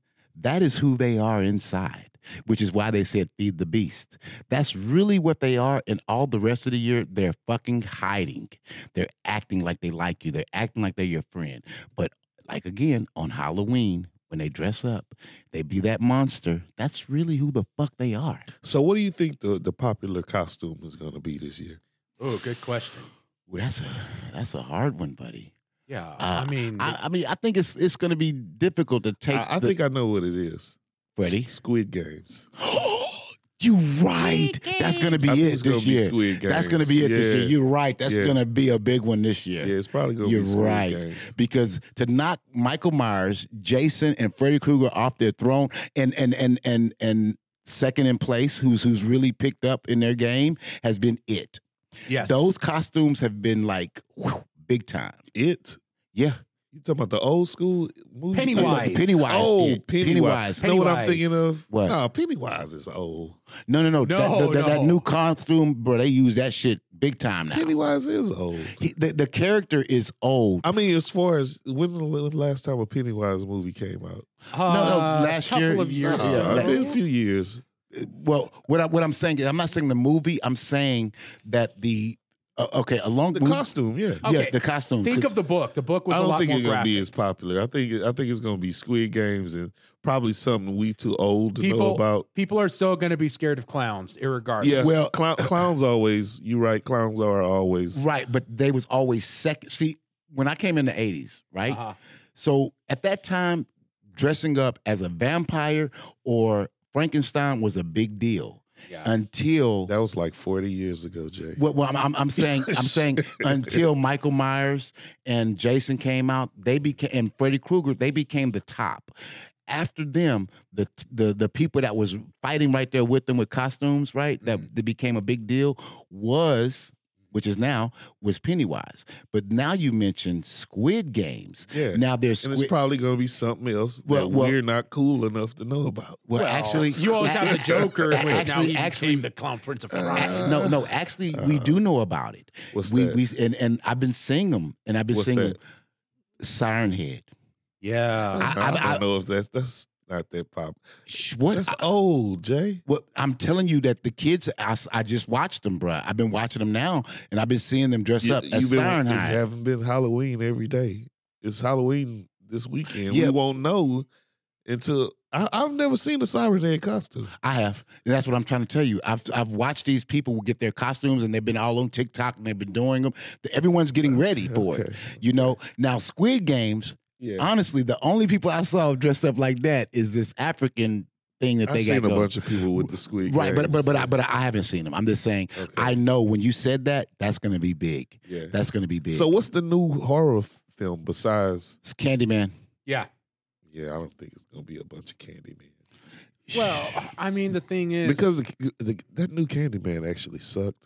[SPEAKER 2] that is who they are inside. Which is why they said feed the beast. That's really what they are. And all the rest of the year, they're fucking hiding. They're acting like they like you. They're acting like they're your friend. But like again, on Halloween, when they dress up, they be that monster. That's really who the fuck they are.
[SPEAKER 3] so what do you think the, the popular costume is going to be this year?
[SPEAKER 4] Oh, good question.
[SPEAKER 2] Ooh, that's a that's a hard one, buddy.
[SPEAKER 4] Yeah.
[SPEAKER 2] Uh,
[SPEAKER 4] I mean,
[SPEAKER 2] I, I mean, I think it's it's going to be difficult to take.
[SPEAKER 3] I, I
[SPEAKER 2] the-
[SPEAKER 3] think I know what it is.
[SPEAKER 2] Freddy.
[SPEAKER 3] S- Squid Games.
[SPEAKER 2] you right. That's going to be
[SPEAKER 3] I think
[SPEAKER 2] it
[SPEAKER 3] it's gonna
[SPEAKER 2] this
[SPEAKER 3] be
[SPEAKER 2] year.
[SPEAKER 3] Squid Games.
[SPEAKER 2] That's going to be it this
[SPEAKER 3] Yeah.
[SPEAKER 2] year. You're right. That's
[SPEAKER 3] Yeah.
[SPEAKER 2] going to be a big one this year.
[SPEAKER 3] Yeah, it's probably going to
[SPEAKER 2] You're
[SPEAKER 3] be Squid
[SPEAKER 2] right.
[SPEAKER 3] Games.
[SPEAKER 2] Because to knock Michael Myers, Jason, and Freddy Krueger off their throne, and and and and and second in place, who's who's really picked up in their game, has been it.
[SPEAKER 4] yes.
[SPEAKER 2] Those costumes have been like whew, big time.
[SPEAKER 3] It.
[SPEAKER 2] Yeah,
[SPEAKER 3] You talking about the old school movie?
[SPEAKER 4] Pennywise.
[SPEAKER 2] The Pennywise.
[SPEAKER 3] Oh,
[SPEAKER 2] it.
[SPEAKER 3] Pennywise. You know what I'm
[SPEAKER 4] Pennywise.
[SPEAKER 3] thinking of?
[SPEAKER 2] What?
[SPEAKER 3] No, Pennywise is old.
[SPEAKER 2] No, no, no. that,
[SPEAKER 4] No,
[SPEAKER 2] that- that- that
[SPEAKER 4] no.
[SPEAKER 2] new costume, bro. They use that shit big time now.
[SPEAKER 3] Pennywise is old.
[SPEAKER 2] He- the, the character is old.
[SPEAKER 3] I mean, as far as when the when the last time a Pennywise movie came out?
[SPEAKER 4] Uh,
[SPEAKER 2] no, last
[SPEAKER 4] couple
[SPEAKER 2] year-
[SPEAKER 4] of years
[SPEAKER 2] Uh-uh.
[SPEAKER 4] ago.
[SPEAKER 3] Uh,
[SPEAKER 2] like-
[SPEAKER 3] it's been a few years.
[SPEAKER 2] well, what I, what I'm saying is, I'm not saying the movie. I'm saying that the Uh, okay, along
[SPEAKER 3] The
[SPEAKER 2] when-
[SPEAKER 3] costume, yeah.
[SPEAKER 2] Yeah,
[SPEAKER 4] Okay,
[SPEAKER 2] the costumes.
[SPEAKER 4] Think of the book. The book was
[SPEAKER 3] I
[SPEAKER 4] a
[SPEAKER 3] don't
[SPEAKER 4] lot
[SPEAKER 3] think
[SPEAKER 4] more
[SPEAKER 3] it's gonna be
[SPEAKER 4] graphic.
[SPEAKER 3] as popular. I think I think it's gonna be Squid Games and probably something we too old to know
[SPEAKER 4] People-
[SPEAKER 3] about.
[SPEAKER 4] People are still going to be scared of clowns, irregardless.
[SPEAKER 3] Yeah, well,
[SPEAKER 2] Well-
[SPEAKER 3] clowns always. You right? Clowns are always.
[SPEAKER 2] right, but they was always second. See, when I came in the eighties, right?
[SPEAKER 4] Uh-huh.
[SPEAKER 2] So at that time, dressing up as a vampire or Frankenstein was a big deal
[SPEAKER 4] Yeah.
[SPEAKER 2] until.
[SPEAKER 3] That was like forty years ago, Jay.
[SPEAKER 2] Well, well I'm, I'm, I'm saying I'm saying until Michael Myers and Jason came out, they became and Freddy Krueger, they became the top. After them, the the the people that was fighting right there with them with costumes, right, that,
[SPEAKER 4] Mm-hmm.
[SPEAKER 2] that became a big deal was, which is now, was Pennywise. But now you mentioned Squid Games.
[SPEAKER 3] yeah,
[SPEAKER 2] Now there's
[SPEAKER 3] and it's
[SPEAKER 2] Squid.
[SPEAKER 3] probably gonna be something else
[SPEAKER 2] Well,
[SPEAKER 3] that
[SPEAKER 2] well-
[SPEAKER 3] we're not cool enough to know about.
[SPEAKER 2] well, actually,
[SPEAKER 4] you always have the Joker, which now
[SPEAKER 2] Actually-
[SPEAKER 4] he Uh.
[SPEAKER 2] actually- uh,
[SPEAKER 4] became the clown prince of crime.
[SPEAKER 2] Ac- no, no. Actually, we do know about it.
[SPEAKER 3] What's
[SPEAKER 2] we
[SPEAKER 3] that?
[SPEAKER 2] we and, and I've been seeing them, and I've been
[SPEAKER 3] What's
[SPEAKER 2] seeing
[SPEAKER 3] that?
[SPEAKER 2] Siren Head.
[SPEAKER 4] yeah.
[SPEAKER 3] I,
[SPEAKER 2] I-
[SPEAKER 3] don't
[SPEAKER 2] I-
[SPEAKER 3] know if that's that's not that pop.
[SPEAKER 2] Sh- What?
[SPEAKER 3] That's
[SPEAKER 2] I-
[SPEAKER 3] old, Jay.
[SPEAKER 2] what I'm telling you that the kids, I, s- I just watched them, bruh. I've been watching them now, and I've been seeing them dress up as
[SPEAKER 3] been,
[SPEAKER 2] Siren
[SPEAKER 3] It's
[SPEAKER 2] Head.
[SPEAKER 3] haven't been Halloween every day. It's Halloween this weekend. We
[SPEAKER 2] Yeah.
[SPEAKER 3] won't know until I, I've never seen a Siren Head costume.
[SPEAKER 2] I have, and that's what I'm trying to tell you. I've I've watched these people get their costumes, and they've been all on TikTok, and they've been doing them. Everyone's getting ready for it.
[SPEAKER 3] Uh, Okay.
[SPEAKER 2] You know, now Squid Games.
[SPEAKER 3] Yeah.
[SPEAKER 2] Honestly, the only people I saw dressed up like that is this African thing that
[SPEAKER 3] I've
[SPEAKER 2] they
[SPEAKER 3] seen a
[SPEAKER 2] got going.
[SPEAKER 3] bunch of people with the squid.
[SPEAKER 2] right, but
[SPEAKER 3] games.
[SPEAKER 2] but but I, but I haven't seen them. I'm just saying
[SPEAKER 3] Okay.
[SPEAKER 2] I know when you said that, that's gonna be big.
[SPEAKER 3] yeah.
[SPEAKER 2] That's gonna be big.
[SPEAKER 3] So what's the new horror f- film besides?
[SPEAKER 2] it's Candyman.
[SPEAKER 4] yeah.
[SPEAKER 3] Yeah, I don't think it's gonna be a bunch of Candyman
[SPEAKER 4] Well, I mean, the thing is,
[SPEAKER 3] because the, the, that new Candyman actually sucked.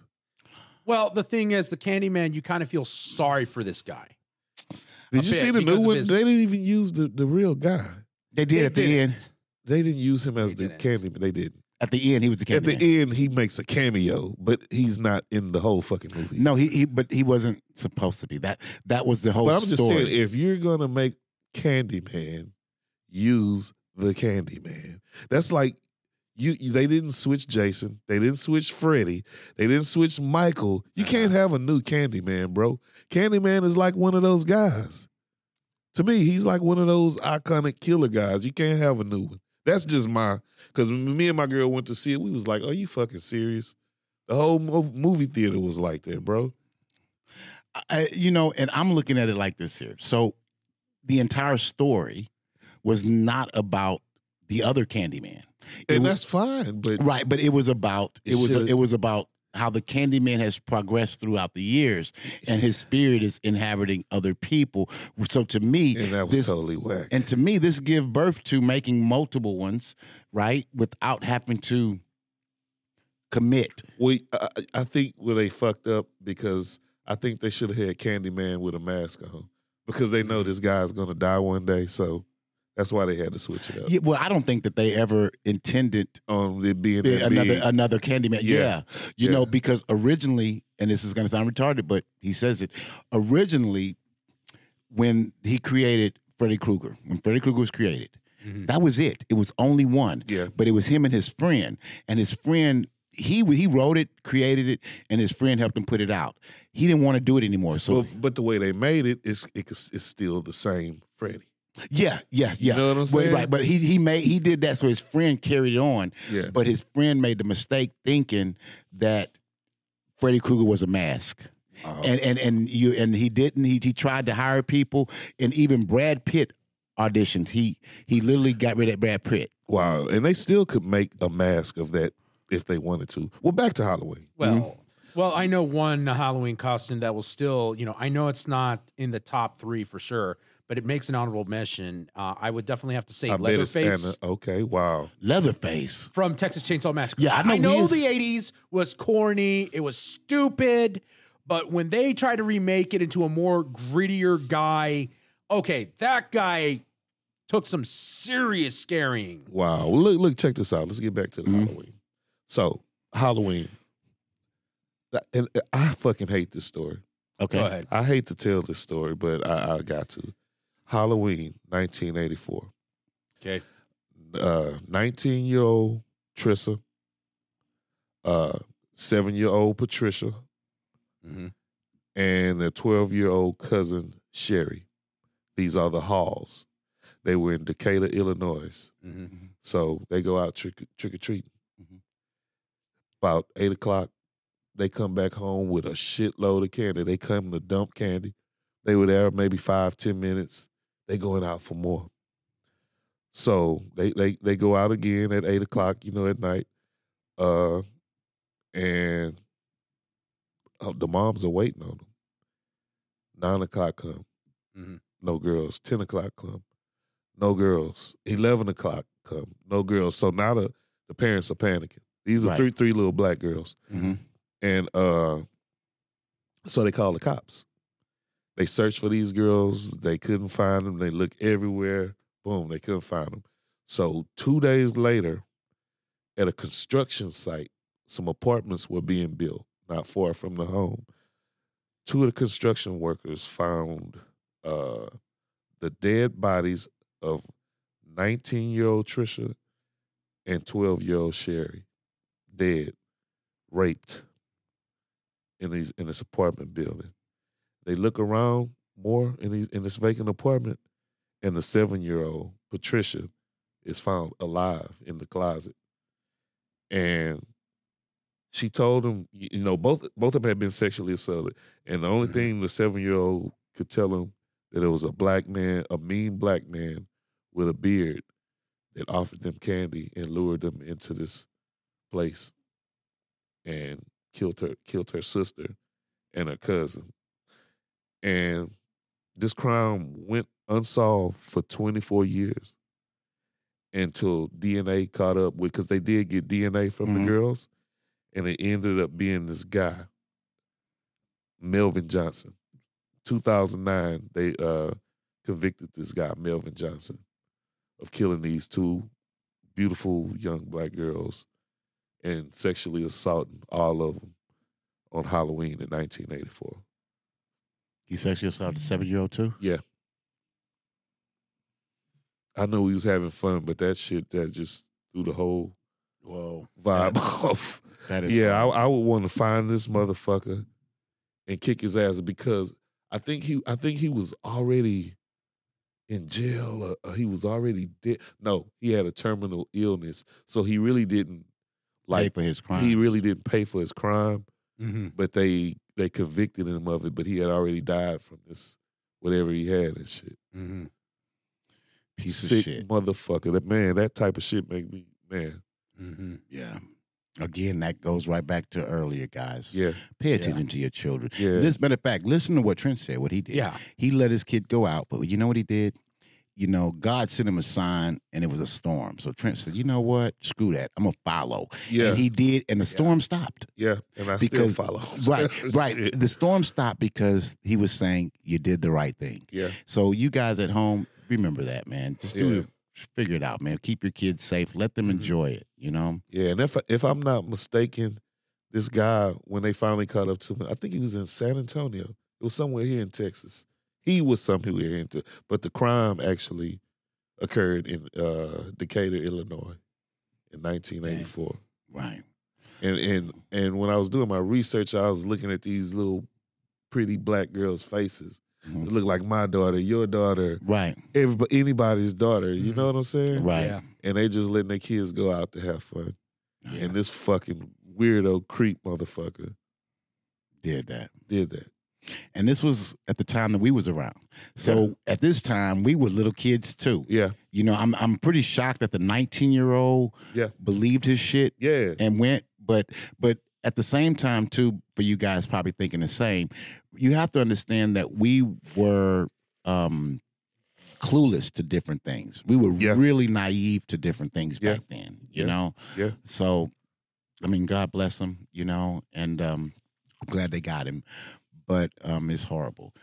[SPEAKER 4] well, the thing is, the Candyman, you kind of feel sorry for this guy.
[SPEAKER 3] Did
[SPEAKER 4] A
[SPEAKER 3] you
[SPEAKER 4] bit,
[SPEAKER 3] see the
[SPEAKER 4] because
[SPEAKER 3] new
[SPEAKER 4] of
[SPEAKER 3] one?
[SPEAKER 4] his-
[SPEAKER 3] They didn't even use the, the real guy.
[SPEAKER 2] They did
[SPEAKER 4] They
[SPEAKER 2] at the
[SPEAKER 4] didn't.
[SPEAKER 2] end.
[SPEAKER 3] They didn't use him as
[SPEAKER 4] They
[SPEAKER 3] the
[SPEAKER 4] didn't.
[SPEAKER 3] Candyman. They didn't.
[SPEAKER 2] At the end, he was the
[SPEAKER 3] At
[SPEAKER 2] Candyman.
[SPEAKER 3] the end, he makes a cameo, but he's not in the whole fucking movie.
[SPEAKER 2] No, he, he but he wasn't supposed to be. That that was the whole
[SPEAKER 3] but I'm just
[SPEAKER 2] story.
[SPEAKER 3] saying, if you're gonna make Candyman, use the Candyman. That's like you. you- They didn't switch Jason. They didn't switch Freddy. They didn't switch Michael. You
[SPEAKER 2] Uh-huh.
[SPEAKER 3] can't have a new Candyman, bro. Candyman is like one of those guys. To me, he's like one of those iconic killer guys. You can't have a new one. That's just my because me and my girl went to see it. We was like, "Are you fucking serious?" The whole mo- movie theater was like that, bro.
[SPEAKER 2] I, you know, and I'm looking at it like this here. So the entire story was not about the other Candyman. It
[SPEAKER 3] And
[SPEAKER 2] wa-
[SPEAKER 3] that's fine, but
[SPEAKER 2] right, but it was about
[SPEAKER 3] It
[SPEAKER 2] it was
[SPEAKER 3] should've-
[SPEAKER 2] it was about how the Candyman has progressed throughout the years, and his spirit is inhabiting other people. So to me,
[SPEAKER 3] and that was
[SPEAKER 2] this-
[SPEAKER 3] totally whack.
[SPEAKER 2] And to me, this give birth to making multiple ones, right, without having to commit.
[SPEAKER 3] We, I, I- I think where they fucked up because I think they should have had Candyman with a mask on because they
[SPEAKER 2] Mm-hmm.
[SPEAKER 3] know this guy's gonna die one day, so that's why they had to switch it up
[SPEAKER 2] Yeah, well, I don't think that they ever intended
[SPEAKER 3] on it being that
[SPEAKER 2] another
[SPEAKER 3] big.
[SPEAKER 2] another Candyman.
[SPEAKER 3] Yeah.
[SPEAKER 2] Yeah, you
[SPEAKER 3] Yeah.
[SPEAKER 2] know, because originally, and this is going to sound retarded, but he says it. Originally, when he created Freddy Krueger, when Freddy Krueger was created, that was it. It was only one.
[SPEAKER 3] Mm-hmm. Yeah.
[SPEAKER 2] but it was him and his friend, and his friend. He he wrote it, created it, and his friend helped him put it out. He didn't want to do it anymore. So
[SPEAKER 3] but, but the way they made it, it's it, it's still the same Freddy.
[SPEAKER 2] Mm-hmm. yeah, yeah,
[SPEAKER 3] You
[SPEAKER 2] yeah.
[SPEAKER 3] know what I'm
[SPEAKER 2] Well,
[SPEAKER 3] saying?
[SPEAKER 2] right, but he he made he did that so his friend carried it on.
[SPEAKER 3] Yeah.
[SPEAKER 2] But his friend made the mistake thinking that Freddy Krueger was a mask.
[SPEAKER 3] Oh.
[SPEAKER 2] And and and you and he didn't. He he tried to hire people and even Brad Pitt auditioned. He he literally got rid of Brad Pitt.
[SPEAKER 3] Wow, and they still could make a mask of that if they wanted to. Well, back to Halloween.
[SPEAKER 4] Well,
[SPEAKER 2] Mm-hmm.
[SPEAKER 4] well, I know one Halloween costume that will still, you know, I know it's not in the top three for sure, but it makes an honorable mention. Uh, I would definitely have to say
[SPEAKER 3] I bet it's
[SPEAKER 4] Leatherface
[SPEAKER 3] Anna. Okay, wow.
[SPEAKER 2] Leatherface.
[SPEAKER 4] from Texas Chainsaw Massacre.
[SPEAKER 2] Yeah, I know we is-
[SPEAKER 4] the '80s was corny, it was stupid, but when they tried to remake it into a more grittier guy, okay, that guy took some serious scaring.
[SPEAKER 3] Wow. Well, Look, look, check this out. Let's get back to the
[SPEAKER 2] Mhm.
[SPEAKER 3] Halloween. So, Halloween. That- And and I fucking hate this story.
[SPEAKER 2] Okay.
[SPEAKER 4] Go ahead.
[SPEAKER 3] I hate to tell this story, but I, I got to. Halloween, 1984.
[SPEAKER 4] Okay.
[SPEAKER 3] Uh, 19 year old Trissa, uh, seven year old Patricia,
[SPEAKER 4] Mm-hmm.
[SPEAKER 3] and their 12 year old cousin, Sherry. These are the Halls. They were in Decatur, Illinois.
[SPEAKER 2] Mm-hmm.
[SPEAKER 4] Mhm.
[SPEAKER 3] So they go out trick trick or treating.
[SPEAKER 2] Mhm.
[SPEAKER 3] About eight o'clock, they come back home with a shitload of candy. They come to dump candy. They were there maybe five, ten minutes. They going out for more. So they they they go out again at eight o'clock, you know, at night. Uh, and uh, the moms are waiting on them. Nine o'clock come,
[SPEAKER 4] Mhm.
[SPEAKER 3] no girls. Ten o'clock come, no girls. Eleven o'clock come, no girls. So now the the parents are panicking. These are
[SPEAKER 2] Right.
[SPEAKER 3] three three little black girls,
[SPEAKER 2] Mhm.
[SPEAKER 3] and uh, so they call the cops. They search for these girls. They couldn't find them. They look everywhere. Boom, they couldn't find them. So two days later, at a construction site, some apartments were being built not far from the home. Two of the construction workers found uh, the dead bodies of 19 year old Trisha and 12 year old Sherry dead, raped in these in this apartment building. They look around more in these in this vacant apartment, and the seven year old Patricia is found alive in the closet. And she told him, y- you know, both both of them had been sexually assaulted, and the only thing the seven year old could tell him that it was a black man, a mean black man with a beard that offered them candy and lured them into this place and killed her killed her sister and her cousin. And this crime went unsolved for 24 years until DNA caught up with because they did get DNA from
[SPEAKER 2] Mhm.
[SPEAKER 3] the girls and it ended up being this guy Melvin Johnson. 2009 they uh convicted this guy Melvin Johnson of killing these two beautiful young black girls and sexually assaulting all of them on Halloween in 1984.
[SPEAKER 2] He sexually assaulted a seven year old too.
[SPEAKER 3] I know he was having fun, but that shit that just threw the whole
[SPEAKER 4] Whoa.
[SPEAKER 3] vibe
[SPEAKER 2] Yeah.
[SPEAKER 3] off.
[SPEAKER 2] That is
[SPEAKER 3] Yeah, I, I would want to find this motherfucker and kick his ass because I think he I think he was already in jail or, or he was already dead. No, he had a terminal illness, so he really didn't
[SPEAKER 2] Pay
[SPEAKER 3] like
[SPEAKER 2] for his crime.
[SPEAKER 3] he really didn't pay for his crime.
[SPEAKER 4] Mm-hmm.
[SPEAKER 3] but they they convicted him of it, but he had already died from this whatever he had and shit.
[SPEAKER 4] Mm-hmm.
[SPEAKER 2] Piece
[SPEAKER 3] Sick
[SPEAKER 2] of shit.
[SPEAKER 3] motherfucker. That man, that type of shit make me man.
[SPEAKER 4] Mm-hmm.
[SPEAKER 2] Yeah. Again, that goes right back to earlier, guys.
[SPEAKER 3] Yeah,
[SPEAKER 2] Pay attention to your children.
[SPEAKER 3] yeah.
[SPEAKER 2] This matter of fact, listen to what Trent said. What he did.
[SPEAKER 4] Yeah.
[SPEAKER 2] He let his kid go out, but you know what he did? You know, God sent him a sign, and it was a storm. So Trent said, "You know what? Screw that. I'm gonna follow."
[SPEAKER 3] yeah,
[SPEAKER 2] And he did, and the storm stopped.
[SPEAKER 3] yeah. And I
[SPEAKER 2] because-
[SPEAKER 3] still follow.
[SPEAKER 2] Right, right.
[SPEAKER 3] Shit.
[SPEAKER 2] The storm stopped because he was saying you did the right thing.
[SPEAKER 3] Yeah,
[SPEAKER 2] So you guys at home, remember that, man. Just do
[SPEAKER 3] Yeah. Mm-hmm.
[SPEAKER 2] it. Figure it out, man. Keep your kids safe. Let them
[SPEAKER 4] Mhm.
[SPEAKER 2] enjoy it. You know.
[SPEAKER 3] yeah. And if I- if I'm not mistaken, this guy when they finally caught up to me, I think he was in San Antonio. It was somewhere here in Texas. He was somewhere here in, Te- but the crime actually occurred in uh, Decatur, Illinois, in 1984.
[SPEAKER 2] Right.
[SPEAKER 3] and and and when I was doing my research, I was looking at these little pretty black girls' faces. It
[SPEAKER 2] Mhm.
[SPEAKER 3] looked like my daughter, your daughter,
[SPEAKER 2] Right.
[SPEAKER 3] everybody, anybody's daughter. You know what I'm saying?
[SPEAKER 2] Mm-hmm. Right.
[SPEAKER 4] Yeah.
[SPEAKER 3] And they just letting their kids go out to have fun.
[SPEAKER 2] Yeah.
[SPEAKER 3] And this fucking weirdo creep motherfucker
[SPEAKER 2] Did that.
[SPEAKER 3] did that.
[SPEAKER 2] And this was at the time that we was around. So at this time we were little kids too.
[SPEAKER 3] Yeah,
[SPEAKER 2] You know, I'm I'm pretty shocked that the 19 year old
[SPEAKER 3] Yeah.
[SPEAKER 2] believed his shit
[SPEAKER 3] yeah,
[SPEAKER 2] and went. But but at the same time, too, for you guys probably thinking the same, you have to understand that we were um clueless to different things. We were
[SPEAKER 3] Yeah.
[SPEAKER 2] really naive to different things
[SPEAKER 3] Yeah.
[SPEAKER 2] back then, you
[SPEAKER 3] Yeah.
[SPEAKER 2] know?
[SPEAKER 3] Yeah.
[SPEAKER 2] So I mean, God bless them, you know, and um I'm glad they got him. But um it's horrible.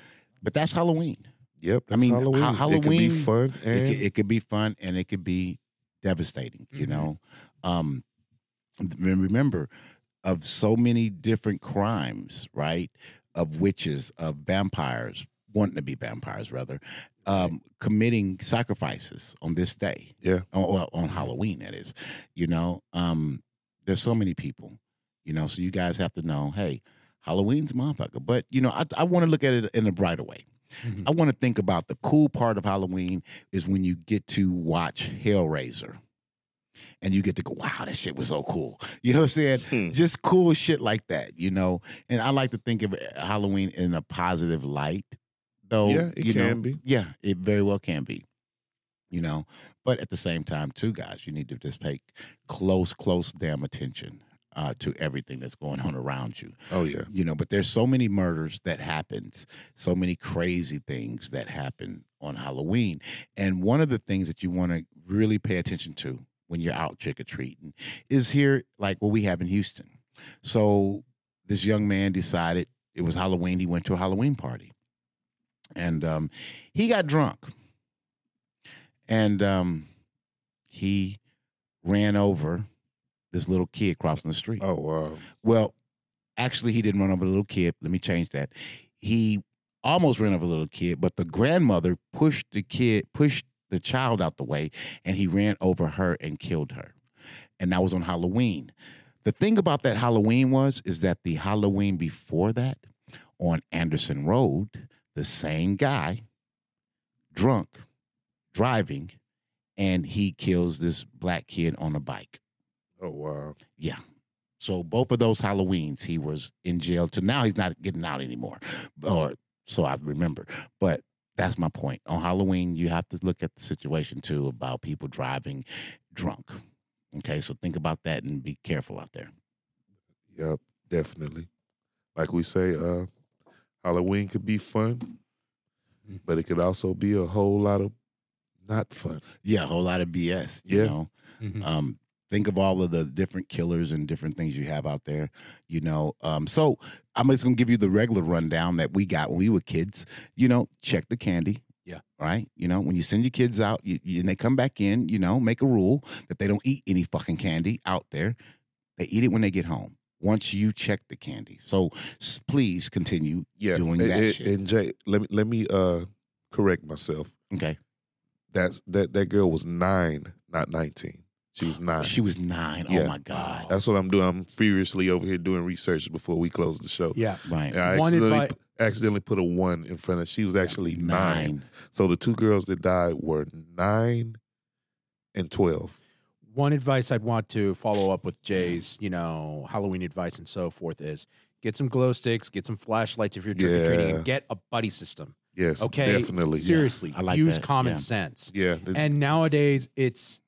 [SPEAKER 2] But that's Halloween.
[SPEAKER 3] yep.
[SPEAKER 2] I mean,
[SPEAKER 3] that's Halloween.
[SPEAKER 2] Ha-
[SPEAKER 3] it could be
[SPEAKER 2] Halloween-
[SPEAKER 3] fun and Mm-hmm.
[SPEAKER 2] It could, it could be fun and it could be devastating, you
[SPEAKER 4] Mhm.
[SPEAKER 2] know. Um, and remember, of so many different crimes, right? Of witches, of vampires, wanting to be vampires, rather, um, committing sacrifices on this day.
[SPEAKER 3] Yeah.
[SPEAKER 2] On, well, on Halloween, that is. You know, um, there's so many people, you know, so you guys have to know hey, Halloween's a motherfucker. But you know, I, I want to look at it in a brighter way. I want to think about the cool part of Halloween is when you get to watch Hellraiser. And you get to go, wow, that shit was so cool. You know what I'm saying?
[SPEAKER 3] Hmm.
[SPEAKER 2] Just cool shit like that, you know. And I like to think of eh, Halloween in a positive light, though.
[SPEAKER 3] Yeah, it
[SPEAKER 2] you know,
[SPEAKER 3] can be.
[SPEAKER 2] Yeah, it very well can be. You know, but at the same time, too, guys, you need to just pay close, close damn attention uh, to everything that's going on around you
[SPEAKER 3] Oh yeah.
[SPEAKER 2] you know but there's so many murders that happens so many crazy things that happen on halloween and one of the things that you want to really pay attention to when you're out trick-or-treating is here like what we have in houston so this young man decided it was halloween he went to a halloween party and um, he got drunk and um, he ran over this little kid crossing the street
[SPEAKER 3] Oh wow.
[SPEAKER 2] well, actually, he didn't run over a little kid. Let me change that. He almost ran over a little kid, but the grandmother pushed the kid, pushed the child out the way, and he ran over her and killed her. And that was on Halloween. The thing about that Halloween was is that the Halloween before that, on Anderson Road, the same guy, drunk, driving, and he kills this black kid on a bike.
[SPEAKER 3] Oh wow.
[SPEAKER 2] Yeah. So both of those Halloweens, he was in jail. To now, he's not getting out anymore, or so I remember. But that's my point. On Halloween, you have to look at the situation too about people driving drunk. Okay, so think about that and be careful out there.
[SPEAKER 3] Yep. Definitely. Like we say, uh, Halloween could be fun, but it could also be a whole lot of not fun.
[SPEAKER 2] Yeah, a whole lot of BS. You
[SPEAKER 3] Yeah.
[SPEAKER 2] know,
[SPEAKER 4] Mhm.
[SPEAKER 2] um, think of all of the different killers and different things you have out there. You know, um, so I'm just gonna give you the regular rundown that we got when we were kids. You know, check the candy.
[SPEAKER 4] Yeah.
[SPEAKER 2] Right. You know, when you send your kids out you, you- and they come back in, you know, make a rule that they don't eat any fucking candy out there. They eat it when they get home. Once you check the candy, so s- please continue.
[SPEAKER 3] Yeah.
[SPEAKER 2] Doing
[SPEAKER 3] and,
[SPEAKER 2] that
[SPEAKER 3] and-
[SPEAKER 2] shit.
[SPEAKER 3] and Jay, let me let me uh correct myself.
[SPEAKER 2] Okay.
[SPEAKER 3] That's that that girl was nine, not nineteen. Oh, She was nine.
[SPEAKER 2] She was nine. Oh
[SPEAKER 3] Yeah.
[SPEAKER 2] my god.
[SPEAKER 3] That's what I'm doing. I'm furiously over here doing research before we close the show.
[SPEAKER 4] Yeah.
[SPEAKER 2] Right.
[SPEAKER 3] And I
[SPEAKER 4] One
[SPEAKER 3] accidentally,
[SPEAKER 4] advi-
[SPEAKER 3] accidentally put a one in front of. She was actually nine.
[SPEAKER 2] Nine.
[SPEAKER 3] So the two girls that died were nine and twelve.
[SPEAKER 4] One advice I'd want to follow up with Jay's, you know, Halloween advice and so forth is get some glow sticks, get some flashlights if you're trick or treating,
[SPEAKER 3] Yeah.
[SPEAKER 4] and get a buddy system.
[SPEAKER 3] Yes,
[SPEAKER 4] Okay,
[SPEAKER 3] definitely.
[SPEAKER 4] Seriously,
[SPEAKER 2] I like
[SPEAKER 4] use
[SPEAKER 2] that,
[SPEAKER 4] common
[SPEAKER 2] yeah.
[SPEAKER 4] sense.
[SPEAKER 3] Yeah, th-
[SPEAKER 4] And nowadays, it's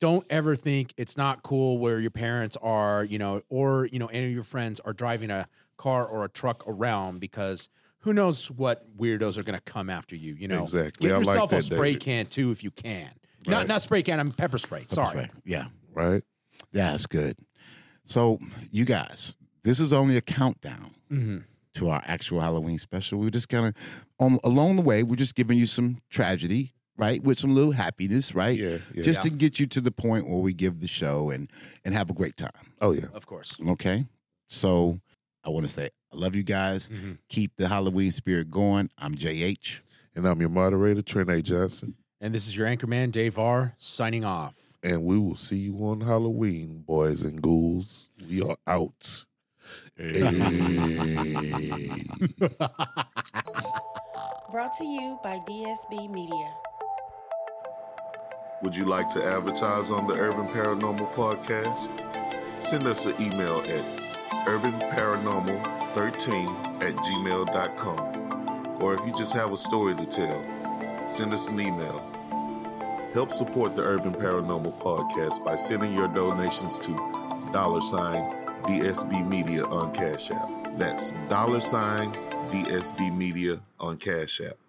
[SPEAKER 4] don't ever think it's not cool where your parents are, you know, or you know, any of your friends are driving a car or a truck around because who knows what weirdos are going to come after you. You know,
[SPEAKER 3] exactly.
[SPEAKER 4] get
[SPEAKER 3] I like
[SPEAKER 4] yourself
[SPEAKER 3] that,
[SPEAKER 4] a spray
[SPEAKER 3] David.
[SPEAKER 4] can too if you can.
[SPEAKER 3] Right.
[SPEAKER 4] Not not spray can. I'm pepper spray. Sorry.
[SPEAKER 2] Right. Yeah.
[SPEAKER 3] right?
[SPEAKER 2] That's good. So, you guys, this is only a countdown
[SPEAKER 3] Mm-hmm.
[SPEAKER 4] hmm
[SPEAKER 2] to our actual Halloween special. We're just kind of on along the way. We're just giving you some tragedy, right, with some little happiness, right,
[SPEAKER 3] Yeah, yeah.
[SPEAKER 2] just to get you to the point where we give the show and and have a great time.
[SPEAKER 3] oh yeah.
[SPEAKER 4] Of course.
[SPEAKER 2] Okay, so I want to say I love you guys.
[SPEAKER 3] Mm.
[SPEAKER 4] Mhm.
[SPEAKER 2] Keep the Halloween spirit going. I'm JH.
[SPEAKER 3] And I'm your moderator, Trent A. Johnson,
[SPEAKER 4] And this is your anchor man, Dave R. Signing off.
[SPEAKER 3] and we will see you on Halloween, boys and ghouls. We are out. Hey.
[SPEAKER 6] Brought to you by DSB Media.
[SPEAKER 5] Would you like to advertise on the Urban Paranormal Podcast? Send us an email at urbanparanormal13 at gmail.com. Or if you just have a story to tell, send us an email. Help support the Urban Paranormal Podcast by sending your donations to dollar sign DSB Media on Cash App. That's dollar sign DSB Media on Cash App.